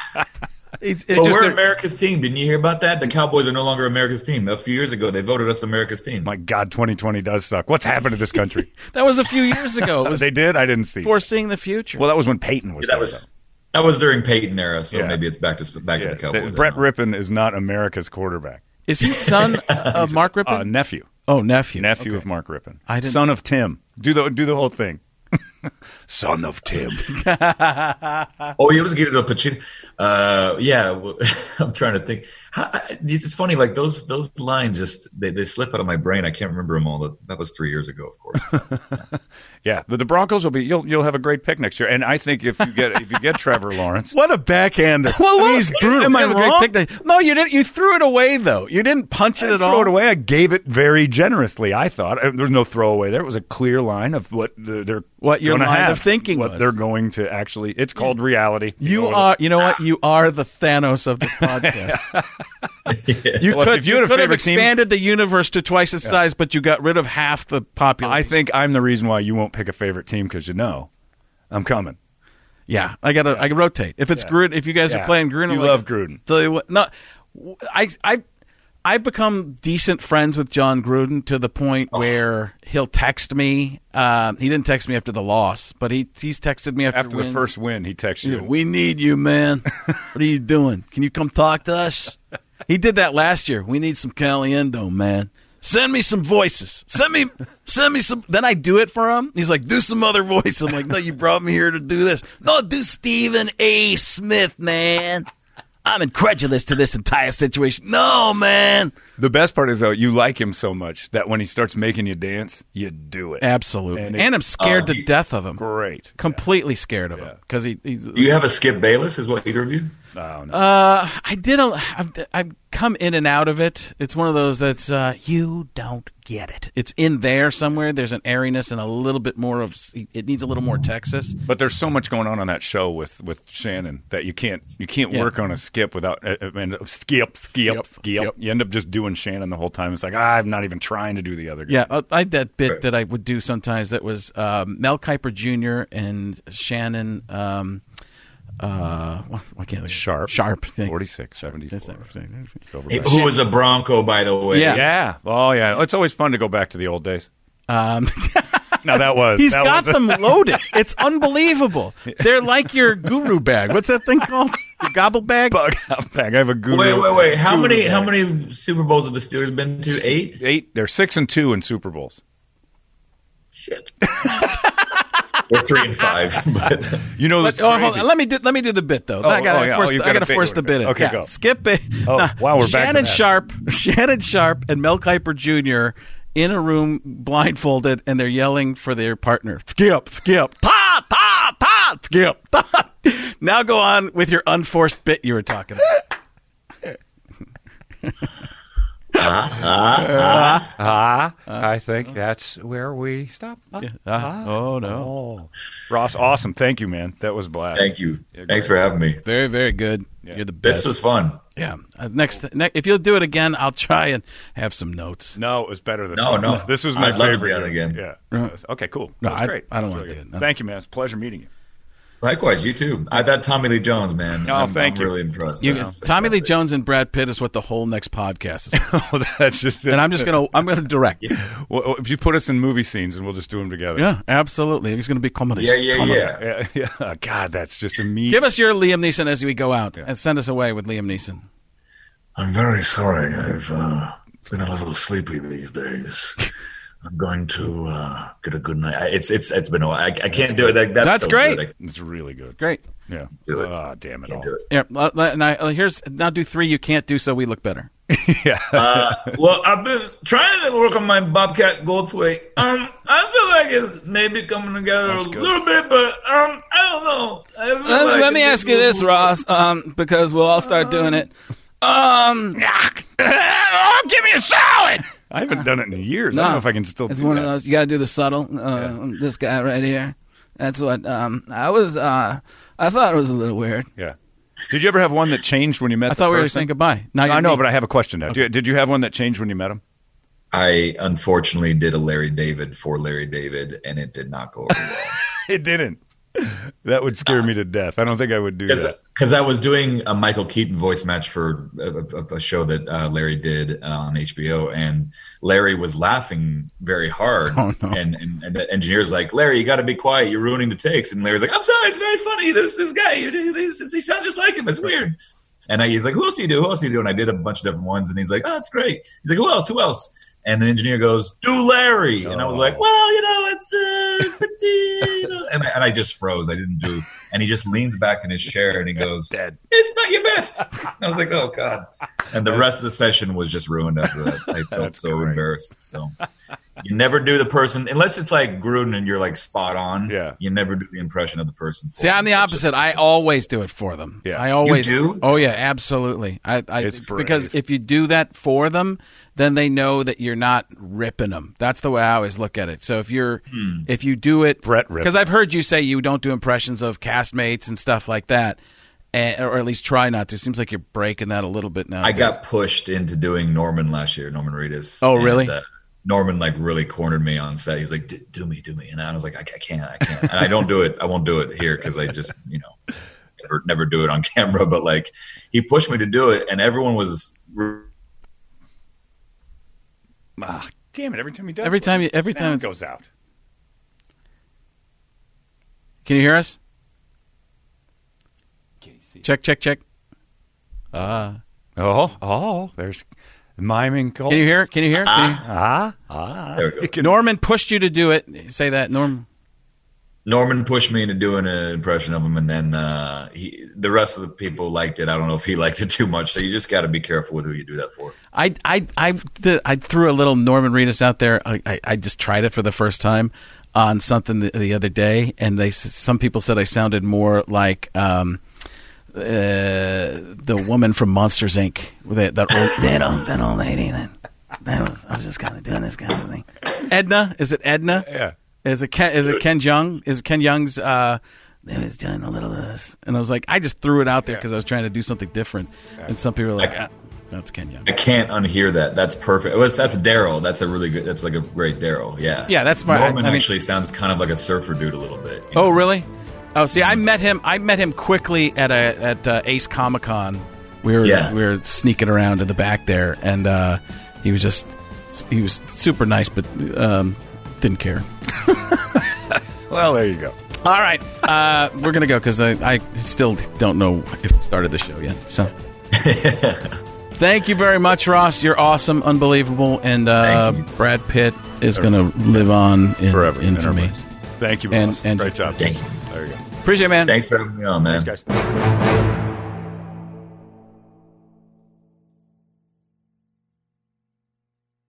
Speaker 1: It's,
Speaker 7: But we're America's team. Didn't you hear about that? The Cowboys are no longer America's team. A few years ago, they voted us America's team.
Speaker 2: My God, 2020 does suck. What's happened to this country?
Speaker 1: that was a few years ago. It was
Speaker 2: they did. I didn't see.
Speaker 1: foreseeing the future.
Speaker 2: Well, that was when Peyton was.
Speaker 7: that
Speaker 2: there,
Speaker 7: was that was during Peyton era, so
Speaker 2: Yeah.
Speaker 7: maybe it's back to back to the
Speaker 2: though.
Speaker 7: Cowboys.
Speaker 2: That- Brett Rippon is not America's quarterback.
Speaker 1: Is he son of Mark Rippon?
Speaker 2: Uh, nephew.
Speaker 1: Oh, nephew.
Speaker 2: Nephew of Mark Rippon.
Speaker 1: I didn't-
Speaker 2: Son of Tim. Do the do the whole thing. Son of Tim.
Speaker 7: oh, he was getting a Pacino. Uh, yeah, w- I'm trying to think. How, I, it's it's funny, like those those lines just they, they slip out of my brain. I can't remember them all. That, that was three years ago, of course.
Speaker 2: Yeah, but the Broncos will be. You'll you'll have a great pick next year, and I think if you get if you get Trevor Lawrence,
Speaker 1: what a backhander!
Speaker 2: Well,
Speaker 1: I mean, he's brutal.
Speaker 2: Am I
Speaker 1: You have a great
Speaker 2: wrong?
Speaker 1: picnic. No, you didn't. You threw it away though. You didn't punch it at
Speaker 2: throw
Speaker 1: all.
Speaker 2: it away. I gave it very generously. I thought Uh, there was no throwaway there. It was a clear line of what the, they're
Speaker 1: What your
Speaker 2: gonna
Speaker 1: line
Speaker 2: have,
Speaker 1: of thinking
Speaker 2: What
Speaker 1: was.
Speaker 2: they're going to actually. It's called reality.
Speaker 1: You are. You know what? You are the Thanos of this podcast. You
Speaker 2: Well,
Speaker 1: could,
Speaker 2: if
Speaker 1: you
Speaker 2: you had a
Speaker 1: could have
Speaker 2: favorite team-
Speaker 1: expanded the universe to twice its
Speaker 2: Yeah.
Speaker 1: size, but you got rid of half the population.
Speaker 2: I think I'm the reason why you won't pick a favorite team because you know I'm coming.
Speaker 1: Yeah, I gotta. I can rotate. If it's
Speaker 2: Yeah.
Speaker 1: Gruden, if you guys
Speaker 2: Yeah.
Speaker 1: are playing Gruden,
Speaker 2: You
Speaker 1: I'm like,
Speaker 2: love Gruden.
Speaker 1: Tell you what, no, w- I, I, I become decent friends with John Gruden to the point where he'll text me. Um, he didn't text me after the loss, but he he's texted me after,
Speaker 2: After the
Speaker 1: wins.
Speaker 2: first win, he texts
Speaker 1: He's
Speaker 2: you.
Speaker 1: like, we need you, man. what are you doing? Can you come talk to us? He did that last year. We need some Caliendo, man. Send me some voices. Send me, send me some. Then I do it for him. He's like, do some other voice. I'm like, no, you brought me here to do this. No, do Stephen A. Smith, man. I'm incredulous to this entire situation. No, man.
Speaker 2: The best part is though, you like him so much that when he starts making you dance, you do it.
Speaker 1: Absolutely. And,
Speaker 2: And it's-
Speaker 1: I'm scared
Speaker 2: Oh,
Speaker 1: to death of him.
Speaker 2: Great.
Speaker 1: Completely scared of him because he, he's.
Speaker 7: Do you have a Skip Bayless? Is what either of you?
Speaker 2: No, no.
Speaker 1: Uh, I did a. I've, I've come in and out of it. It's one of those that's uh, you don't get it. It's in there somewhere. There's an airiness and a little bit more of. It needs a little more Texas.
Speaker 2: But there's so much going on on that show with, with Shannon that you can't you can't
Speaker 1: Yeah.
Speaker 2: work on a skip without uh, uh, and skip skip skip. You end up just doing Shannon the whole time. It's like ah, I'm not even trying to do the other. Guy.
Speaker 1: Yeah, Uh, I I had that bit that I would do sometimes. That was um, Mel Kiper Jr. and Shannon. Um, uh, wh- why can't I sharp sharp thing forty
Speaker 2: six seventy
Speaker 1: four.
Speaker 7: Hey, who was a Bronco, by the way?
Speaker 2: yeah. Oh yeah. It's always fun to go back to the old days.
Speaker 1: Um,
Speaker 2: no, that was
Speaker 1: He's
Speaker 2: that
Speaker 1: got
Speaker 2: was-
Speaker 1: them loaded. It's unbelievable. They're like your guru bag. What's that thing called? Your gobble bag.
Speaker 2: Bug bag. I have a guru.
Speaker 7: Wait, wait, wait. How
Speaker 2: guru
Speaker 7: many? How
Speaker 2: bag.
Speaker 7: many Super Bowls have the Steelers been to? Eight.
Speaker 2: Eight. They're six and two in Super Bowls.
Speaker 7: Or three and five. But
Speaker 2: You know that's
Speaker 1: But- oh, hold
Speaker 2: crazy.
Speaker 1: on. let me do, let me do the bit though.
Speaker 2: Oh,
Speaker 1: I gotta
Speaker 2: oh, yeah.
Speaker 1: force,
Speaker 2: Oh, you
Speaker 1: the, I
Speaker 2: gotta
Speaker 1: gotta
Speaker 2: figure
Speaker 1: force
Speaker 2: it
Speaker 1: the bit.
Speaker 2: out.
Speaker 1: in.
Speaker 2: Okay,
Speaker 1: Yeah,
Speaker 2: go.
Speaker 1: Skip it.
Speaker 2: Oh, wow, we're back to
Speaker 1: Shannon
Speaker 2: that.
Speaker 1: Sharp, Shannon Sharp, and Mel Kiper Jr. in a room blindfolded, and they're yelling for their partner. Skip, skip, ta ta ta, skip. Ta. Now go on with your unforced bit you were talking about.
Speaker 2: Ah, ah, I think that's where we stop.
Speaker 1: Ah, oh no,
Speaker 2: Ross, awesome. Thank you, man. That was a blast.
Speaker 7: Thank you. Thanks for having me.
Speaker 1: Very very good. You're the best.
Speaker 7: This was fun.
Speaker 1: Yeah. Uh, next, ne- if you'll do it again, I'll try and have some notes.
Speaker 2: No, it was better than
Speaker 7: No, no.
Speaker 2: This was my
Speaker 7: I'd love to
Speaker 2: favorite
Speaker 7: do that
Speaker 2: year.
Speaker 7: again.
Speaker 2: Yeah.
Speaker 1: No.
Speaker 2: Okay, cool.
Speaker 1: No,
Speaker 2: That was
Speaker 1: I-
Speaker 2: great.
Speaker 1: I don't
Speaker 2: That was
Speaker 1: wanna
Speaker 2: really
Speaker 1: do
Speaker 2: good.
Speaker 1: it. No.
Speaker 2: Thank you, man. It's a pleasure meeting you.
Speaker 7: Likewise, you too. I, that Tommy Lee Jones, man.
Speaker 1: Oh,
Speaker 7: I'm,
Speaker 1: thank
Speaker 7: I'm
Speaker 1: you.
Speaker 7: really impressed.
Speaker 1: You-
Speaker 7: That's-
Speaker 1: Tommy Lee Jones and Brad Pitt is what the whole next podcast is.
Speaker 2: oh, that's just.
Speaker 1: And I'm just gonna I'm gonna direct.
Speaker 2: Well, if you put us in movie scenes and we'll just do them together.
Speaker 1: Yeah, absolutely. It's gonna be comedy. Comedy.
Speaker 2: yeah, yeah, yeah. God, that's just a mean.
Speaker 1: Give us your Liam Neeson as we go out, and send us away with Liam Neeson.
Speaker 9: I'm very sorry. I've uh, been a little sleepy these days. I'm going to uh, get a good night. I- It's it's it's been a while. I, I can't do it. That, that's so good.
Speaker 2: It's really good.
Speaker 1: Great.
Speaker 2: Yeah.
Speaker 7: Do it.
Speaker 2: Ah, damn it all.
Speaker 1: Yeah, l- l- and I, uh, here's now do three you can't do so we look better.
Speaker 2: yeah.
Speaker 7: uh, well, I've been trying to work on my Bobcat Goldthwait.
Speaker 15: Um, I feel like it's maybe coming together
Speaker 7: That's
Speaker 15: a
Speaker 7: good.
Speaker 15: little bit, but um, I don't know. I feel
Speaker 16: Let,
Speaker 15: like
Speaker 16: Uh, let me
Speaker 15: it's-
Speaker 16: ask you this, Ross, um, because we'll all start doing it. Um, oh, give me a salad.
Speaker 2: I haven't done it in years. I don't know if I can still
Speaker 16: It's
Speaker 2: do
Speaker 16: one
Speaker 2: that.
Speaker 16: of those. You got to do the subtle. Uh, This guy right here. That's what um, I was. Uh, I thought it was a little weird.
Speaker 2: Yeah. Did you ever have one that changed when you met?
Speaker 16: I
Speaker 2: the
Speaker 16: thought we were
Speaker 2: person?
Speaker 16: saying goodbye. Now
Speaker 2: I
Speaker 16: you're
Speaker 2: know,
Speaker 16: me.
Speaker 2: but I have a question now. Did you- Did you have one that changed when you met him?
Speaker 7: I unfortunately did a Larry David for Larry David, and it did not go over well.
Speaker 2: it didn't. That would scare me to death. I don't think I would do that.
Speaker 7: Because I was doing a Michael Keaton voice match for a, a- a show that uh, Larry did uh, on HBO, and Larry was laughing very hard. and, and, and the engineer's like, Larry, you got to be quiet. You're ruining the takes. And Larry's like, I'm sorry. It's very funny. This this guy, he, he, he sounds just like him. It's weird. And I, he's like, Who else do you do? Who else do you do? And I did a bunch of different ones. And he's like, Oh, it's great. He's like, Who else? Who else? And the engineer goes, Do Larry. And I was
Speaker 1: Oh.
Speaker 7: like, Well, you know, it's uh, pretty. You know. And, I, and I just froze. I didn't do. And he just leans back in his chair and he goes, Dead. It's not your best. And I was like, Oh, God. And the rest of the session was just ruined after that. I felt so embarrassed. So you never do the person, unless it's like Gruden and you're like spot on. Yeah. You never do the impression of the person.
Speaker 1: See, I'm the opposite. I always do it for them. Yeah, I always
Speaker 7: You do?
Speaker 1: Oh yeah, absolutely. I, I
Speaker 7: It's brave.
Speaker 1: because if you do that for them, then they know that you're not ripping them. That's the way I always look at it. So if you're
Speaker 7: Hmm.
Speaker 1: if you do it, Brett,
Speaker 2: ripped
Speaker 1: because I've heard you say you don't do impressions of castmates and stuff like that, and, or at least try not to. Seems like you're breaking that a little bit now.
Speaker 7: I got pushed into doing Norman last year, Norman Reedus.
Speaker 1: Oh, really?
Speaker 7: uh, Norman like really cornered me on set. He's like, "Do- "Do me, do me," and I was like, "I, ca- I can't, I can't," and I don't do it. I won't do it here because I just, you know, never, never do it on camera. But like, he pushed me to do it, and everyone was
Speaker 2: Ah, damn it! Every time he does.
Speaker 1: Every
Speaker 2: one,
Speaker 1: time you- every
Speaker 2: sound
Speaker 1: time it's-
Speaker 2: goes out.
Speaker 1: Can you hear us? Check, check, check.
Speaker 7: Uh,
Speaker 2: Ah. oh, oh, there's miming. Gold.
Speaker 1: Can you hear? Can you hear? Can you-
Speaker 2: Ah, ah.
Speaker 1: Norman pushed you to do it. Say that, Norm.
Speaker 7: Norman pushed me into doing an impression of him, and then uh, he, the rest of the people liked it. I don't know if he liked it too much. So you just got to be careful with who you do that for.
Speaker 1: I I I, th- I threw a little Norman Reedus out there. I, I, I just tried it for the first time on something the, the other day, and they s- some people said I sounded more like um, uh, the woman from Monsters Inc. That that old that old, that old lady. That, that was I was just kind of doing this kind of thing. Edna, is it Edna?
Speaker 2: Yeah.
Speaker 1: Is it Ken, is it Ken Young? Is it Ken Young's? Uh, they was doing a little of this, and I was like, I just threw it out there because I was trying to do something different, and some people were like, ah, "That's Ken Young."
Speaker 7: I can't unhear that. That's perfect. Well, that's Daryl. That's a really good. That's like a great Daryl. Yeah.
Speaker 1: Yeah, that's my-
Speaker 7: Norman
Speaker 1: I- I mean-
Speaker 7: actually sounds kind of like a surfer dude a little bit.
Speaker 1: Oh, really? Oh, see, I met him. I met him quickly at a at uh, Ace Comic Con. We were
Speaker 7: Yeah.
Speaker 1: we were sneaking around in the back there, and uh, he was just he was super nice, but um, didn't care.
Speaker 2: Well, there you go.
Speaker 1: All right, uh, we're gonna go because I, I still don't know if I started the show yet. So, thank you very much, Ross. You're awesome, unbelievable, and uh, Brad Pitt is gonna live on in, forever in, for me.
Speaker 2: Thank you,
Speaker 1: and
Speaker 2: boss. Great job. There you go.
Speaker 1: Appreciate it, man.
Speaker 7: Thanks for having me on, man.
Speaker 2: Thanks, guys.